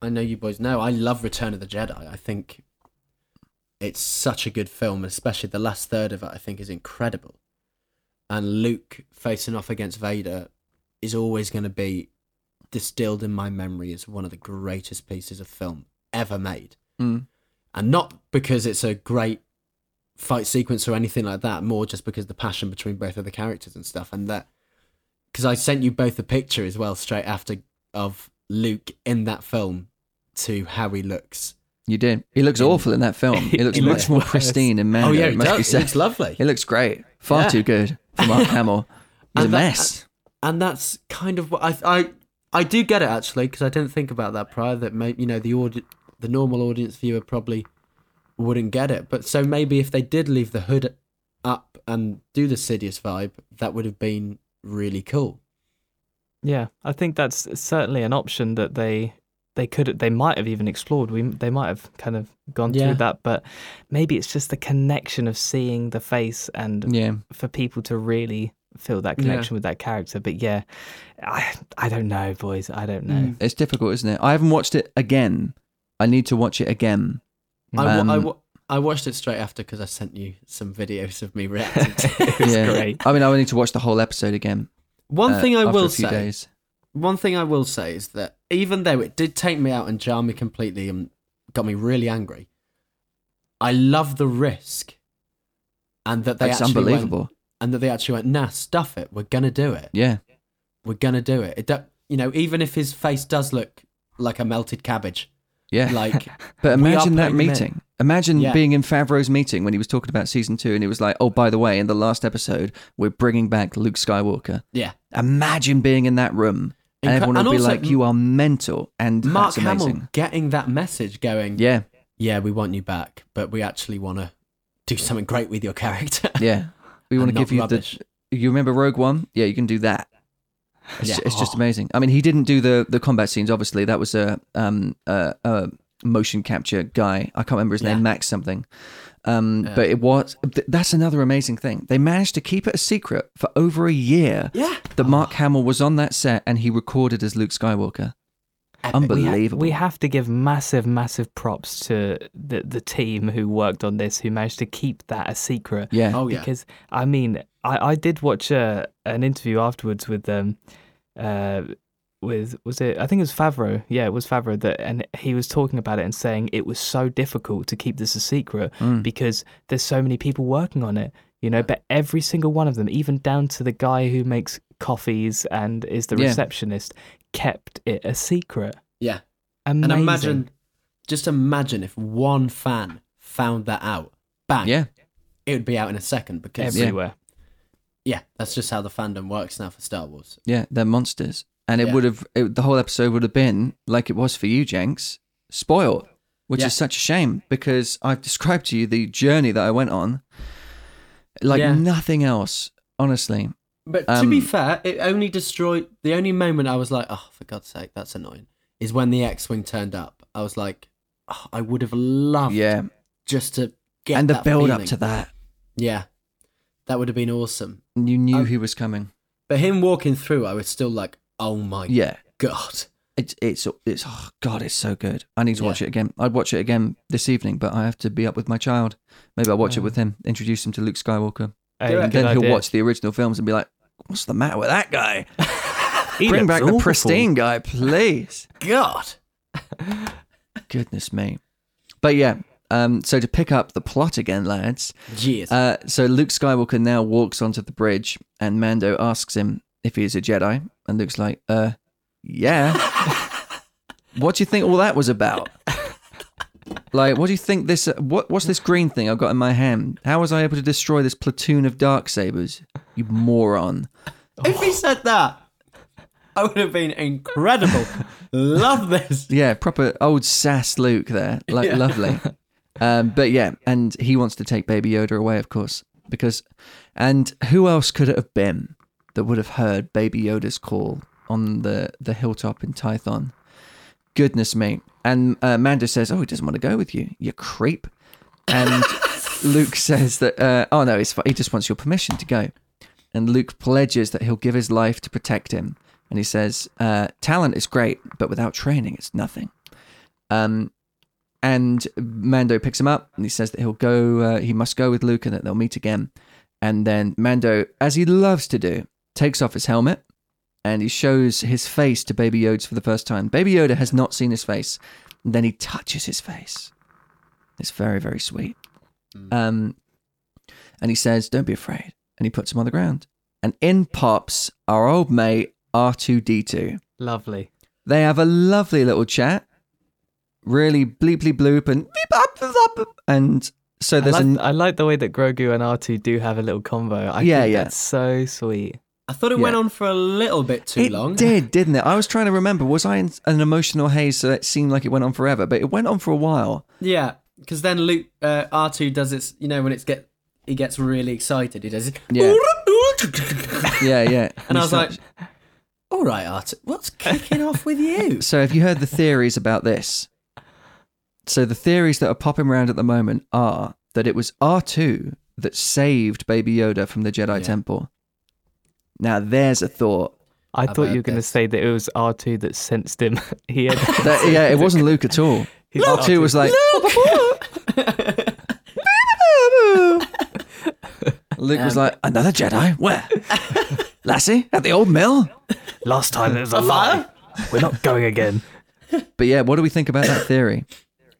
Speaker 2: I know you boys know I love Return of the Jedi. I think it's such a good film, especially the last third of it. I think is incredible, and Luke facing off against Vader is always going to be distilled in my memory as one of the greatest pieces of film ever made.
Speaker 4: Mm.
Speaker 2: And not because it's a great fight sequence or anything like that, more just because the passion between both of the characters and stuff. And that, because I sent you both a picture as well straight after of Luke in that film to how he looks.
Speaker 4: You did. He looks awful in that film. He looks
Speaker 3: He
Speaker 4: much
Speaker 3: looks
Speaker 4: more
Speaker 3: worse.
Speaker 4: pristine in Mando.
Speaker 2: oh, yeah,
Speaker 4: it
Speaker 2: he
Speaker 4: must be
Speaker 2: does. He
Speaker 4: said.
Speaker 2: looks lovely.
Speaker 4: He looks great. Far
Speaker 2: Yeah.
Speaker 4: too good for Mark Hamill. He's a
Speaker 2: And that-
Speaker 4: mess.
Speaker 2: and that's kind of what I I I do get it actually because I didn't think about that prior that maybe you know the audi- the normal audience viewer probably wouldn't get it but so maybe if they did leave the hood up and do the Sidious vibe that would have been really cool
Speaker 3: Yeah, I think that's certainly an option that they they could they might have even explored. We they might have kind of gone
Speaker 2: Yeah.
Speaker 3: through that, but maybe it's just the connection of seeing the face and
Speaker 4: yeah.
Speaker 3: for people to really feel that
Speaker 2: Mm. Yeah.
Speaker 3: connection with that character. But yeah, I I don't know, boys. I don't know.
Speaker 4: It's difficult, isn't it? I haven't watched it again. I need to watch it again.
Speaker 2: I wa- I
Speaker 4: Um,
Speaker 2: wa- I watched it straight after because I sent you some videos of me reacting to it.
Speaker 3: It's
Speaker 4: yeah.
Speaker 3: great.
Speaker 4: I mean, I would need to watch the whole episode again.
Speaker 2: one
Speaker 4: uh,
Speaker 2: thing I
Speaker 4: after
Speaker 2: will
Speaker 4: a few
Speaker 2: say
Speaker 4: days.
Speaker 2: one thing I will say is that even though it did take me out and jar me completely and got me really angry, I love the risk, and that they
Speaker 4: That's
Speaker 2: actually went-
Speaker 4: unbelievable.
Speaker 2: and that they actually went, nah, stuff it. We're gonna do it.
Speaker 4: Yeah.
Speaker 2: We're gonna do it. It do- you know, even if his face does look like a melted cabbage,
Speaker 4: Yeah.
Speaker 2: like
Speaker 4: But
Speaker 2: We are
Speaker 4: imagine that
Speaker 2: putting them in.
Speaker 4: meeting. Imagine
Speaker 2: Yeah.
Speaker 4: being in Favreau's meeting when he was talking about season two, and it was like, "Oh, by the way, in the last episode, we're bringing back Luke Skywalker."
Speaker 2: yeah,
Speaker 4: Imagine being in that room, and
Speaker 2: Incre-
Speaker 4: everyone would
Speaker 2: and
Speaker 4: be
Speaker 2: also
Speaker 4: like, "You are mental," and
Speaker 2: Mark
Speaker 4: that's amazing.
Speaker 2: Hamill getting that message going.
Speaker 4: Yeah,
Speaker 2: yeah, we want you back, but we actually want to do something great with your character.
Speaker 4: yeah. We want to
Speaker 2: And not
Speaker 4: give you
Speaker 2: rubbish.
Speaker 4: the. You remember Rogue One? Yeah, you can do that. It's,
Speaker 2: Yeah. Oh.
Speaker 4: ju- it's just amazing. I mean, he didn't do the the combat scenes. Obviously, that was a um a, a motion capture guy. I can't remember his
Speaker 2: Yeah.
Speaker 4: name, Max something. Um, but it was th- that's another amazing thing. They managed to keep it a secret for over a year.
Speaker 2: Yeah.
Speaker 4: that Mark Hamill was on that set and he recorded as Luke Skywalker.
Speaker 3: We ha-
Speaker 4: Unbelievable.
Speaker 3: We have to give massive, massive props to the the team who worked on this, who managed to keep that a secret.
Speaker 4: yeah.
Speaker 2: Oh yeah.
Speaker 3: because I mean, I, I did watch uh, an interview afterwards with um, uh, with was it? I think it was Favreau. Yeah, it was Favreau that, and he was talking about it and saying it was so difficult to keep this a secret
Speaker 4: Mm.
Speaker 3: because there's so many people working on it. You know, but every single one of them, even down to the guy who makes coffees and is the
Speaker 4: Yeah.
Speaker 3: receptionist, kept it a secret.
Speaker 2: Yeah.
Speaker 3: Amazing.
Speaker 2: And imagine, just imagine if one fan found that out, bang,
Speaker 4: yeah.
Speaker 2: it would be out in a second because yeah.
Speaker 3: everywhere.
Speaker 2: that's just how the fandom works now for Star Wars.
Speaker 4: Yeah, they're monsters. And it
Speaker 2: Yeah.
Speaker 4: would have, it, the whole episode would have been like it was for you, Jenks, spoiled. which
Speaker 2: Yeah.
Speaker 4: is such a shame because I've described to you the journey that I went on like
Speaker 2: Yeah.
Speaker 4: nothing else, honestly.
Speaker 2: But to be
Speaker 4: Um,
Speaker 2: fair, it only destroyed. The only moment I was like, oh, for God's sake, that's annoying, is when the X Wing turned up. I was like, oh, I would have loved
Speaker 4: Yeah.
Speaker 2: just to Oh, get
Speaker 4: And the
Speaker 2: that
Speaker 4: build up
Speaker 2: feeling.
Speaker 4: to that.
Speaker 2: Yeah. That would have been awesome.
Speaker 4: You knew
Speaker 2: Um,
Speaker 4: he was coming.
Speaker 2: But him walking through, I was still like, oh my
Speaker 4: Yeah.
Speaker 2: God.
Speaker 4: It's it's it's oh god, it's so good. I need to watch
Speaker 2: Yeah.
Speaker 4: it again. I'd watch it again this evening, but I have to be up with my child. Maybe I'll watch
Speaker 2: Mm.
Speaker 4: it
Speaker 3: Um,
Speaker 4: with him, introduce him to Luke Skywalker,
Speaker 3: Hey,
Speaker 4: and
Speaker 3: good
Speaker 4: then he'll
Speaker 3: idea.
Speaker 4: watch the original films and be like, "What's the matter with that guy?
Speaker 5: He
Speaker 4: Bring
Speaker 5: looks
Speaker 4: back
Speaker 5: awful.
Speaker 4: the pristine guy, please."
Speaker 2: God.
Speaker 4: Goodness me. But yeah, um, so to pick up the plot again, lads.
Speaker 2: Yes.
Speaker 4: Uh, so Luke Skywalker now walks onto the bridge, and Mando asks him if he is a Jedi, and Luke's like, "Uh, yeah." what do you think all that was about? Like, what do you think this? uh, What what's this green thing I've got in my hand? How was I able to destroy this platoon of dark sabers? You moron!
Speaker 2: if he said that, I would have been incredible. Love this.
Speaker 4: Yeah, proper old sass Luke there. Like lovely. Um, but yeah, and he wants to take Baby Yoda away, of course, because and who else could it have been that would have heard Baby Yoda's call on the the hilltop in Tython? Goodness me! And uh, Mando says, "Oh, he doesn't want to go with you, you creep." And Luke says that, uh, "Oh no, it's fine. he just wants your permission to go." And Luke pledges that he'll give his life to protect him. And he says, uh, "Talent is great, but without training, it's nothing." Um, and Mando picks him up and he says that he'll go, uh, he must go with Luke and that they'll meet again. And then Mando, as he loves to do, takes off his helmet and he shows his face to Baby Yoda for the first time. Baby Yoda has not seen his face. And then he touches his face. It's very, very sweet. Um, and he says, Don't be afraid. And he puts him on the ground. And in pops our old mate, R2D2.
Speaker 3: Lovely.
Speaker 4: They have a lovely little chat. Really bleeply bloop and beep up, beep up. and so
Speaker 3: I
Speaker 4: there's
Speaker 3: like,
Speaker 4: an
Speaker 3: I like the way that Grogu and R2 do have a little combo. I
Speaker 4: Yeah,
Speaker 3: think
Speaker 4: yeah.
Speaker 3: That's so sweet.
Speaker 2: I thought it
Speaker 4: Yeah.
Speaker 2: went on for a little bit too
Speaker 4: it
Speaker 2: long.
Speaker 4: did, didn't it? I was trying to remember. Was I in an emotional haze so it seemed like it went on forever? But it went on for a while.
Speaker 2: Yeah, because then Luke uh, R two does its. You know when it's get he gets really excited. He does it.
Speaker 4: Yeah. Yeah, yeah.
Speaker 2: and I was
Speaker 4: so,
Speaker 2: like, "All right, R two, what's kicking off with you?"
Speaker 4: so have you heard the theories about this? So the theories that are popping around at the moment are that it was R2 that saved Baby Yoda from the Jedi Temple. Now there's a thought.
Speaker 3: I thought
Speaker 2: heard
Speaker 3: you were going to
Speaker 2: this.
Speaker 3: say that it was R2 that sensed him. he had.
Speaker 4: That, yeah, it wasn't Luke at all.
Speaker 3: He's
Speaker 4: R2 was like, Luke was like, another Jedi? Where? Lassie? At the old mill?
Speaker 3: Last time it was a lie. We're not going again.
Speaker 4: But yeah, what do we think about that theory?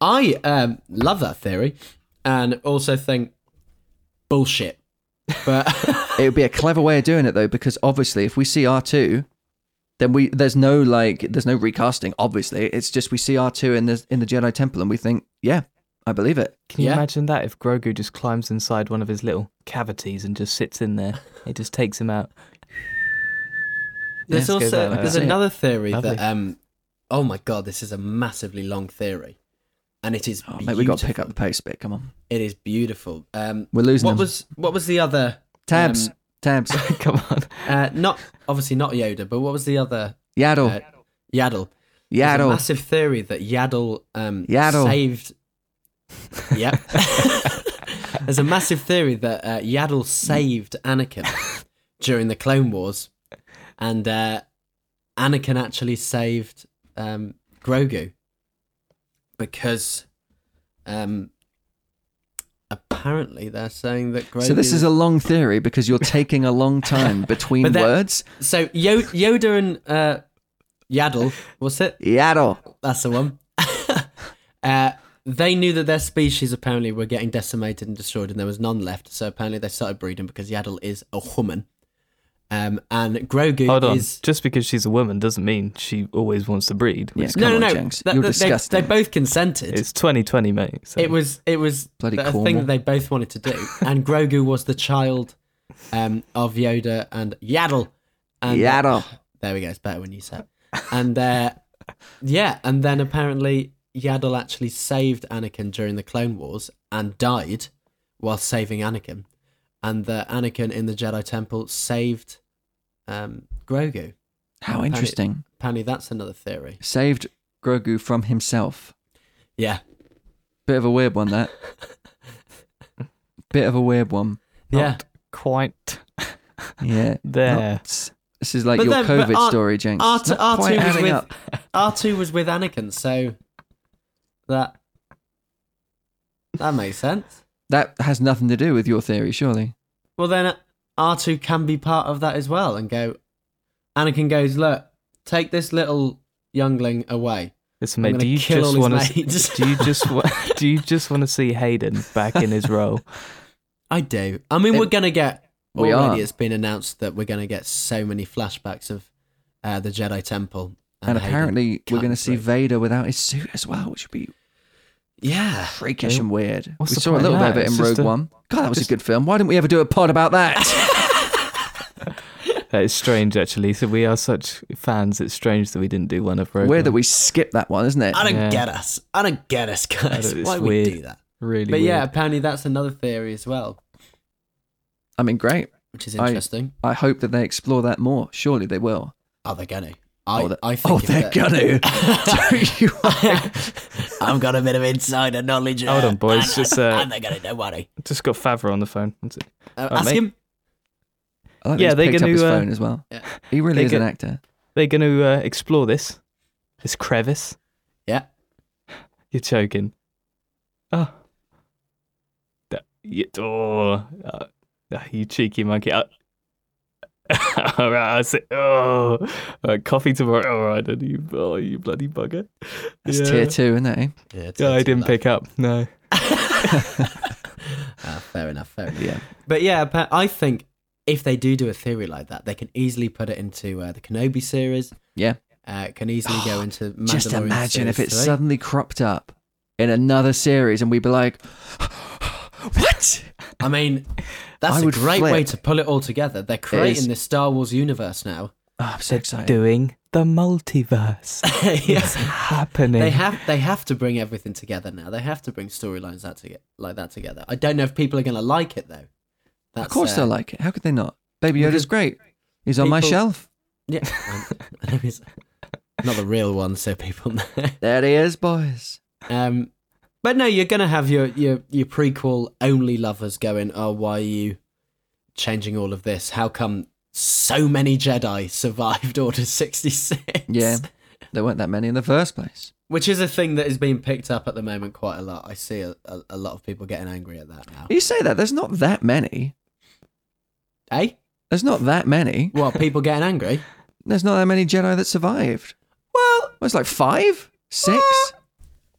Speaker 2: I um, love that theory, and also think bullshit. But
Speaker 4: It would be a clever way of doing it though, because obviously if we see R2, then we there's no like there's no recasting, obviously. It's just we see R2 in the in the Jedi Temple and we think, yeah, I believe it.
Speaker 3: Can you
Speaker 2: Yeah.
Speaker 3: imagine that if Grogu just climbs inside one of his little cavities and just sits in there? It just takes him out.
Speaker 2: There's
Speaker 3: Let's go
Speaker 2: also
Speaker 3: there,
Speaker 2: there's
Speaker 4: yeah.
Speaker 2: another theory
Speaker 3: Lovely.
Speaker 2: that um oh my god, this is a massively long theory. And it is
Speaker 4: Oh,
Speaker 2: beautiful.
Speaker 4: mate, we got to pick up the pace a bit. Come on.
Speaker 2: It is beautiful. Um
Speaker 4: We're losing
Speaker 2: what
Speaker 4: them.
Speaker 2: was what was the other
Speaker 4: Tabs.
Speaker 2: um,
Speaker 4: Tabs.
Speaker 3: Come on.
Speaker 2: uh not obviously not Yoda, but what was the other
Speaker 4: Yaddle.
Speaker 2: uh, Yaddle. There's a
Speaker 4: Yaddle.
Speaker 2: massive theory that Yaddle um
Speaker 4: Yaddle.
Speaker 2: saved Yep. there's a massive theory that uh, Yaddle saved Anakin during the Clone Wars and uh Anakin actually saved um, Grogu because um, apparently they're saying that Grogu.
Speaker 4: So this is a long theory because you're taking a long time between
Speaker 2: But that-
Speaker 4: words.
Speaker 2: so Yo- Yoda and uh, Yaddle. What's it?
Speaker 4: Yaddle.
Speaker 2: That's the one. uh, they knew that their species apparently were getting decimated and destroyed, and there was none left. So apparently they started breeding because Yaddle is a woman, um, and Grogu
Speaker 3: Hold on.
Speaker 2: is.
Speaker 3: Just because she's a woman doesn't mean she always wants to breed.
Speaker 4: Yes,
Speaker 2: No,
Speaker 4: come
Speaker 2: no,
Speaker 4: on,
Speaker 2: no.
Speaker 4: Jenks.
Speaker 2: That-
Speaker 4: You're
Speaker 2: that- they,
Speaker 4: disgusting.
Speaker 2: they both consented.
Speaker 3: It's 2020, mate. So.
Speaker 2: It was it was
Speaker 4: Bloody
Speaker 2: a thing
Speaker 4: Cornwall.
Speaker 2: that they both wanted to do, and Grogu was the child um, of Yoda and Yaddle. And
Speaker 4: Yaddle.
Speaker 2: there we go. It's better when you say. It. And uh, yeah, and then apparently Yaddle actually saved Anakin during the Clone Wars and died while saving Anakin, and that Anakin in the Jedi Temple saved um, Grogu.
Speaker 4: How
Speaker 2: Apparently-
Speaker 4: interesting.
Speaker 2: Apparently, that's another theory.
Speaker 4: Saved Grogu from himself.
Speaker 2: Yeah,
Speaker 4: Bit of a weird one, that. Bit of a weird one.
Speaker 2: yeah.
Speaker 3: Quite
Speaker 4: Yeah.
Speaker 3: there.
Speaker 4: Not- This is like
Speaker 2: But
Speaker 4: your
Speaker 2: then- but
Speaker 4: COVID
Speaker 2: aren't-
Speaker 4: story, Jenks.
Speaker 2: R
Speaker 4: It's not quite
Speaker 2: two was
Speaker 4: adding
Speaker 2: with
Speaker 4: up.
Speaker 2: R two was with Anakin, so that that makes sense.
Speaker 4: That has nothing to do with your theory, surely.
Speaker 2: Well, then R two can be part of that as well, and go. Anakin goes, look, take this little youngling away.
Speaker 3: Listen, mate.
Speaker 2: gonna
Speaker 3: Do you
Speaker 2: kill all
Speaker 3: just
Speaker 2: his
Speaker 3: want to?
Speaker 2: mates.
Speaker 3: Do you just want? Do you just want to see Hayden back in his role?
Speaker 2: I do. I mean,
Speaker 4: It-
Speaker 2: we're gonna get.
Speaker 4: We
Speaker 2: already,
Speaker 4: are.
Speaker 2: it's been announced that we're gonna get so many flashbacks of uh, the Jedi Temple,
Speaker 4: And,
Speaker 2: Hayden
Speaker 4: apparently, we're
Speaker 2: cutting
Speaker 4: going to see
Speaker 2: through.
Speaker 4: Vader without his suit as well, which would be
Speaker 2: yeah,
Speaker 4: freakish and weird.
Speaker 3: What's
Speaker 4: we
Speaker 3: the
Speaker 4: saw a
Speaker 3: point of
Speaker 4: little bit
Speaker 3: that?
Speaker 4: of it in
Speaker 3: It's
Speaker 4: Rogue
Speaker 3: just a-
Speaker 4: One. God, that was a good film. Why didn't we ever do a pod about that?
Speaker 3: That is strange, actually. So we are such fans. It's strange that we didn't do one of Rogue.
Speaker 4: weird that
Speaker 3: One.
Speaker 4: we skipped that one, isn't it?
Speaker 2: I don't
Speaker 3: Yeah.
Speaker 2: get us. I don't get us, guys.
Speaker 3: don't- it's
Speaker 2: Why
Speaker 3: weird.
Speaker 2: we do that?
Speaker 3: really.
Speaker 2: But yeah,
Speaker 3: weird.
Speaker 2: apparently that's another theory as well,
Speaker 4: I mean, great.
Speaker 2: which is
Speaker 4: I-
Speaker 2: interesting.
Speaker 4: I hope that they explore that more. Surely they will.
Speaker 2: Are they gonna? I,
Speaker 4: oh, they-
Speaker 2: I
Speaker 4: oh,
Speaker 2: think if
Speaker 4: they're gonna. Don't you worry.
Speaker 2: I've got a bit of insider knowledge.
Speaker 3: Hold
Speaker 2: uh,
Speaker 3: on, boys,
Speaker 2: And,
Speaker 3: just, uh,
Speaker 2: and they're gonna. Don't worry.
Speaker 3: just got Favreau on the phone. That's it.
Speaker 2: Uh,
Speaker 3: Oh,
Speaker 2: ask
Speaker 3: mate.
Speaker 2: him.
Speaker 4: I like
Speaker 3: Yeah,
Speaker 4: yeah,
Speaker 3: they're
Speaker 4: they picked up
Speaker 3: gonna,
Speaker 4: his
Speaker 3: uh,
Speaker 4: phone as well.
Speaker 2: Yeah.
Speaker 4: He really
Speaker 3: They're
Speaker 4: is an
Speaker 3: go-
Speaker 4: actor.
Speaker 3: They're going to uh, explore this. This crevice.
Speaker 2: Yeah.
Speaker 3: You're joking. Oh. That, you, oh, uh, ah, you cheeky monkey. Uh, all right, I say, oh, uh, coffee tomorrow. All right, then you, oh, you bloody bugger.
Speaker 4: That's tier two, isn't it? eh?
Speaker 2: Yeah, it's-
Speaker 3: Yeah, I
Speaker 2: it's
Speaker 3: didn't
Speaker 2: all
Speaker 3: pick up. No.
Speaker 2: that. Ah, fair enough. Fair enough.
Speaker 4: Yeah.
Speaker 2: But yeah, appa- I think if they do do a theory like that, they can easily put it into uh, the Kenobi series.
Speaker 4: Yeah.
Speaker 2: Uh, it can easily go into. Mandalorian
Speaker 4: Just imagine if it
Speaker 2: series three.
Speaker 4: suddenly cropped up in another series and we'd be like, what?
Speaker 2: I mean, that's
Speaker 4: I
Speaker 2: a
Speaker 4: would
Speaker 2: great way
Speaker 4: flip.
Speaker 2: to pull it all together. They're
Speaker 4: is.
Speaker 2: creating this Star Wars universe now.
Speaker 4: Oh, I'm so excited.
Speaker 3: Doing the multiverse. It's happening.
Speaker 2: They have they have to bring everything together now. They have to bring storylines that to like that together. I don't know if people are going to like it though. That's,
Speaker 4: Of course
Speaker 2: uh,
Speaker 4: they'll like it. How could they not? Baby
Speaker 2: because
Speaker 4: Yoda's great. He's on my
Speaker 2: people-
Speaker 4: shelf.
Speaker 2: Yeah, Um, not the real one, so people know.
Speaker 4: There he is, boys.
Speaker 2: Um, but no, you're going to have your your your prequel only lovers going. Oh, why are you changing all of this? How come so many Jedi survived Order sixty six?
Speaker 4: Yeah. There weren't that many in the first place.
Speaker 2: which is a thing that is being picked up at the moment quite a lot. I see a, a, a lot of people getting angry at that now.
Speaker 4: You say that, there's not that many.
Speaker 2: Eh?
Speaker 4: There's not that many.
Speaker 2: Well, people getting angry?
Speaker 4: There's not that many Jedi that survived.
Speaker 2: Well,
Speaker 4: Well, it's like five, six.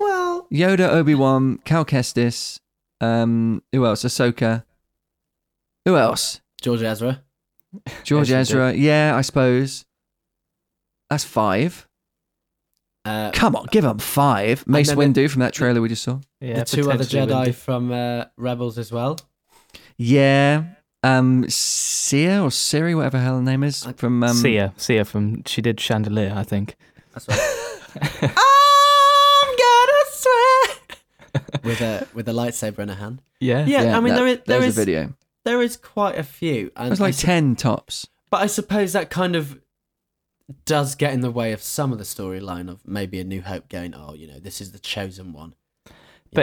Speaker 2: well,
Speaker 4: Yoda, Obi Wan, Cal Kestis. Um, who else? Ahsoka. Who else?
Speaker 2: George Ezra.
Speaker 4: George
Speaker 3: Ezra.
Speaker 4: Ezra. Yeah, I suppose. That's five.
Speaker 2: Uh,
Speaker 4: Come on, give them five. Mace
Speaker 2: then the-
Speaker 4: Windu from that trailer we just saw.
Speaker 3: yeah,
Speaker 2: the two other
Speaker 3: potentially
Speaker 2: Jedi
Speaker 3: windy.
Speaker 2: from uh, Rebels as well.
Speaker 4: Yeah. Um, Sia or Siri, whatever her hell name is, from um,
Speaker 3: Sia, Sia from she did Chandelier, I think.
Speaker 2: That's right. I'm gonna swear with a with a lightsaber in a hand.
Speaker 3: Yeah,
Speaker 2: Yeah, I mean
Speaker 4: that-
Speaker 2: there is there
Speaker 4: there's
Speaker 2: is
Speaker 4: a video.
Speaker 2: there is quite a few, and
Speaker 4: There's
Speaker 2: I
Speaker 4: like
Speaker 2: sup-
Speaker 4: ten tops.
Speaker 2: but I suppose that kind of does get in the way of some of the storyline of maybe a New Hope going, oh, you know, this is the chosen one.
Speaker 3: But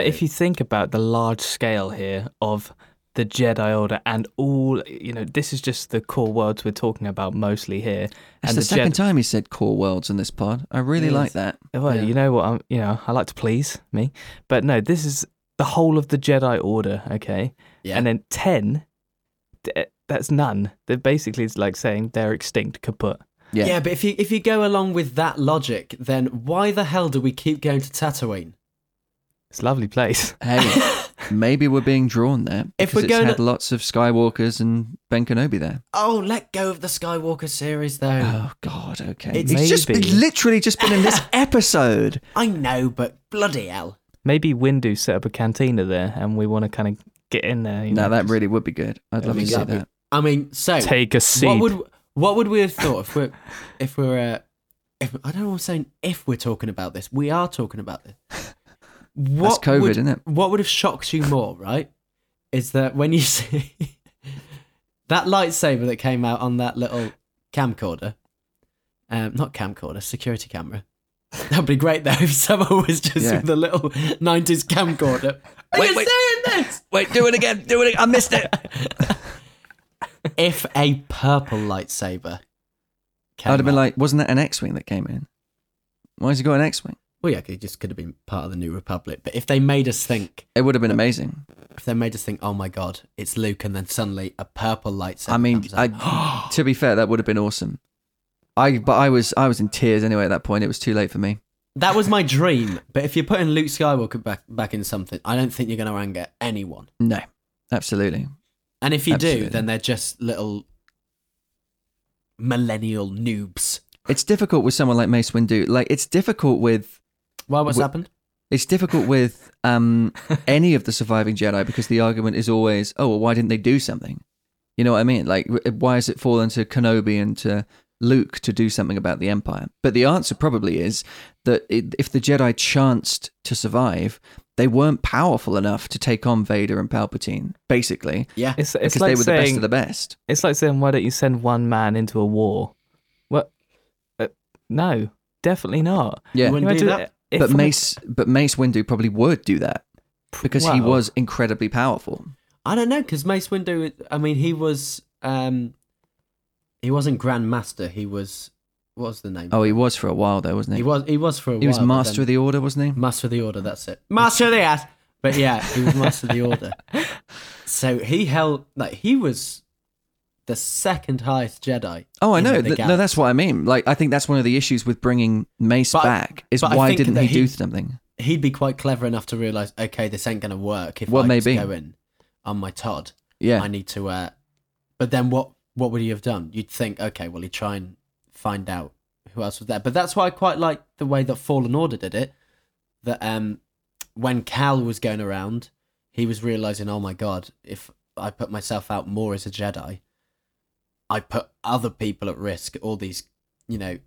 Speaker 2: know,
Speaker 3: if you think about the large scale here of the Jedi Order and all, you know, this is just the core worlds we're talking about mostly here.
Speaker 4: That's
Speaker 3: and
Speaker 4: the, second
Speaker 3: Jedi-
Speaker 4: time he said core worlds in this pod. I really
Speaker 2: Yes.
Speaker 4: like that.
Speaker 3: Well,
Speaker 2: Yeah.
Speaker 3: you know what? I'm, you know, I like to please me, but no, this is the whole of the Jedi Order, okay?
Speaker 2: yeah.
Speaker 3: And then ten, th- that's none. They're basically it's like saying they're extinct, kaput.
Speaker 4: Yeah.
Speaker 2: Yeah. but if you if you go along with that logic, then why the hell do we keep going to Tatooine?
Speaker 3: It's a lovely place.
Speaker 4: Hey, maybe we're being drawn there
Speaker 2: If
Speaker 4: because
Speaker 2: we're
Speaker 4: it's
Speaker 2: going
Speaker 4: had
Speaker 2: to-
Speaker 4: lots of Skywalkers and Ben Kenobi there.
Speaker 2: Oh, let go of the Skywalker series, though.
Speaker 4: Oh God, okay.
Speaker 2: It's-
Speaker 4: It's, just been,
Speaker 3: Maybe.
Speaker 4: literally just been in this episode.
Speaker 2: I know, but bloody hell!
Speaker 3: Maybe Windu set up a cantina there, and we want to kind of get in there. You
Speaker 4: No,
Speaker 3: know,
Speaker 4: that
Speaker 3: just
Speaker 4: really would be good. I'd love to see
Speaker 2: That'd be-
Speaker 4: that.
Speaker 2: I mean, so
Speaker 3: take a seat.
Speaker 2: what would what would we have thought if we are if we were uh, if, I don't know what I'm saying. If we're talking about this, we are talking about this.
Speaker 4: That's COVID,
Speaker 2: would,
Speaker 4: isn't it?
Speaker 2: What would have shocked you more, right? Is that when you see that lightsaber that came out on that little camcorder, um, not camcorder, security camera. That'd be great though if someone was just
Speaker 4: Yeah.
Speaker 2: with a little '90s camcorder. Are
Speaker 6: Wait,
Speaker 2: you
Speaker 6: wait.
Speaker 2: seeing this?
Speaker 6: Wait, do it again. Do it. Again. I missed it.
Speaker 2: If a purple lightsaber, came
Speaker 4: I'd have been
Speaker 2: out-
Speaker 4: like, wasn't that an X-wing that came in? Why's he got an X-wing?
Speaker 2: well, yeah, it just could have been part of the New Republic. But if they made us think
Speaker 4: It would have been amazing.
Speaker 2: if they made us think, oh my god, it's Luke, and then suddenly a purple lightsaber.
Speaker 4: I mean,
Speaker 2: comes out.
Speaker 4: I, to be fair, that would have been awesome. I but I was I was in tears anyway at that point. It was too late for me.
Speaker 2: that was my dream. But if you're putting Luke Skywalker back back in something, I don't think you're going to anger anyone.
Speaker 4: No, absolutely.
Speaker 2: And if you
Speaker 4: Absolutely.
Speaker 2: do, then they're just little millennial noobs.
Speaker 4: It's difficult with someone like Mace Windu. Like it's difficult with
Speaker 2: Why? What's
Speaker 4: Wh-
Speaker 2: happened?
Speaker 4: it's difficult with um, any of the surviving Jedi because the argument is always, oh, well, why didn't they do something? You know what I mean? Like, w- why has it fallen to Kenobi and to Luke to do something about the Empire? But the answer probably is that it, if the Jedi chanced to survive, they weren't powerful enough to take on Vader and Palpatine, basically,
Speaker 2: Yeah.
Speaker 3: It's, it's
Speaker 4: because
Speaker 3: like
Speaker 4: they were the best
Speaker 3: saying,
Speaker 4: of the best.
Speaker 3: It's like saying, why don't you send one man into a war? What? Uh, no, definitely not.
Speaker 4: Yeah,
Speaker 2: wouldn't do that.
Speaker 3: if
Speaker 4: but
Speaker 3: I-
Speaker 4: Mace, but Mace Windu probably would do that because he
Speaker 3: well,
Speaker 4: was incredibly powerful.
Speaker 2: I don't know because Mace Windu. I mean, he was um, he wasn't Grand Master. He was what was the name?
Speaker 4: Oh, he was for a while though, wasn't he?
Speaker 2: he was he was for a
Speaker 4: He
Speaker 2: while.
Speaker 4: was master of the order, wasn't he?
Speaker 2: Master of the Order, that's it. Master of the ass. But yeah, he was Master of the Order. So he held like he was the second highest Jedi.
Speaker 4: Oh, I
Speaker 2: in
Speaker 4: know.
Speaker 2: the
Speaker 4: Th- no,
Speaker 2: galaxy.
Speaker 4: that's what I mean. Like, I think that's one of the issues with bringing Mace
Speaker 2: But I-
Speaker 4: back is
Speaker 2: but I
Speaker 4: why
Speaker 2: think
Speaker 4: didn't
Speaker 2: that
Speaker 4: he,
Speaker 2: he-
Speaker 4: do something?
Speaker 2: He'd be quite clever enough to realise, okay, this ain't gonna work if
Speaker 4: Well,
Speaker 2: I just
Speaker 4: maybe.
Speaker 2: go in on my Todd.
Speaker 4: Yeah,
Speaker 2: I need to uh but then what what would he have done? You'd think, okay, well he'd try and find out who else was there. But that's why I quite like the way that Fallen Order did it. That um when Cal was going around, he was realizing, oh my god, if I put myself out more as a Jedi, I put other people at risk, all these, you know,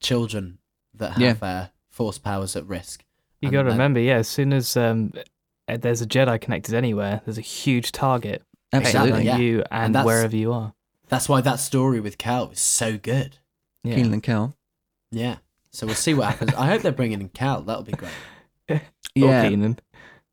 Speaker 2: children that have uh, force powers at risk.
Speaker 3: You
Speaker 2: And
Speaker 3: got to
Speaker 2: then-
Speaker 3: remember, yeah, as soon as um, uh, there's a Jedi connected anywhere, there's a huge target.
Speaker 4: absolutely.
Speaker 2: Exactly,
Speaker 3: Like
Speaker 2: yeah.
Speaker 3: you
Speaker 2: And
Speaker 3: and,
Speaker 2: that's-
Speaker 3: wherever you are.
Speaker 2: That's why that story with Cal is so good.
Speaker 3: Yeah.
Speaker 4: Keenan and Kel.
Speaker 2: Yeah. So we'll see what happens. I hope they're bringing in Cal. That'll be great.
Speaker 3: Or
Speaker 4: Yeah,
Speaker 3: Keenan.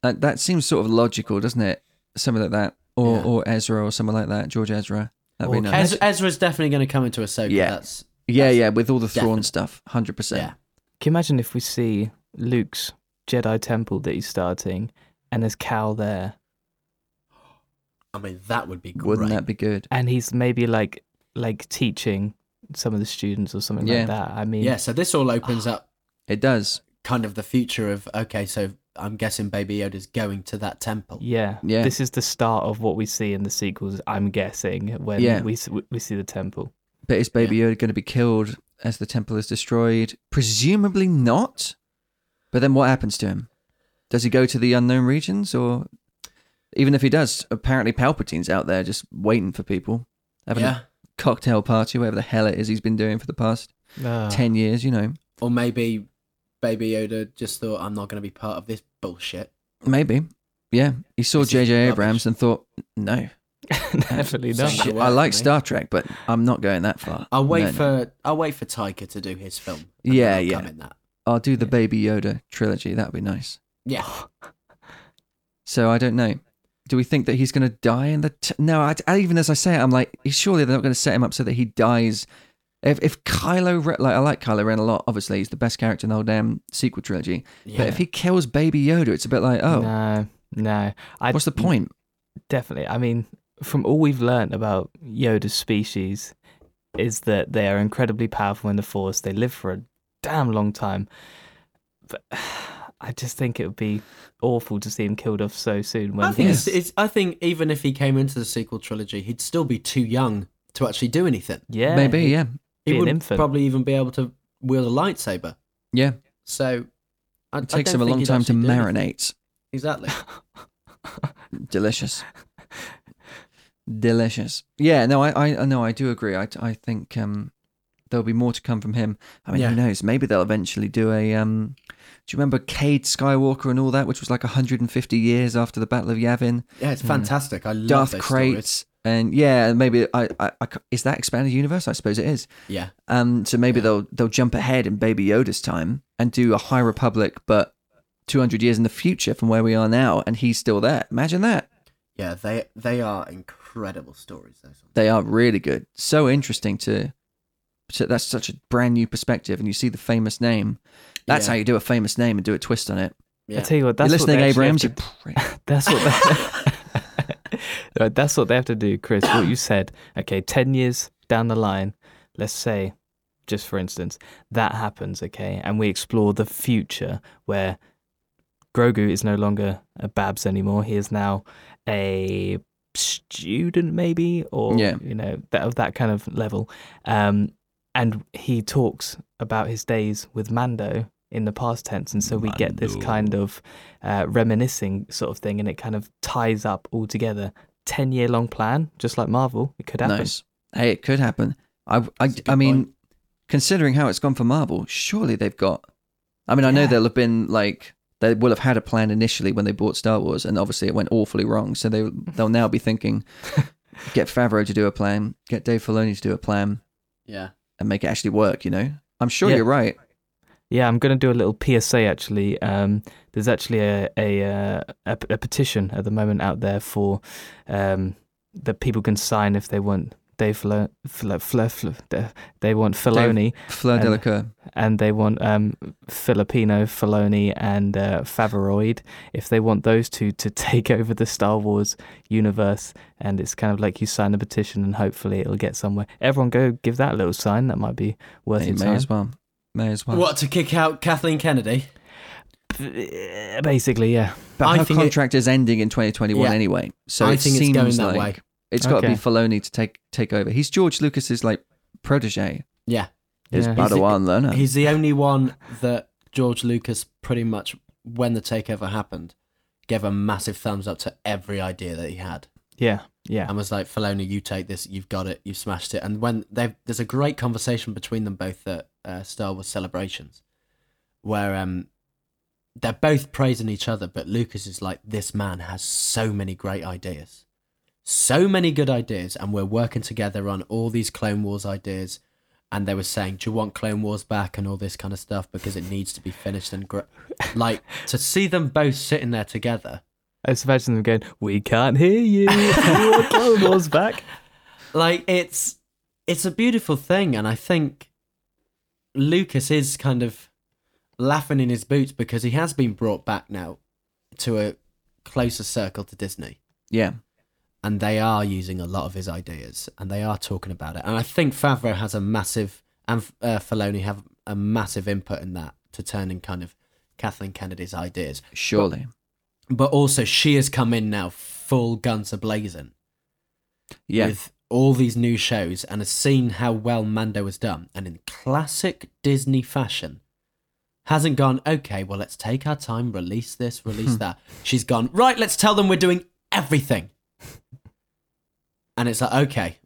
Speaker 4: that, that seems sort of logical, doesn't it? Something like that, or
Speaker 2: Yeah.
Speaker 4: or Ezra, or someone like that, George Ezra. That'd be
Speaker 2: Or-
Speaker 4: nice.
Speaker 2: Ez- Ezra's definitely going to come into Ahsoka.
Speaker 4: Yeah.
Speaker 2: That's,
Speaker 4: yeah, yeah, with all the Thrawn
Speaker 2: Definite.
Speaker 4: stuff, hundred
Speaker 2: yeah.
Speaker 4: percent.
Speaker 3: Can you imagine if we see Luke's Jedi temple that he's starting and there's Cal there
Speaker 2: I mean, that would be great.
Speaker 4: Wouldn't that be good?
Speaker 3: and he's maybe like like teaching some of the students or something
Speaker 4: Yeah.
Speaker 3: like that? I mean,
Speaker 2: Yeah. So this all opens
Speaker 4: Ah.
Speaker 2: up
Speaker 4: It does.
Speaker 2: kind of the future of okay. So I'm guessing Baby Yoda's going to that temple.
Speaker 3: Yeah.
Speaker 4: Yeah.
Speaker 3: This is the start of what we see in the sequels, I'm guessing, when
Speaker 4: Yeah.
Speaker 3: we, s- we see the temple.
Speaker 4: But is Baby Yoda going to be killed as the temple is destroyed? Presumably not. But then what happens to him? Does he go to the unknown regions or even if he does, apparently Palpatine's out there just waiting for people. Having
Speaker 2: Yeah.
Speaker 4: a cocktail party, whatever the hell it is he's been doing for the past
Speaker 2: Uh.
Speaker 4: ten years, you know.
Speaker 2: Or maybe Baby Yoda just thought I'm not going to be part of this bullshit.
Speaker 4: Maybe. Yeah. He saw
Speaker 2: This is
Speaker 4: JJ
Speaker 2: rubbish.
Speaker 4: Abrams and thought, No.
Speaker 3: Definitely
Speaker 2: So
Speaker 3: not.
Speaker 2: Doesn't
Speaker 4: Shit,
Speaker 2: work
Speaker 4: I
Speaker 2: for
Speaker 4: like
Speaker 2: me.
Speaker 4: Star Trek, but I'm not going that far.
Speaker 2: I'll wait
Speaker 4: No, no.
Speaker 2: for I'll wait for Taika to do his film. and then
Speaker 4: Yeah,
Speaker 2: I'll
Speaker 4: yeah.
Speaker 2: Come in that.
Speaker 4: I'll do the Baby Yoda trilogy, that'd be nice.
Speaker 2: Yeah.
Speaker 4: So I don't know. Do we think that he's going to die in the? T- no, I, I- even as I say it, I'm like, surely they're not going to set him up so that he dies. If if Kylo Ren, like I like Kylo Ren a lot, obviously he's the best character in the whole damn sequel trilogy.
Speaker 2: yeah.
Speaker 4: But if he kills Baby Yoda, it's a bit like, oh,
Speaker 3: No, no. I
Speaker 4: what's the point?
Speaker 3: Definitely. I mean, from all we've learnt about Yoda's species, is that they are incredibly powerful in the Force. They live for a damn long time. But I just think it would be awful to see him killed off so soon. When
Speaker 2: I think
Speaker 3: he's-
Speaker 2: it's, it's, I think even if he came into the sequel trilogy, he'd still be too young to actually do anything.
Speaker 3: yeah,
Speaker 4: Maybe, yeah,
Speaker 2: He
Speaker 3: Be an
Speaker 2: wouldn't
Speaker 3: infant.
Speaker 2: probably even be able to wield a lightsaber.
Speaker 4: yeah.
Speaker 2: So I,
Speaker 4: It takes him a long time to marinate.
Speaker 2: Exactly.
Speaker 4: Delicious. Delicious. Yeah, no, I, I, no, I do agree. I, I think um, there'll be more to come from him. I mean,
Speaker 2: Yeah.
Speaker 4: who knows? Maybe they'll eventually do a. Um, do you remember Cade Skywalker and all that, which was like 150 years after the Battle of Yavin?
Speaker 2: Yeah, it's fantastic. I love
Speaker 4: Darth
Speaker 2: those
Speaker 4: Crate,
Speaker 2: stories.
Speaker 4: and yeah, maybe I, I, I ca- is that expanded universe? I suppose it is.
Speaker 2: Yeah,
Speaker 4: Um, so maybe they'll they'll jump ahead in Baby Yoda's time and do a High Republic, but 200 years in the future from where we are now, and he's still there. Imagine that.
Speaker 2: yeah. They they are incredible stories. Those ones.
Speaker 4: They are really good. So interesting to. So that's such a brand new perspective, and you see the famous name. That's
Speaker 2: Yeah.
Speaker 4: how you do a famous name and do a twist on it.
Speaker 3: I
Speaker 2: Yeah.
Speaker 3: tell you what, that's
Speaker 4: You're listening,
Speaker 3: what they actually
Speaker 4: Abrams. You
Speaker 3: have to-
Speaker 4: prick.
Speaker 3: That's what. They, Right, that's what they have to do, Chris. What you said. Okay, ten years down the line, let's say, just for instance, that happens. Okay, and we explore the future where Grogu is no longer a Babs anymore. He is now a student, maybe, or
Speaker 4: Yeah.
Speaker 3: you know, that of that kind of level. Um, and he talks about his days with Mando in the past tense, and so we get this kind of uh, reminiscing sort of thing, and it kind of ties up all together. Ten year long plan, just like Marvel, it could happen.
Speaker 4: Nice. Hey, it could happen. I, I, I mean, considering how it's gone for Marvel, surely they've got. I mean, I know they'll have been like they will have had a plan initially when they bought Star Wars, and obviously it went awfully wrong. So they they'll now be thinking, get Favreau to do a plan, get Dave Filoni to do a plan,
Speaker 2: yeah.
Speaker 4: and make it actually work. You know, I'm sure
Speaker 3: Yeah.
Speaker 4: you're right.
Speaker 3: Yeah, I'm going to do a little PSA actually. Um, there's actually a a, uh, a a petition at the moment out there for um, that people can sign if they want Dave Flo, Flo, Flo, Flo, they want Filoni
Speaker 4: Fleur
Speaker 3: And-
Speaker 4: Delacour.
Speaker 3: and they want um, Filipino Filoni and uh, Favoroid if they want those two to take over the Star Wars universe. And it's kind of like you sign the petition and hopefully it'll get somewhere. Everyone go give that a little sign. That might be worth
Speaker 4: Hey,
Speaker 3: your
Speaker 4: may
Speaker 3: time.
Speaker 4: as well. May as well.
Speaker 2: What to kick out Kathleen Kennedy?
Speaker 3: Basically, yeah.
Speaker 4: But
Speaker 2: I
Speaker 4: her
Speaker 2: think it-
Speaker 4: contract is ending in 2021
Speaker 2: Yeah.
Speaker 4: anyway, so
Speaker 2: I
Speaker 4: it
Speaker 2: think it's
Speaker 4: seems
Speaker 2: going that
Speaker 4: like
Speaker 2: way.
Speaker 4: it's got to be
Speaker 3: Okay.
Speaker 4: Filoni to take take over. He's George Lucas's like protege.
Speaker 2: Yeah.
Speaker 4: His
Speaker 3: Yeah.
Speaker 4: Padawan learner.
Speaker 2: He's the only one that George Lucas pretty much, when the takeover happened, gave a massive thumbs up to every idea that he had.
Speaker 3: Yeah, yeah.
Speaker 2: and was like, Filoni, you take this, you've got it, you've smashed it. And when they there's a great conversation between them both at uh, Star Wars Celebrations, where um, they're both praising each other, but Lucas is like, this man has so many great ideas, so many good ideas, and we're working together on all these Clone Wars ideas. And they were saying, "Do you want Clone Wars back and all this kind of stuff because it needs to be finished and gr-. like to see them both sitting there together."
Speaker 3: I just imagine them going, "We can't hear you. Your Clone Wars back."
Speaker 2: like it's it's a beautiful thing and i think lucas is kind of laughing in his boots because he has been brought back now to a closer circle to disney
Speaker 4: yeah.
Speaker 2: and they are using a lot of his ideas and they are talking about it and i think favreau has a massive and uh, Filoni have a massive input in that to turning kind of kathleen kennedy's ideas
Speaker 4: Surely.
Speaker 2: but also she has come in now full guns a blazing
Speaker 4: Yeah.
Speaker 2: with all these new shows and has seen how well Mando has done, and in classic Disney fashion, hasn't gone, okay, well, let's take our time, release this, release that. She's gone, right, let's tell them we're doing everything. and it's like, okay,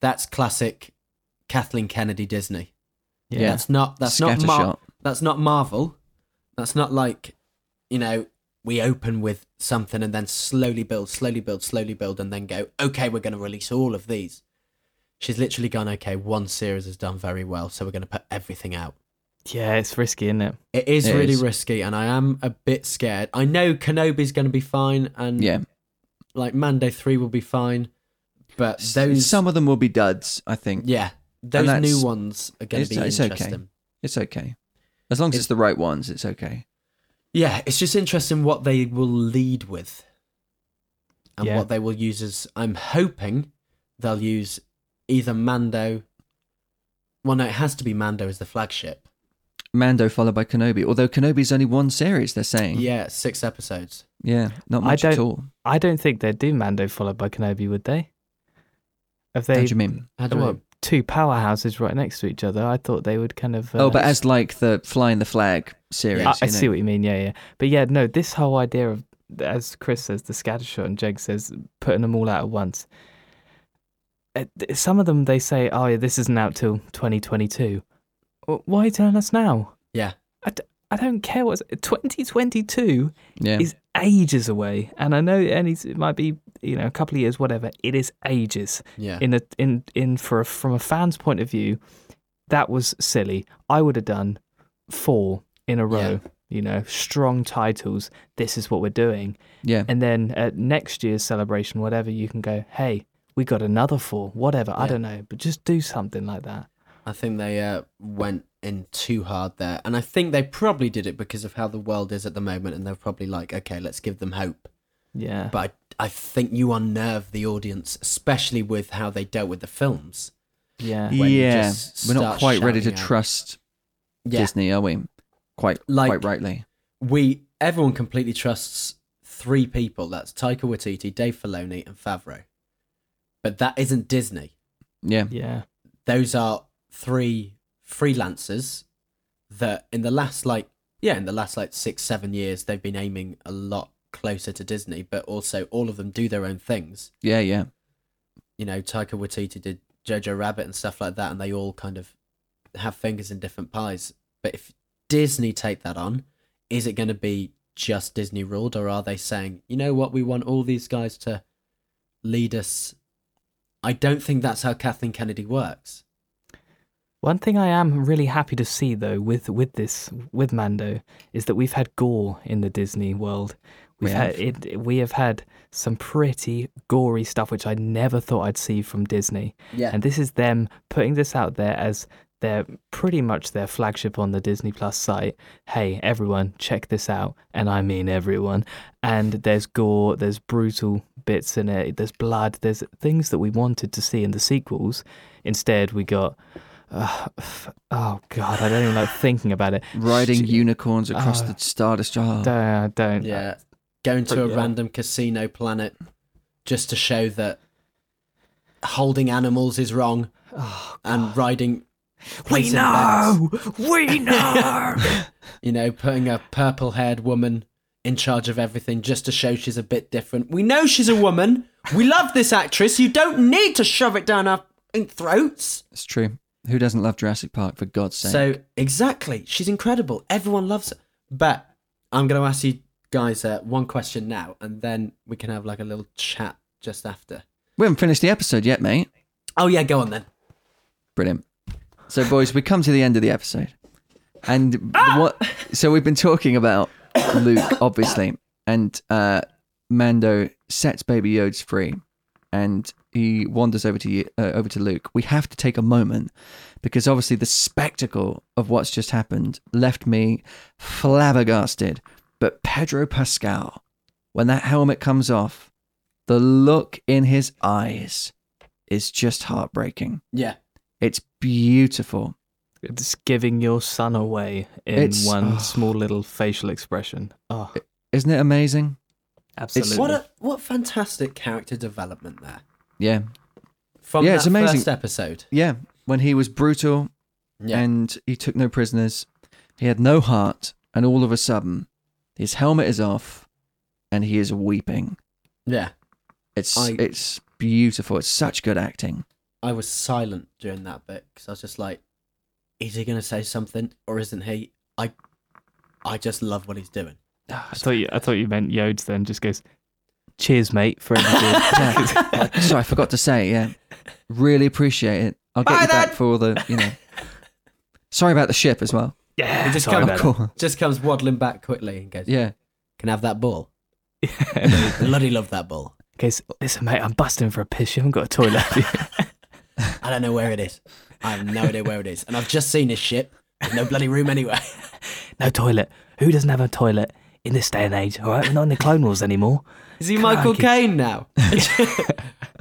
Speaker 2: that's classic Kathleen Kennedy Disney.
Speaker 4: yeah.
Speaker 2: That's not that's not Mar-
Speaker 4: Scattershot.
Speaker 2: that's not Marvel. That's not like, you know, we open with something and then slowly build, slowly build, slowly build, and then go, okay, we're going to release all of these. She's literally gone, okay, one series has done very well, so we're going to put everything out.
Speaker 3: Yeah, it's risky, isn't it?
Speaker 2: It is
Speaker 4: It
Speaker 2: really
Speaker 4: is.
Speaker 2: risky, and I am a bit scared. I know Kenobi's going to be fine, and
Speaker 4: Yeah.
Speaker 2: like Mando 3 will be fine, but
Speaker 4: S-
Speaker 2: those,
Speaker 4: Some of them will be duds, I think.
Speaker 2: yeah, those
Speaker 4: that's-
Speaker 2: new ones are going to
Speaker 4: it's-
Speaker 2: be
Speaker 4: it's okay.
Speaker 2: interesting.
Speaker 4: It's okay. As long as it's, the right ones, it's okay.
Speaker 2: Yeah, it's just interesting what they will lead with and
Speaker 3: Yeah.
Speaker 2: what they will use as. I'm hoping they'll use either Mando. Well, no, it has to be Mando as the flagship.
Speaker 4: Mando followed by Kenobi, although Kenobi's only one series, they're
Speaker 3: Mm.
Speaker 4: saying.
Speaker 2: Yeah, six episodes.
Speaker 4: Yeah. Not
Speaker 3: I
Speaker 4: much at
Speaker 3: don't-
Speaker 4: all.
Speaker 3: I don't think they'd do Mando followed by Kenobi, would they? Have
Speaker 4: How
Speaker 3: they
Speaker 4: do you mean?
Speaker 2: How do
Speaker 3: well, two powerhouses right next to each other? I thought they would kind of. Uh,
Speaker 4: oh, but as like the flying the flag series.
Speaker 3: I, I
Speaker 4: you know.
Speaker 3: see what you mean. Yeah, yeah. But yeah, no, this whole idea of, as Chris says, the scattershot and Jeg says, putting them all out at once. uh, th- some of them they say, "Oh yeah, this isn't out till 2022." Well, Why are you telling us now?
Speaker 2: Yeah.
Speaker 3: I, d- I don't care what's 2022
Speaker 4: Yeah.
Speaker 3: is ages away, and I know and it's- it might be you know a couple of years, whatever. It is ages
Speaker 2: Yeah.
Speaker 3: in a in in for a, from a fan's point of view. That was silly. I would have done four in a row. You know, strong titles. This is what we're doing.
Speaker 4: yeah.
Speaker 3: And then at next year's celebration, whatever, you can go, hey, we got another four, whatever. I
Speaker 2: Yeah.
Speaker 3: don't know, but just do something like that.
Speaker 2: I think they uh, went in too hard there. And I think they probably did it because of how the world is at the moment. And they're probably like, okay, let's give them hope.
Speaker 3: Yeah.
Speaker 2: But I, I think you unnerve the audience, especially with how they dealt with the films.
Speaker 3: yeah.
Speaker 2: when you
Speaker 4: Yeah.
Speaker 2: just
Speaker 4: We're not
Speaker 2: start
Speaker 4: quite ready to
Speaker 2: shouting out.
Speaker 4: trust
Speaker 2: Yeah.
Speaker 4: Disney, are we? Quite,
Speaker 2: Like-
Speaker 4: quite rightly.
Speaker 2: We, everyone completely trusts three people. That's Taika Waititi, Dave Filoni, and Favreau. But that isn't Disney.
Speaker 4: Yeah.
Speaker 3: Yeah.
Speaker 2: those are three freelancers that in the last like yeah in the last like six seven years they've been aiming a lot closer to disney but also all of them do their own things
Speaker 4: Yeah. Yeah.
Speaker 2: you know taika waititi did jojo rabbit and stuff like that and they all kind of have fingers in different pies but if disney take that on is it going to be just disney ruled or are they saying you know what we want all these guys to lead us i don't think that's how kathleen kennedy works
Speaker 3: One thing I am really happy to see though with with this with Mando is that we've had gore in the Disney world.
Speaker 4: We
Speaker 3: We've had, it, we have had some pretty gory stuff which I never thought I'd see from Disney.
Speaker 2: Yeah.
Speaker 3: And this is them putting this out there as their pretty much their flagship on the Disney Plus site. Hey, everyone, check this out. And I mean everyone. And there's gore, there's brutal bits in it, there's blood, there's things that we wanted to see in the sequels. Instead, we got. Uh, oh god, I don't even like thinking about it.
Speaker 4: Riding
Speaker 3: Sh-
Speaker 4: unicorns across
Speaker 3: Ah.
Speaker 2: uh,
Speaker 4: the Oh, Star Destroyer.
Speaker 3: Don't, I don't.
Speaker 2: Yeah. Going to
Speaker 3: but
Speaker 2: a
Speaker 3: yeah.
Speaker 2: random casino planet just to show that holding animals is wrong
Speaker 3: Oh,
Speaker 2: and riding.
Speaker 6: We
Speaker 2: poison bats.
Speaker 6: know! We know!
Speaker 2: You know, putting a purple haired woman in charge of everything just to show she's a bit different. We know she's a woman. We love this actress. You don't need to shove it down our in throats.
Speaker 4: It's true. Who doesn't love Jurassic Park, for God's sake?
Speaker 2: So, exactly. She's incredible. Everyone loves her. But I'm going to ask you guys uh, one question now, and then we can have like a little chat just after.
Speaker 4: we haven't finished the episode yet, mate.
Speaker 2: Oh, yeah, go on then.
Speaker 4: Brilliant. So, boys, we come to the end of the episode, and what? So we've been talking about Luke, obviously, and uh, Mando sets Baby Yodes free, and he wanders over to you, uh, over to Luke. We have to take a moment because obviously the spectacle of what's just happened left me flabbergasted. But Pedro Pascal, when that helmet comes off, the look in his eyes is just heartbreaking.
Speaker 2: Yeah.
Speaker 4: It's beautiful.
Speaker 3: It's giving your son away in
Speaker 4: It's-
Speaker 3: one
Speaker 4: oh.
Speaker 3: small little facial expression. Oh,
Speaker 4: Isn't it amazing?
Speaker 3: absolutely.
Speaker 2: What a what fantastic character development there
Speaker 4: Yeah.
Speaker 2: from
Speaker 4: Yeah,
Speaker 2: that
Speaker 4: it's amazing.
Speaker 2: first episode.
Speaker 4: Yeah. When he was brutal
Speaker 2: Yeah,
Speaker 4: and he took no prisoners, he had no heart, and all of a sudden, his helmet is off and he is weeping.
Speaker 2: yeah.
Speaker 4: It's
Speaker 2: I-
Speaker 4: it's beautiful. It's such good acting.
Speaker 2: I was silent during that bit because I was just like, "Is he gonna say something or isn't he?" I, I just love what he's doing.
Speaker 3: I thought you, I thought you meant Yodes. Then just goes, "Cheers, mate, for everything."
Speaker 4: Yeah. Sorry, I forgot to say, yeah. Really appreciate it. I'll get
Speaker 2: Bye
Speaker 4: you back
Speaker 2: then.
Speaker 4: for all the, you know. Sorry about the ship as well.
Speaker 3: yeah,
Speaker 2: He just
Speaker 3: sorry
Speaker 2: comes,
Speaker 3: about
Speaker 4: Cool.
Speaker 2: just comes waddling back quickly and goes,
Speaker 4: Yeah.
Speaker 2: "Can I have that ball?
Speaker 3: that.
Speaker 2: Bloody love that ball.
Speaker 3: Goes, listen, mate, I'm busting for a piss. You haven't got a toilet. have you?"
Speaker 2: I don't know where it is. I have no idea where it is, and I've just seen his ship. There's no bloody room anywhere.
Speaker 3: no toilet. Who doesn't have a toilet in this day and age? All right, we're not in the Clone Wars anymore.
Speaker 2: Is he Michael
Speaker 3: Crikey.
Speaker 2: Caine now?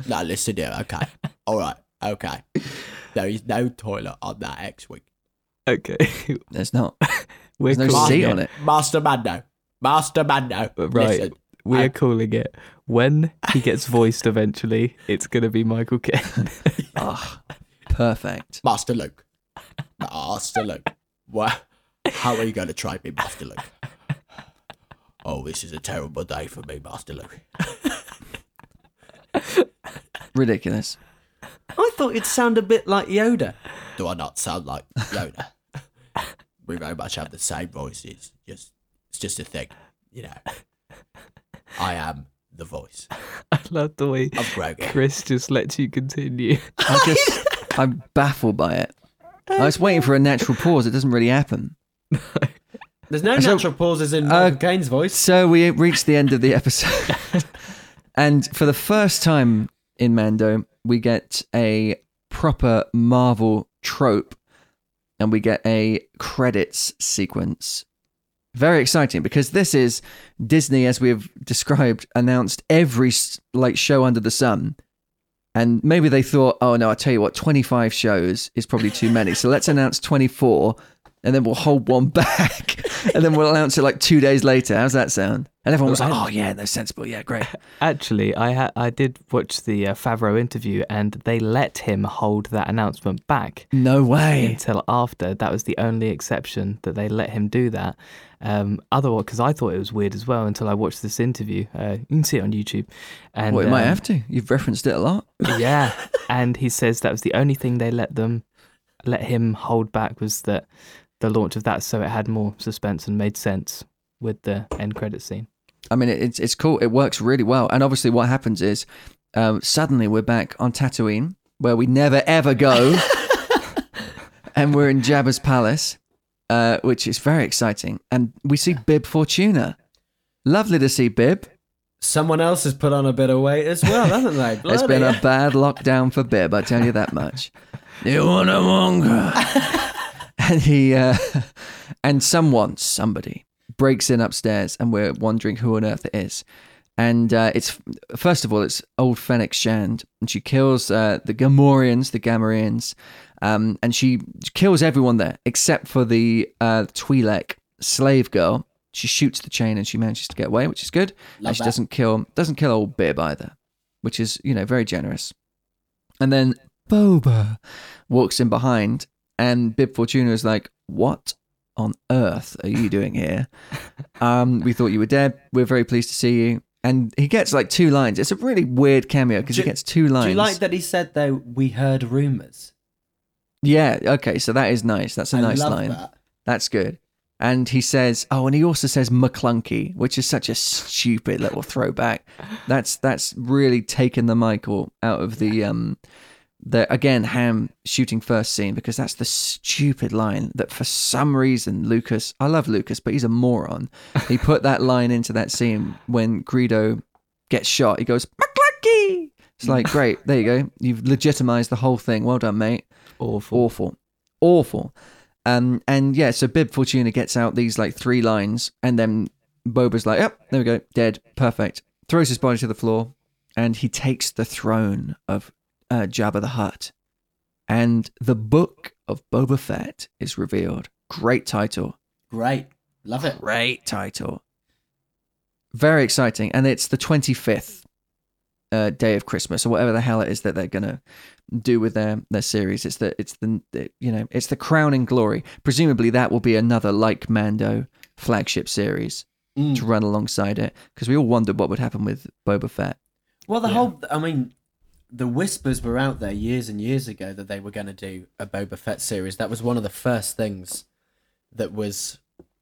Speaker 2: no, listen here. Okay. All right. Okay. There is no toilet on that X Wing.
Speaker 3: Okay,
Speaker 4: There's not.
Speaker 3: we're
Speaker 4: There's no
Speaker 2: calling
Speaker 4: seat
Speaker 2: it.
Speaker 4: on it.
Speaker 2: Master Mando. Master Mando.
Speaker 3: Right.
Speaker 2: Listen,
Speaker 3: We're
Speaker 2: I-
Speaker 3: calling it when he gets voiced eventually. It's gonna be Michael Caine.
Speaker 4: Ah, perfect.
Speaker 2: Master Luke. Master Luke. What? How are you going to try me, Master Luke? Oh, this is a terrible day for me, Master Luke.
Speaker 4: Ridiculous.
Speaker 2: I thought you'd sound a bit like Yoda. Do I not sound like Yoda? we very much have the same voices. Just it's just a thing, you know. I am the voice
Speaker 3: I love the way
Speaker 2: of Grogu.
Speaker 3: Chris just lets you continue.
Speaker 4: I just, I'm baffled by it. I was waiting for a natural pause. It doesn't really happen.
Speaker 2: There's no
Speaker 4: So-
Speaker 2: natural pauses in
Speaker 4: Uh,
Speaker 2: Michael Caine's voice.
Speaker 4: So we reached the end of the episode. and for the first time in Mando, we get a proper Marvel trope and we get a credits sequence. Very exciting because this is Disney, as we have described, announced every s- like show under the sun. And maybe they thought, oh no, I tell you what, 25 shows is probably too many. So let's announce 24 and then we'll hold one back and then we'll announce it like two days later. How's that sound? And everyone was like, oh yeah, that's sensible. Yeah, great.
Speaker 3: Actually, I ha- I did watch the uh, Favreau interview, and they let him hold that announcement back
Speaker 4: No way.
Speaker 3: until after. That was the only exception that they let him do that. Um, otherwise, because I thought it was weird as well until I watched this interview. Uh, you can see it on YouTube. And
Speaker 4: Well, it might
Speaker 3: um,
Speaker 4: have to. You've referenced it a lot.
Speaker 3: yeah and he says that was the only thing they let them let him hold back was that the launch of that so it had more suspense and made sense with the end credit scene
Speaker 4: I mean, it- it's it's cool. It works really well. And obviously, what happens is um, suddenly we're back on Tatooine, where we never ever go, and we're in Jabba's palace, uh, which is very exciting. And we see Bib Fortuna. Lovely to see Bib.
Speaker 2: Someone else has put on a bit of weight as well, hasn't they?
Speaker 4: It's
Speaker 2: Bloody
Speaker 4: been a
Speaker 2: hell.
Speaker 4: bad lockdown for Bib. I tell you that much. You want a monger? and he uh, and someone, somebody breaks in upstairs, and we're wondering who on earth it is. And uh, it's first of all, it's old Fennec Shand, and she kills uh, the Gamorreans, the Gamorreans, um, and she kills everyone there except for the uh, Twi'lek slave girl. She shoots the chain, and she manages to get away, which is good. and
Speaker 2: Love
Speaker 4: she
Speaker 2: that.
Speaker 4: doesn't kill doesn't kill old Bib either, which is you know very generous. And then Boba walks in behind, and Bib Fortuna is like, "What on earth are you doing here? um, we thought you were dead. We're very pleased to see you." And he gets like two lines. It's a really weird cameo because he
Speaker 2: Do-
Speaker 4: gets two lines.
Speaker 2: Do you like that he said though? We heard rumors.
Speaker 4: Yeah. Okay. So that is nice. That's a nice line.
Speaker 2: That.
Speaker 4: That's good. And he says, "Oh," and he also says McClunky, which is such a stupid little throwback. That's that's really taken the Michael out of the um, the again Ham shooting first scene because that's the stupid line that for some reason Lucas, I love Lucas, but he's a moron. He put that line into that scene when Greedo gets shot. He goes McClunky. It's like great, there you go. You've legitimized the whole thing. Well done, mate
Speaker 3: awful
Speaker 4: awful, awful. Um, and yeah, so Bib Fortuna gets out these like three lines, and then Boba's like, "Yep, there we go, dead, perfect." Throws his body to the floor, and he takes the throne of uh, Jabba the Hutt, and the book of Boba Fett is revealed. Great title,
Speaker 2: Great, love it.
Speaker 4: great title, very exciting, and it's the twenty fifth. Uh, day of Christmas or whatever the hell it is that they're gonna do with their their series. It's the it's the you know it's the crowning glory. Presumably that will be another like Mando flagship series
Speaker 2: Mm. Hmm.
Speaker 4: to run alongside it because we all wondered what would happen with Boba Fett.
Speaker 2: Well, the whole, I mean, the whispers were out there years and years ago that they were going to do a Boba Fett series. That was one of the first things that was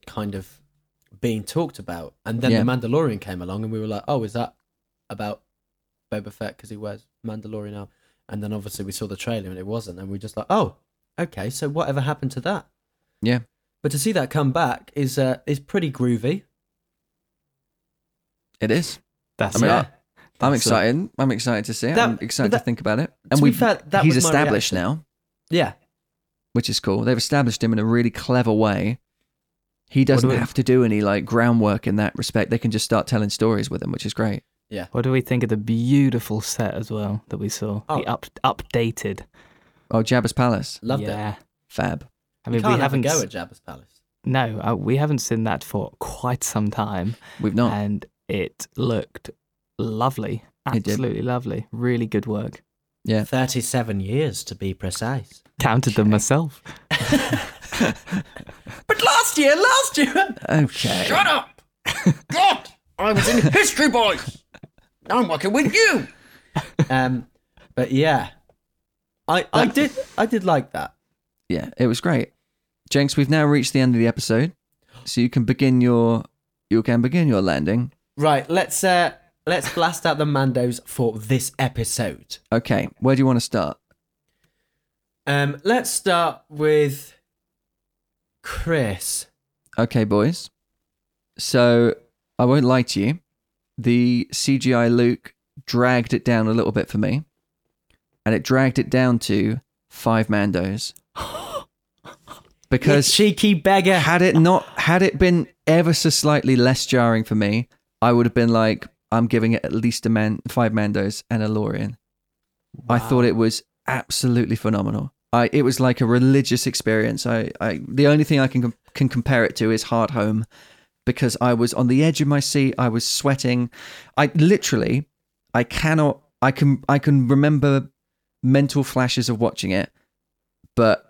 Speaker 2: kind of being talked about. And then The
Speaker 4: Yeah.
Speaker 2: Mandalorian came along and we were like, oh, is that about Boba Fett because he wears Mandalorian now? And then obviously we saw the trailer and it wasn't. And we were just like, oh, okay, so whatever happened to that?
Speaker 4: Yeah.
Speaker 2: But to see that come back is uh, is pretty groovy.
Speaker 4: It is.
Speaker 3: that's
Speaker 4: I mean,
Speaker 3: it
Speaker 4: I'm
Speaker 3: That's it.
Speaker 4: excited. I'm excited to see it.
Speaker 2: That-
Speaker 4: I'm excited to
Speaker 2: that-
Speaker 4: think about it.
Speaker 2: to
Speaker 4: And
Speaker 2: be
Speaker 4: we've
Speaker 2: fair, that
Speaker 4: he's
Speaker 2: was my
Speaker 4: established
Speaker 2: reaction.
Speaker 4: now,
Speaker 2: Yeah.
Speaker 4: which is cool. They've established him in a really clever way. He doesn't
Speaker 3: we-
Speaker 4: have to do any like groundwork in that respect. They can just start telling stories with him, which is great.
Speaker 3: what do we think of the beautiful set as well that we saw
Speaker 2: Oh.
Speaker 3: the up- updated
Speaker 4: Oh, Jabba's palace,
Speaker 2: Loved it.
Speaker 3: yeah
Speaker 4: fab.
Speaker 2: I
Speaker 3: i
Speaker 2: mean,
Speaker 3: mean
Speaker 2: can't
Speaker 3: we
Speaker 2: have a
Speaker 3: haven't
Speaker 2: go
Speaker 3: s-
Speaker 2: at Jabba's Palace.
Speaker 3: no uh, we haven't seen that for quite some time
Speaker 4: We've
Speaker 2: Oh.
Speaker 4: not.
Speaker 3: and it looked lovely
Speaker 4: It did.
Speaker 3: absolutely lovely really good work
Speaker 2: 37 years to be precise.
Speaker 3: counted them myself
Speaker 2: But last year, last year!
Speaker 4: okay.
Speaker 6: Shut up! God! I was in History Boys! Now I'm working with you!
Speaker 2: um, but yeah, I, I did I did like that.
Speaker 4: Yeah, it was great. Jenks, we've now reached the end of the episode, so you can begin your you can begin your landing.
Speaker 2: Right, let's uh let's blast out the Mandos for this episode.
Speaker 4: Okay, where do you want to start?
Speaker 2: Um let's start with Chris.
Speaker 4: Okay, boys. So I won't lie to you. The CGI Luke dragged it down a little bit for me, and it dragged it down to five Mandos
Speaker 2: You
Speaker 4: because
Speaker 2: cheeky beggar.
Speaker 4: had it not had it been ever so slightly less jarring for me, I would have been like, I'm giving it at least a man five Mandos and a Lorian. I thought it was absolutely phenomenal. I it was like a religious experience. I, I the only thing I can com- can compare it to is Hard Home because I was on the edge of my seat. I was sweating. I literally I cannot I can I can remember mental flashes of watching it, but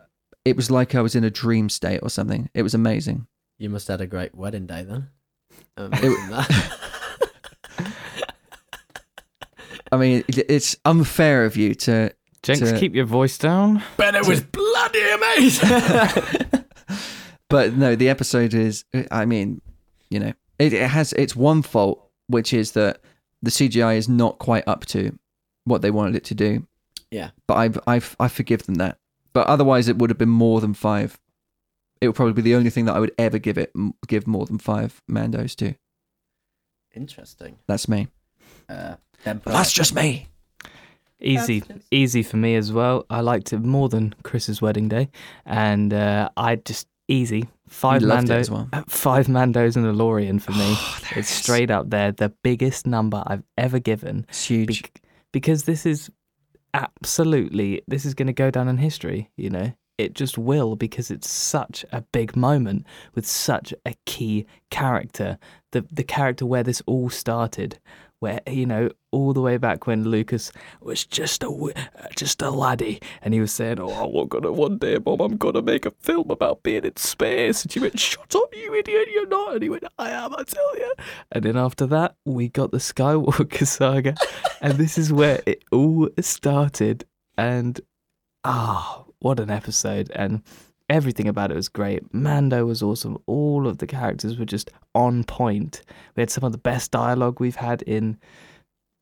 Speaker 4: it was like I was in a dream state or something. It was amazing.
Speaker 2: You must have had a great wedding day then. Um,
Speaker 4: I mean, it- it's unfair of you to.
Speaker 3: Jenks,
Speaker 4: To-
Speaker 3: keep your voice down.
Speaker 2: but it was bloody amazing.
Speaker 4: But no, the episode is. I mean, you know, it, it has its one fault, which is that the CGI is not quite up to what they wanted it to do.
Speaker 2: Yeah.
Speaker 4: But I've, I've, I forgive them that. But otherwise, it would have been more than five. It would probably be the only thing that I would ever give it m- give more than five Mandos to.
Speaker 2: Interesting.
Speaker 4: That's me.
Speaker 2: Uh, then-
Speaker 4: That's just me.
Speaker 3: Easy, easy for me as well. I liked it more than Chris's wedding day, and uh, I just easy five
Speaker 4: You loved it
Speaker 3: Mandos,
Speaker 4: as well. Oh,
Speaker 3: five Mandos and a Lorian for me.
Speaker 4: there it
Speaker 3: it's
Speaker 4: is.
Speaker 3: straight up there, the biggest number I've ever given.
Speaker 4: It's huge.
Speaker 3: Bec- because this is absolutely this is going to go down in history you know it just will because it's such a big moment with such a key character the the character where this all started where you know all the way back when Lucas was just a w- uh, just a laddie and he was saying oh I'm gonna one day mom I'm gonna make a film about being in space and she went shut up you idiot you're not and he went I am I tell you and then after that we got the Skywalker saga and this is where it all started and ah what an episode and everything about it was great mando was awesome all of the characters were just on point we had some of the best dialogue we've had in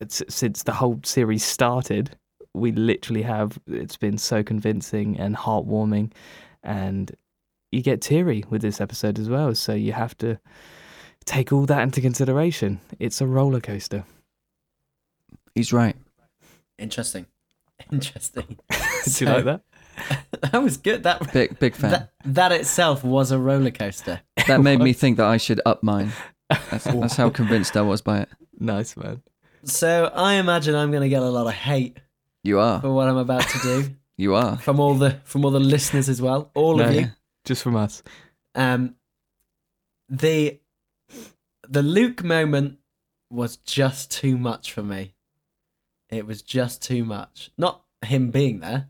Speaker 3: s- since the whole series started we literally have it's been so convincing and heartwarming and you get teary with this episode as well so you have to take all that into consideration it's a roller coaster
Speaker 4: He's right.
Speaker 2: Interesting. Interesting.
Speaker 3: do you like that
Speaker 2: That was good. That
Speaker 4: Big big fan.
Speaker 2: that, that itself was a roller coaster.
Speaker 4: That made me think that I should up mine. That's, that's how convinced I was by it.
Speaker 3: Nice man.
Speaker 2: So I imagine I'm going to get a lot of hate
Speaker 4: You are.
Speaker 2: for what I'm about to do
Speaker 4: You are.
Speaker 2: from all the from all the listeners as well, all
Speaker 3: No.
Speaker 2: of you.
Speaker 3: Just from us.
Speaker 2: Um, the the Luke moment was just too much for me. It was just too much. Not him being there,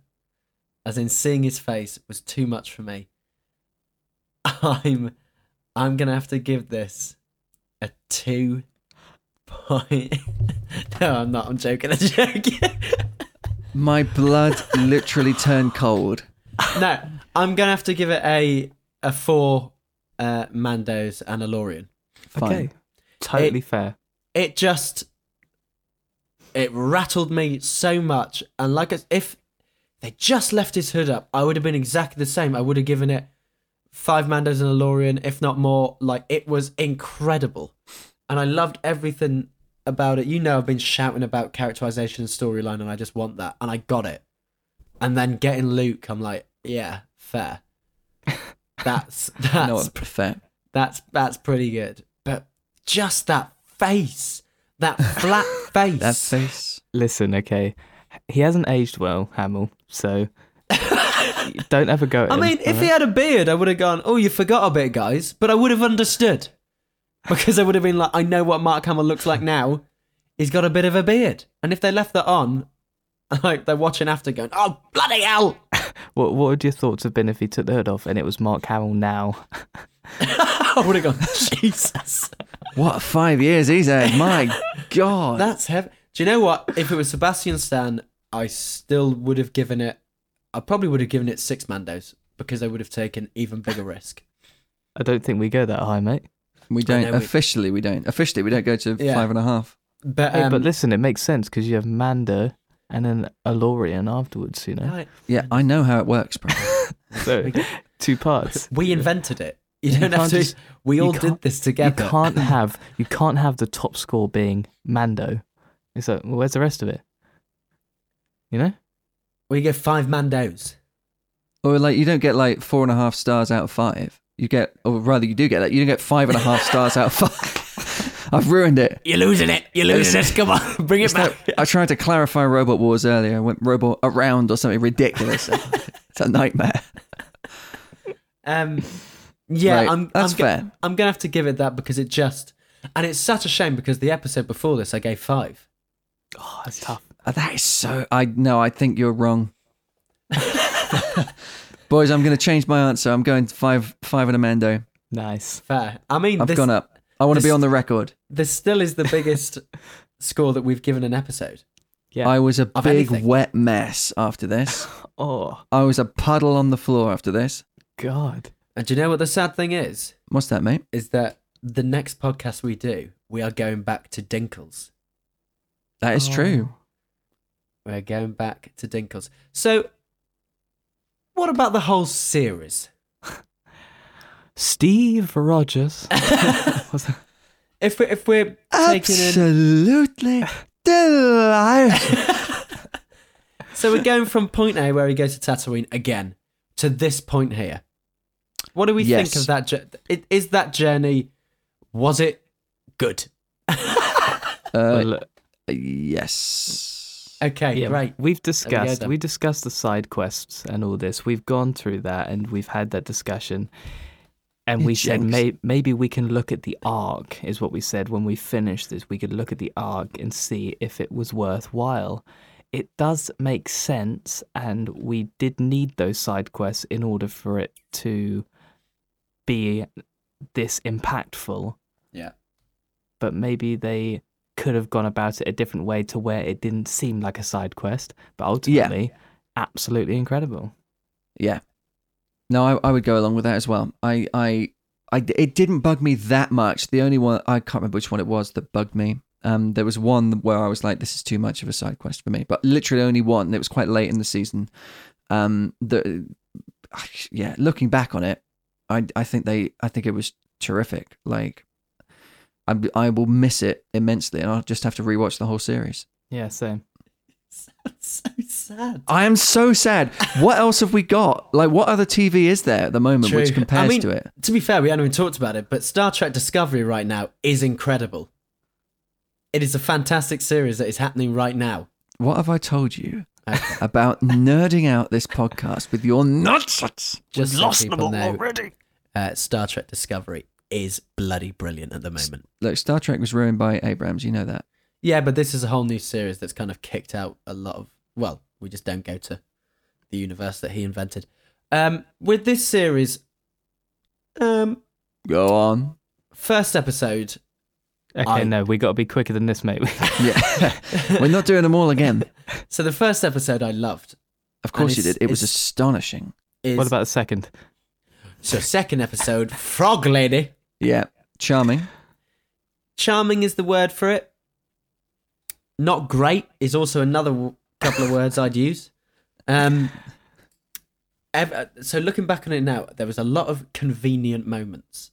Speaker 2: as in seeing his face was too much for me. I'm I'm gonna have to give this a two point. no, I'm not. I'm joking. I'm joking.
Speaker 4: My blood literally turned cold.
Speaker 2: no, I'm gonna have to give it a a four uh, Mandos and a Lorian.
Speaker 4: Fine.
Speaker 3: Okay. Totally fair.
Speaker 2: it just it rattled me so much and like I- if they just left his hood up i would have been exactly the same i would have given it five mandos and a lorian if not more like it was incredible and i loved everything about it you know i've been shouting about characterization and storyline and i just want that and i got it and then getting luke i'm like yeah fair that's that's
Speaker 4: No, fair.
Speaker 2: that's that's pretty good. But just that face, that flat face.
Speaker 4: That face.
Speaker 3: Listen, okay. He hasn't aged well, Hamill, so don't ever go at
Speaker 2: I
Speaker 3: him,
Speaker 2: mean, if he
Speaker 3: alright?
Speaker 2: had a beard, I would have gone, "Oh, you forgot a bit, guys." But I would have understood because I would have been like, "I know what Mark Hamill looks like now. He's got a bit of a beard." And if they left that on, like they're watching after, going, "Oh, bloody hell!"
Speaker 3: what what would your thoughts have been if he took the hood off and it was Mark Hamill now?
Speaker 2: I would have gone, "Jesus,
Speaker 4: What five years he's had. My God.
Speaker 2: that's heavy." Do you know what? If it was Sebastian Stan, I still would have given it I probably would have given it six Mandos because they would have taken even bigger risk.
Speaker 3: I don't think we go that high, mate.
Speaker 4: We don't
Speaker 2: know we-
Speaker 4: officially. We don't officially. We don't go to
Speaker 2: Yeah.
Speaker 4: five and a half.
Speaker 2: But,
Speaker 3: Hey,
Speaker 2: um,
Speaker 3: but listen, it makes sense because you have Mando and then Alorian afterwards, you know.
Speaker 2: right,
Speaker 4: Yeah, I know how it works, bro.
Speaker 3: So two parts.
Speaker 2: we invented it. You
Speaker 3: You
Speaker 2: don't have
Speaker 3: can't
Speaker 2: to.
Speaker 3: just-
Speaker 2: we
Speaker 3: you
Speaker 2: all
Speaker 3: can't-
Speaker 2: did this
Speaker 3: You
Speaker 2: together.
Speaker 3: can't have you can't have the top score being Mando. It's like, well, where's the rest of it? You know?
Speaker 2: We get five Mandos.
Speaker 4: or like you don't get like four and a half stars out of five. You get, or rather, you do get that. You don't get five and a half stars out of five. I've ruined it.
Speaker 5: You're losing it. You're losing it. Come on, bring it back.
Speaker 4: I tried to clarify Robot Wars earlier. I went Robot Around or something ridiculous. it's a nightmare.
Speaker 2: Um, yeah,
Speaker 4: Right,
Speaker 2: I'm,
Speaker 4: that's
Speaker 2: I'm go-
Speaker 4: fair.
Speaker 2: I'm gonna have to give it that because it just, and it's such a shame because the episode before this I gave five.
Speaker 3: Oh, that's tough.
Speaker 4: Uh, That is so. I no. I think you're wrong. Boys, I'm going to change my answer. I'm going five, five and a Mando.
Speaker 3: Nice.
Speaker 2: Fair. I mean,
Speaker 4: I've
Speaker 2: this,
Speaker 4: gone up. I want to be
Speaker 2: this-
Speaker 4: on the record.
Speaker 2: this still is the biggest score that we've given an episode.
Speaker 3: Yeah.
Speaker 4: I was a
Speaker 2: Of
Speaker 4: big
Speaker 2: anything.
Speaker 4: wet mess after this.
Speaker 3: Oh
Speaker 4: I was a puddle on the floor after this.
Speaker 3: God.
Speaker 2: And do you know what the sad thing is?
Speaker 4: What's that, mate?
Speaker 2: Is that the next podcast we do, we are going back to Dinkles.
Speaker 4: That
Speaker 3: Oh.
Speaker 4: is true.
Speaker 2: We're going back to Dinkles. So, what about the whole series?
Speaker 3: Steve Rogers. What's that?
Speaker 2: If we're, if we're taking Oh. in
Speaker 4: Absolutely delightful.
Speaker 2: So we're going from point A, where he goes to Tatooine again, to this point here. What do we
Speaker 4: Yes.
Speaker 2: think of that? jour- it- Is that journey? Was it good?
Speaker 4: uh,
Speaker 3: Well,
Speaker 4: yes.
Speaker 2: Okay,
Speaker 3: yeah,
Speaker 2: great.
Speaker 3: We've
Speaker 2: go
Speaker 3: discussed
Speaker 2: then.
Speaker 3: we discussed the side quests and all this. We've gone through that and we've had that discussion. And we said
Speaker 4: Jinx.
Speaker 3: may, maybe we can look at the arc is what we said when we finished this. We could look at the arc and see if it was worthwhile. It does make sense, and we did need those side quests in order for it to be this impactful.
Speaker 2: Yeah.
Speaker 3: But maybe they could have gone about it a different way to where it didn't seem like a side quest, but ultimately, absolutely incredible.
Speaker 4: Yeah. No, I, I would go along with that as well. I, I, I, it didn't bug me that much. The only one I can't remember which one it was that bugged me. Um, there was one where I was like, "This is too much of a side quest for me," but literally only one. It was quite late in the season. Um, the, yeah, looking back on it, I, I think they, I think it was terrific. Like, I, I will miss it immensely, and I'll just have to rewatch the whole series.
Speaker 3: Yeah, so
Speaker 2: so sad.
Speaker 4: I am so sad. What else have we got? Like, what other TV is there at the moment which compares
Speaker 2: I mean,
Speaker 4: to it?
Speaker 2: To be fair, we haven't even talked about it, but Star Trek Discovery right now is incredible. It is a fantastic series that is happening right now.
Speaker 4: What have I told you about nerding out this podcast with your nonsense?
Speaker 2: Just so
Speaker 6: lost them
Speaker 2: people
Speaker 6: all
Speaker 2: know,
Speaker 6: already.
Speaker 2: uh, Star Trek Discovery is bloody brilliant at the moment.
Speaker 4: Look, Star Trek was ruined by Abrams. You know that.
Speaker 2: Yeah, but this is a whole new series that's kind of kicked out a lot of. Well, we just don't go to the universe that he invented. Um, with this series, um,
Speaker 4: Go on.
Speaker 2: first episode,
Speaker 3: okay,
Speaker 2: I-
Speaker 3: no, we got to be quicker than this, mate.
Speaker 4: Yeah, we're not doing them all again.
Speaker 2: so the first episode I loved
Speaker 4: Of course you
Speaker 2: it's-
Speaker 4: did. It was
Speaker 2: it's-
Speaker 4: astonishing.
Speaker 2: is
Speaker 3: what about the second?
Speaker 2: so second episode, Frog Lady.
Speaker 4: Yeah, charming.
Speaker 2: Charming is the word for it. Not great is also another w- couple of words I'd use. Um, ev- uh, so looking back on it now, there was a lot of convenient moments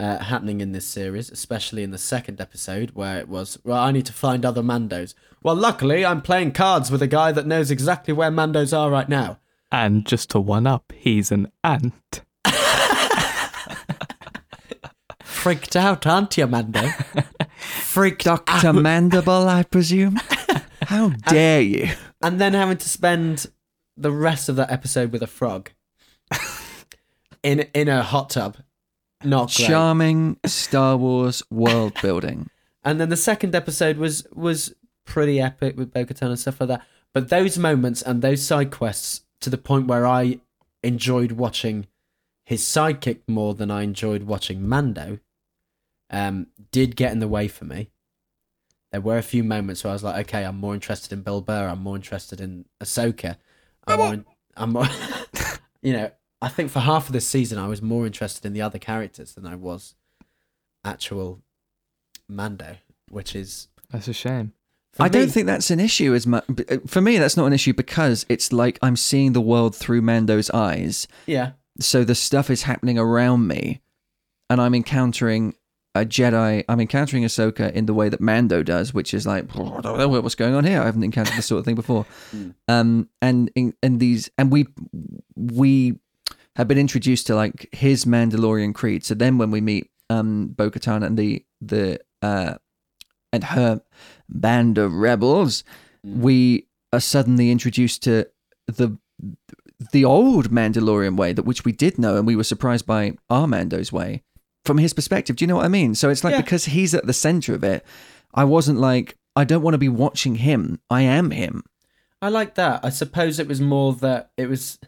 Speaker 2: uh, happening in this series, especially in the second episode where it was, well, I need to find other Mandos. Well, luckily, I'm playing cards with a guy that knows exactly where Mandos are right now.
Speaker 3: And just to one up, he's an ant.
Speaker 2: Freaked out, aren't you, Mando? Freaked
Speaker 4: Doctor Mandible, I presume. How dare you?
Speaker 2: and then having to spend the rest of that episode with a frog in in a hot tub. Not great.
Speaker 4: Charming Star Wars world building.
Speaker 2: and then the second episode was was pretty epic with Bo-Katan and stuff like that. But those moments and those side quests to the point where I enjoyed watching his sidekick more than I enjoyed watching Mando, um, did get in the way for me. There were a few moments where I was like, okay, I'm more interested in Bill Burr. I'm more interested in Ahsoka. I'm more, in- I'm, more- you know, I think for half of this season, I was more interested in the other characters than I was actual Mando, which is.
Speaker 3: That's a shame.
Speaker 2: for
Speaker 4: I don't
Speaker 2: me-
Speaker 4: think that's an issue as much. For me, that's not an issue because it's like I'm seeing the world through Mando's eyes.
Speaker 2: Yeah.
Speaker 4: So the stuff is happening around me, and I'm encountering a Jedi. I'm encountering Ahsoka in the way that Mando does, which is like, "Oh, I don't know what's going on here. I haven't encountered this sort of thing before. Um, and and these and we we have been introduced to like his Mandalorian creed. So then when we meet um Bo-Katan and the the uh and her band of rebels, we are suddenly introduced to the the old Mandalorian way that which we did know and we were surprised by our Mando's way from his perspective. Do you know what I mean? So it's like
Speaker 2: Yeah.
Speaker 4: because he's at the center of it, I wasn't like I don't want to be watching him. I am him.
Speaker 2: I like that. I suppose it was more that it was.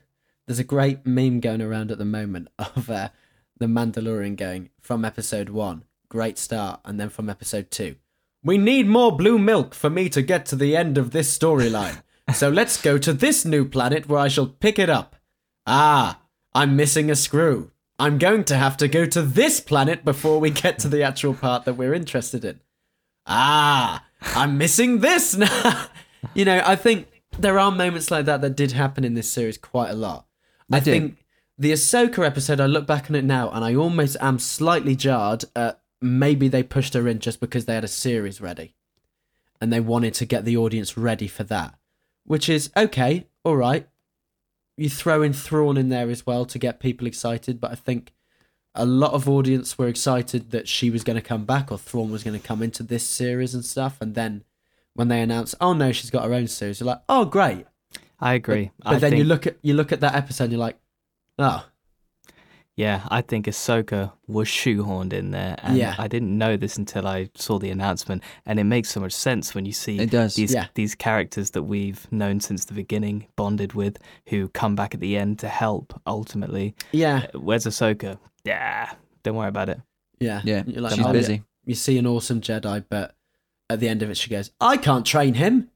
Speaker 2: There's a great meme going around at the moment of uh, the Mandalorian going from episode one, great start, and then from episode two, we need more blue milk for me to get to the end of this storyline. so let's go to this new planet where I shall pick it up. Ah, I'm missing a screw. I'm going to have to go to this planet before we get to the actual part that we're interested in ah, I'm missing this now. you know, I think there are moments like that that did happen in this series quite a lot. I
Speaker 4: did.
Speaker 2: think the Ahsoka episode, I look back on it now and I almost am slightly jarred at maybe they pushed her in just because they had a series ready and they wanted to get the audience ready for that, which is okay, all right. You throw in Thrawn in there as well to get people excited, but I think a lot of audience were excited that she was going to come back or Thrawn was going to come into this series and stuff. And then when they announced, oh no, she's got her own series, you're like, oh great.
Speaker 3: I agree.
Speaker 2: But
Speaker 3: I
Speaker 2: then you
Speaker 3: think-
Speaker 2: look at you look at that episode, and you're like, oh
Speaker 3: Yeah, I think Ahsoka was shoehorned in there. And
Speaker 2: Yeah.
Speaker 3: I didn't know this until I saw the announcement. And it makes so much sense when you see
Speaker 4: It does.
Speaker 3: these
Speaker 2: Yeah.
Speaker 3: these characters that we've known since the beginning, bonded with, who come back at the end to help ultimately. Uh,
Speaker 2: yeah,
Speaker 3: Where's Ahsoka? Yeah. Don't worry about it.
Speaker 2: yeah,
Speaker 4: Yeah,
Speaker 2: You're like,
Speaker 4: she's
Speaker 2: "Oh,
Speaker 4: busy.
Speaker 2: yeah." You see an awesome Jedi, but at the end of it, she goes, I can't train him.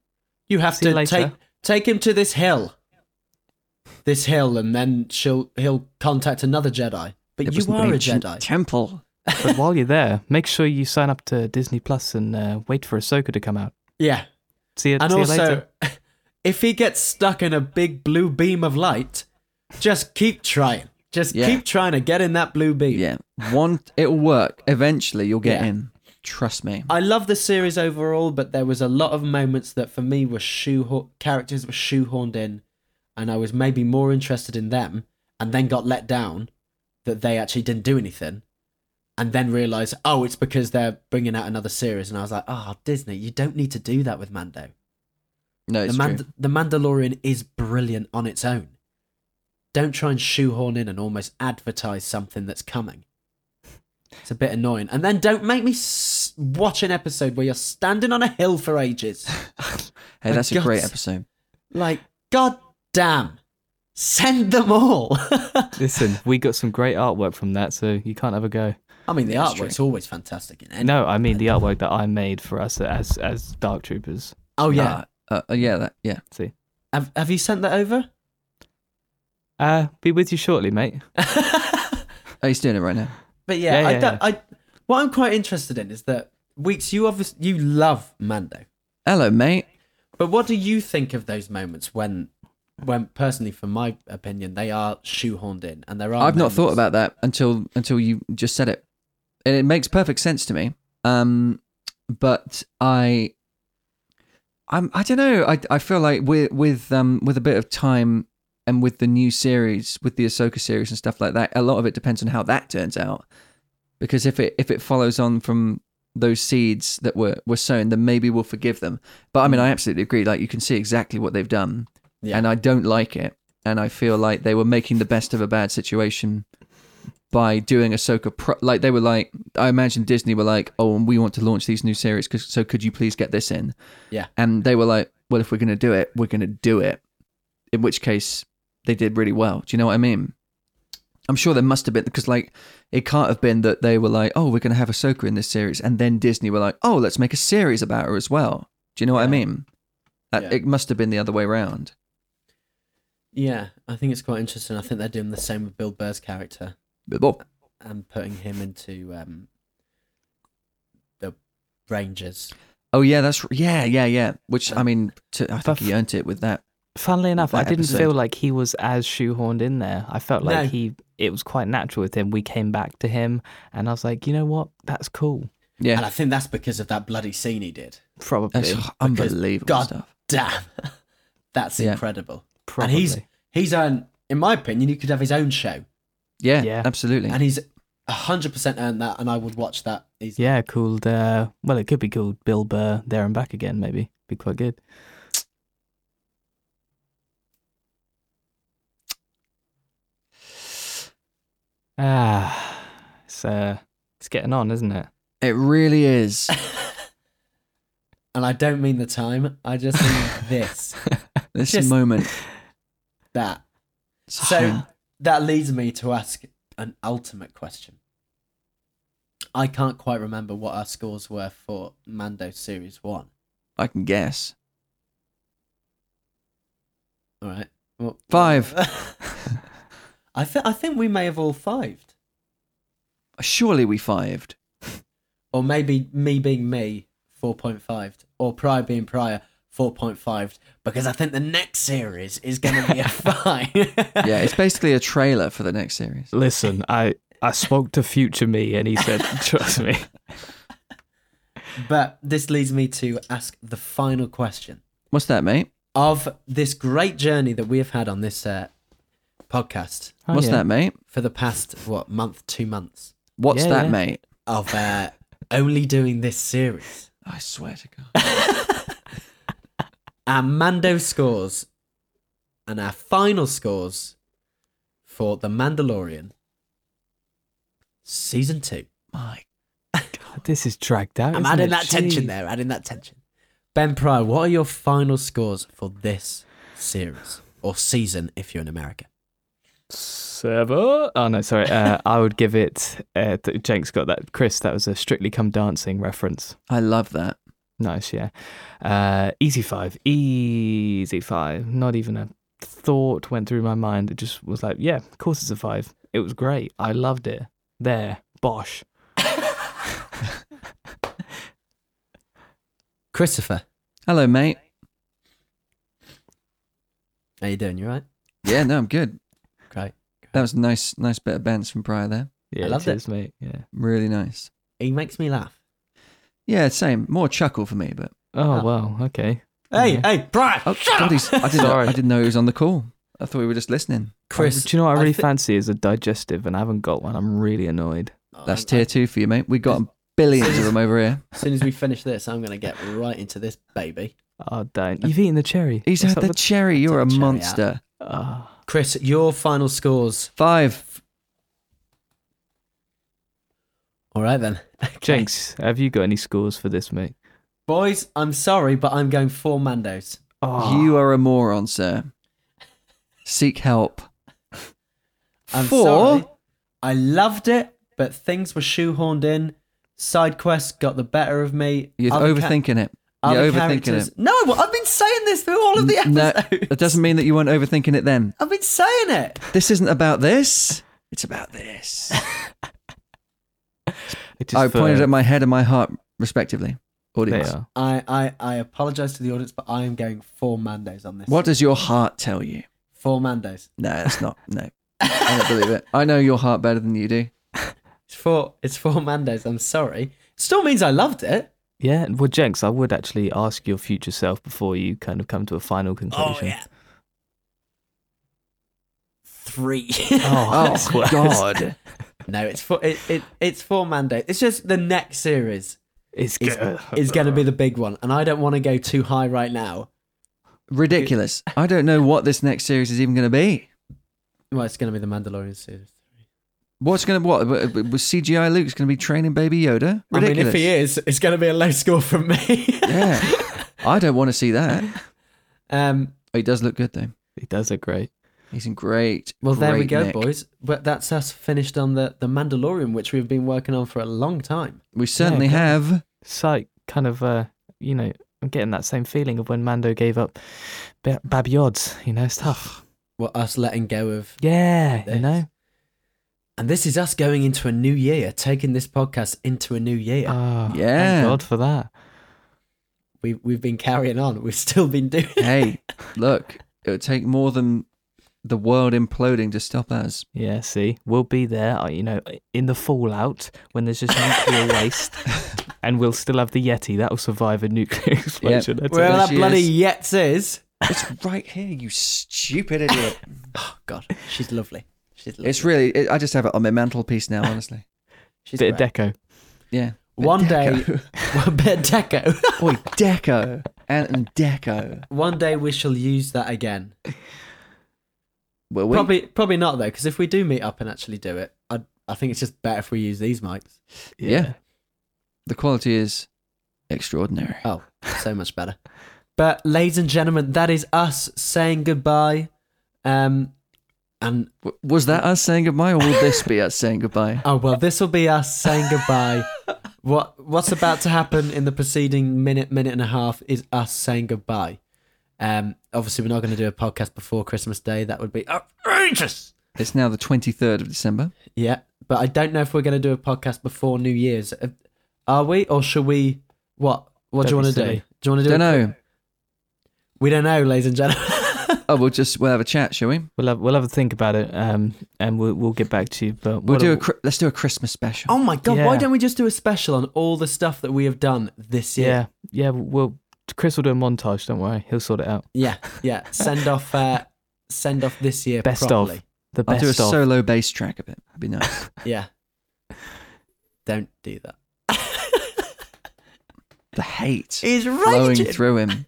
Speaker 2: You have
Speaker 3: See you
Speaker 2: to
Speaker 3: later."
Speaker 2: take take him to this hill, this hill, and then she'll he'll contact another Jedi. But
Speaker 4: It was
Speaker 2: you
Speaker 4: an
Speaker 2: are a
Speaker 4: ancient
Speaker 2: Jedi.
Speaker 4: Temple.
Speaker 3: But while you're there, make sure you sign up to Disney Plus and uh, wait for Ahsoka to come out.
Speaker 2: yeah,
Speaker 3: See you,
Speaker 2: And
Speaker 3: see you
Speaker 2: also,
Speaker 3: later.
Speaker 2: if he gets stuck in a big blue beam of light, just keep trying. Just
Speaker 4: Yeah.
Speaker 2: keep trying to get in that blue beam.
Speaker 4: Yeah. One it'll work. Eventually you'll get
Speaker 2: Yeah.
Speaker 4: in. Trust me.
Speaker 2: I love the series overall, but there was a lot of moments that for me were shoehorn characters were shoehorned in, and I was maybe more interested in them, and then got let down that they actually didn't do anything, and then realized oh it's because they're bringing out another series, and I was like oh Disney you don't need to do that with Mando.
Speaker 4: No,
Speaker 2: The,
Speaker 4: it's true.
Speaker 2: Mand- the Mandalorian is brilliant on its own. Don't try and shoehorn in and almost advertise something that's coming. It's a bit annoying. And then don't make me s- watch an episode where you're standing on a hill for ages.
Speaker 4: Hey, that's a
Speaker 2: God's-
Speaker 4: great episode.
Speaker 2: Like, god damn. Send them all.
Speaker 3: Listen, we got some great artwork from that, so you can't have a go.
Speaker 2: I mean, the
Speaker 4: That's
Speaker 2: artwork's always fantastic in any.
Speaker 3: No, I mean the artwork that I made for us as as Dark Troopers.
Speaker 2: Oh, yeah.
Speaker 4: Uh, uh, yeah, that yeah.
Speaker 3: See.
Speaker 2: have, have you sent that over?
Speaker 3: Uh, be with you shortly, mate.
Speaker 4: Oh, he's doing it right now.
Speaker 2: But yeah,
Speaker 3: Yeah,
Speaker 2: I,
Speaker 3: yeah,
Speaker 2: don't- I, what I'm quite interested in is that, Weeks, you obviously, you love Mando.
Speaker 4: Hello, mate.
Speaker 2: But what do you think of those moments when, when personally, from my opinion, they are shoehorned in, and there are.
Speaker 4: I've not thought
Speaker 2: moments-
Speaker 4: about that until until you just said it, and it makes perfect sense to me. Um, but I, I'm I don't know. I I feel like with with um with a bit of time and with the new series, with the Ahsoka series and stuff like that, a lot of it depends on how that turns out. Because if it if it follows on from those seeds that were were sown, then maybe we'll forgive them. But I mean, I absolutely agree. Like you can see exactly what they've done,
Speaker 2: Yeah.
Speaker 4: and I don't like it. And I feel like they were making the best of a bad situation by doing Ahsoka. Pro- like they were like, I imagine Disney were like, oh, and we want to launch these new series, 'cause- so could you please get this in?
Speaker 2: Yeah.
Speaker 4: And they were like, well, if we're gonna do it, we're gonna do it. In which case, they did really well. Do you know what I mean? I'm sure there must have been because like it can't have been that they were like, oh, we're gonna have Ahsoka in this series, and then Disney were like, oh, let's make a series about her as well. Do you know what I mean? That,
Speaker 2: Yeah.
Speaker 4: It must have been the other way around.
Speaker 2: Yeah, I I think it's quite interesting. I think they're doing the same with Bill Burr's character
Speaker 4: Bilbo.
Speaker 2: and putting him into um, the Rangers.
Speaker 4: Oh yeah, that's yeah, yeah, yeah. Which I mean, to, I think
Speaker 3: But
Speaker 4: he earned it with that.
Speaker 3: Funnily enough,
Speaker 4: That
Speaker 3: I didn't
Speaker 4: episode.
Speaker 3: feel like he was as shoehorned in there. I felt
Speaker 2: No.
Speaker 3: like he it was quite natural with him. We came back to him, and I was like, you know what? That's cool.
Speaker 2: And
Speaker 4: Yeah,
Speaker 2: I think that's because of that bloody scene he did.
Speaker 3: Probably.
Speaker 4: that's unbelievable
Speaker 2: God
Speaker 4: stuff.
Speaker 2: Damn. that's
Speaker 4: Yeah.
Speaker 2: incredible.
Speaker 3: probably.
Speaker 2: And he's he's earned, in my opinion, he could have his own show.
Speaker 4: Yeah,
Speaker 3: Yeah.
Speaker 4: absolutely.
Speaker 2: And he's 100% earned that, and I would watch that. He's,
Speaker 3: yeah, called. Uh, well, it could be called Bill Burr there and back again. Maybe be quite good. Ah, it's uh, it's getting on, isn't it?
Speaker 4: It really is.
Speaker 2: And I don't mean the time, I just mean this,
Speaker 4: This
Speaker 2: Just-
Speaker 4: moment.
Speaker 2: that. So that leads me to ask an ultimate question. I can't quite remember what our scores were for Mando Series 1.
Speaker 4: I can guess.
Speaker 2: All right. Well,
Speaker 4: Five.
Speaker 2: I, th- I think we may have all fived.
Speaker 4: Surely we fived.
Speaker 2: Or maybe me being me, 4.5. Or Pryor being Pryor, 4.5. Because I think the next series is going to be a 5.
Speaker 4: Yeah, it's basically a trailer for the next series.
Speaker 3: Listen, I I spoke to future me, and he said, "Trust me."
Speaker 2: But this leads me to ask the final question.
Speaker 4: What's that, mate?
Speaker 2: of this great journey that we have had on this uh, podcast
Speaker 3: Oh,
Speaker 4: What's
Speaker 3: yeah.
Speaker 4: that, mate?
Speaker 2: for the past what month, two months
Speaker 4: What's
Speaker 3: Yeah,
Speaker 4: that,
Speaker 3: yeah.
Speaker 4: mate?
Speaker 2: of uh, only doing this series.
Speaker 4: I swear to God.
Speaker 2: Our Mando scores and our final scores for The Mandalorian season two.
Speaker 4: My
Speaker 3: This is dragged out.
Speaker 2: I'm
Speaker 3: isn't
Speaker 2: adding
Speaker 3: it?
Speaker 2: that tension
Speaker 3: Jeez.
Speaker 2: there. Adding that tension. Ben Pryor, what are your final scores for this series or season if you're in America?
Speaker 3: Seven. Oh no, sorry. Uh, I would give it. Uh, th- Jake's got that. Chris, that was a Strictly Come Dancing reference.
Speaker 4: I love that.
Speaker 3: Nice, yeah. Uh, easy five. Easy five. Not even a thought went through my mind. It just was like, yeah, of course it's a five. It was great. I loved it. There. Bosh.
Speaker 2: Christopher,
Speaker 4: Hello, mate.
Speaker 2: how you doing? You right?
Speaker 4: Yeah, no, I'm good.
Speaker 2: Great.
Speaker 4: That was a nice, nice bit of bends from Briar there.
Speaker 3: Yeah,
Speaker 2: loved it.
Speaker 3: cheers, mate. Yeah.
Speaker 4: Really nice.
Speaker 2: He makes me laugh.
Speaker 4: Yeah, same. More chuckle for me, but
Speaker 3: Oh,
Speaker 2: Oh.
Speaker 3: wow. Okay.
Speaker 2: Hey, hey, Brian!
Speaker 4: oh, God, he's, I didn't, know,
Speaker 3: Sorry.
Speaker 4: I didn't know he was on the call. I thought we were just listening.
Speaker 2: Chris,
Speaker 3: Um, Do you know what I
Speaker 2: I
Speaker 3: really
Speaker 2: thi-
Speaker 3: fancy is a digestive, and I haven't got one. I'm really annoyed.
Speaker 2: Um,
Speaker 4: That's tier two for you, mate. We got billions of them over here.
Speaker 2: Oh, As soon as we finish this, I'm going to get right into this baby.
Speaker 3: Oh, don't. You've eaten the cherry.
Speaker 4: He's
Speaker 3: What's
Speaker 4: had
Speaker 3: up
Speaker 4: the cherry. You're a
Speaker 2: cherry out.
Speaker 4: monster.
Speaker 3: with- Ah.
Speaker 2: Chris, your final scores.
Speaker 4: Five.
Speaker 2: All right then,
Speaker 3: Jenks, have you got any scores for this, mate?
Speaker 2: boys. I'm sorry, but I'm going four Mandos. Ah.
Speaker 3: Oh,
Speaker 4: You are a moron, sir. Seek help.
Speaker 2: I'm
Speaker 4: Four?
Speaker 2: sorry. I loved it, but things were shoehorned in. Side quests got the better of me.
Speaker 4: You're
Speaker 2: Other ca-
Speaker 4: overthinking it. You're
Speaker 2: other
Speaker 4: overthinking
Speaker 2: characters-
Speaker 4: it.
Speaker 2: No, I've been saying this through all of the
Speaker 4: No,
Speaker 2: episodes.
Speaker 4: that doesn't mean that you weren't overthinking it then.
Speaker 2: I've been saying it.
Speaker 4: This isn't about this. It's about this.
Speaker 3: it just
Speaker 4: I pointed
Speaker 3: for-
Speaker 4: at my head and my heart, respectively.
Speaker 3: They
Speaker 4: Audience.
Speaker 3: are.
Speaker 2: I, I, I apologize to the audience, but I am going four Mandos on this.
Speaker 4: What does your heart tell you?
Speaker 2: Four Mandos.
Speaker 4: No, that's not. No. I don't believe it. I know your heart better than you do.
Speaker 2: It's four. It's four Mandos. I'm sorry. Still means I loved it.
Speaker 3: Yeah, well, Jenks, I would actually ask your future self before you kind of come to a final
Speaker 4: Oh,
Speaker 3: conclusion.
Speaker 6: Three.
Speaker 3: Oh,
Speaker 4: Oh,
Speaker 3: that's worse.
Speaker 4: God.
Speaker 2: No, it's for it, it it's for Mando. It's just the next series
Speaker 3: It's
Speaker 2: is,
Speaker 3: good.
Speaker 2: is going to be the big one, and I don't want to go too high right now.
Speaker 4: Ridiculous. I don't know what this next series is even going to be.
Speaker 2: Well, it's going to be the Mandalorian series.
Speaker 4: What's going to what? Was CGI Luke's going to be training Baby Yoda? Ridiculous.
Speaker 2: I mean, if he is, it's going to be a low score from me.
Speaker 4: Yeah. I don't want to see that.
Speaker 2: um.
Speaker 4: Oh, he does look good though.
Speaker 3: He does look great.
Speaker 4: He's in great.
Speaker 2: Well, there we
Speaker 4: great
Speaker 2: go,
Speaker 4: nick.
Speaker 2: boys. But that's us finished on the the Mandalorian, which we've been working on for a long time.
Speaker 4: We certainly
Speaker 3: good.
Speaker 4: have.
Speaker 3: Psych, kind of, uh, you know, I'm getting that same feeling of when Mando gave up ba- Babyods, you know, stuff.
Speaker 2: were us letting go of.
Speaker 3: Yeah, you
Speaker 2: Yes.
Speaker 3: know.
Speaker 2: And this is us going into a new year, taking this podcast into a new year.
Speaker 3: Oh,
Speaker 4: Yeah.
Speaker 3: Thank God for that.
Speaker 2: we we've been carrying on. We've still been doing.
Speaker 4: hey, look, it would take more than the world imploding to stop us.
Speaker 3: Yeah, see, we'll be there, uh, you know, in the fallout when there's just nuclear waste, and we'll still have the Yeti that'll survive a nuclear explosion. I tell
Speaker 2: Where
Speaker 4: There
Speaker 2: that
Speaker 4: she
Speaker 2: bloody Yetz is.
Speaker 4: It's right here, you stupid idiot.
Speaker 2: Oh God, she's lovely. She's lovely.
Speaker 4: It's really, it, I just have it on my mantelpiece now, honestly.
Speaker 2: she's
Speaker 3: you. Bit of
Speaker 2: great.
Speaker 3: deco.
Speaker 4: Yeah.
Speaker 2: One
Speaker 4: Deco.
Speaker 2: Well, bit of deco.
Speaker 4: Boy, Deco. Ant and Deco.
Speaker 2: One day we shall use that again.
Speaker 4: Will we?
Speaker 2: Probably probably not though, because if we do meet up and actually do it, I I think it's just better if we use these mics.
Speaker 4: Yeah. The quality is extraordinary.
Speaker 2: Oh, so much better. But ladies and gentlemen, that is us saying goodbye. Um, and
Speaker 4: W- Was that us saying goodbye, or will this be us saying goodbye?
Speaker 2: oh well, this will be us saying goodbye. What what's about to happen in the preceding minute minute and a half is us saying goodbye. Um, obviously we're not going to do a podcast before Christmas Day. That would be
Speaker 6: Outrageous!
Speaker 4: It's now the 23rd of December.
Speaker 2: Yeah, but I don't know if we're going to do a podcast before New Year's. Uh, Are we, or should we? What? What do you
Speaker 3: Don't be
Speaker 2: want to do?
Speaker 3: silly.
Speaker 2: Do you want to do?
Speaker 4: Don't
Speaker 2: a-
Speaker 4: know.
Speaker 2: We don't know, ladies and gentlemen.
Speaker 4: Oh, we'll just we'll have a chat, shall we? We'll
Speaker 3: We'll have we'll have a think about it, um, and we'll we'll get back to you. But what
Speaker 4: do a cri- let's do a Christmas special.
Speaker 2: oh my god! Why
Speaker 3: Yeah.
Speaker 2: don't we just do a special on all the stuff that we have done this year?
Speaker 3: yeah, yeah. We'll Chris will do a montage. Don't worry, he'll sort it out.
Speaker 2: Yeah, yeah. Send off. Uh, send off this year.
Speaker 3: Best of.
Speaker 2: properly.
Speaker 3: The
Speaker 4: I'll
Speaker 3: best
Speaker 4: do a
Speaker 3: of.
Speaker 4: solo bass track of it. That'd be nice.
Speaker 2: Yeah. Don't do that.
Speaker 4: the hate
Speaker 2: He's
Speaker 4: flowing
Speaker 2: raging.
Speaker 4: through him.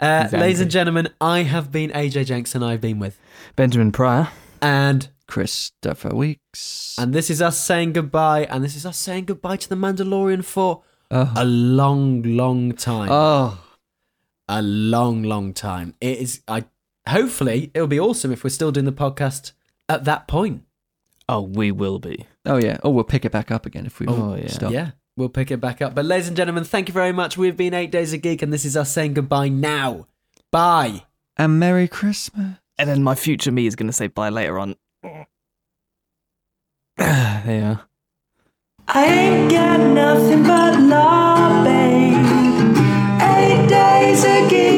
Speaker 2: Uh,
Speaker 3: He's
Speaker 2: ladies and
Speaker 3: angry.
Speaker 2: gentlemen, I have been AJ Jenks, and I've been with,
Speaker 3: Benjamin Pryor.
Speaker 2: and
Speaker 4: Christopher Weeks.
Speaker 2: and this is us saying goodbye, and this is us saying goodbye to the Mandalorian for.
Speaker 4: oh.
Speaker 2: a long, long time.
Speaker 4: Oh.
Speaker 2: a long, long time. It is. I hopefully it'll be awesome if we're still doing the podcast at that point.
Speaker 3: Oh, we will be.
Speaker 4: Oh, yeah. Oh, we'll pick it back up again if we
Speaker 3: Oh, yeah.
Speaker 4: stop.
Speaker 2: Yeah, we'll pick it back up. But ladies and gentlemen, thank you very much. We've been Eight Days a Geek, and this is us saying goodbye now. Bye.
Speaker 4: And Merry Christmas.
Speaker 3: And then my future me is going to say bye later on. there you are.
Speaker 1: I ain't got nothing but love, babe. Eight days a geek.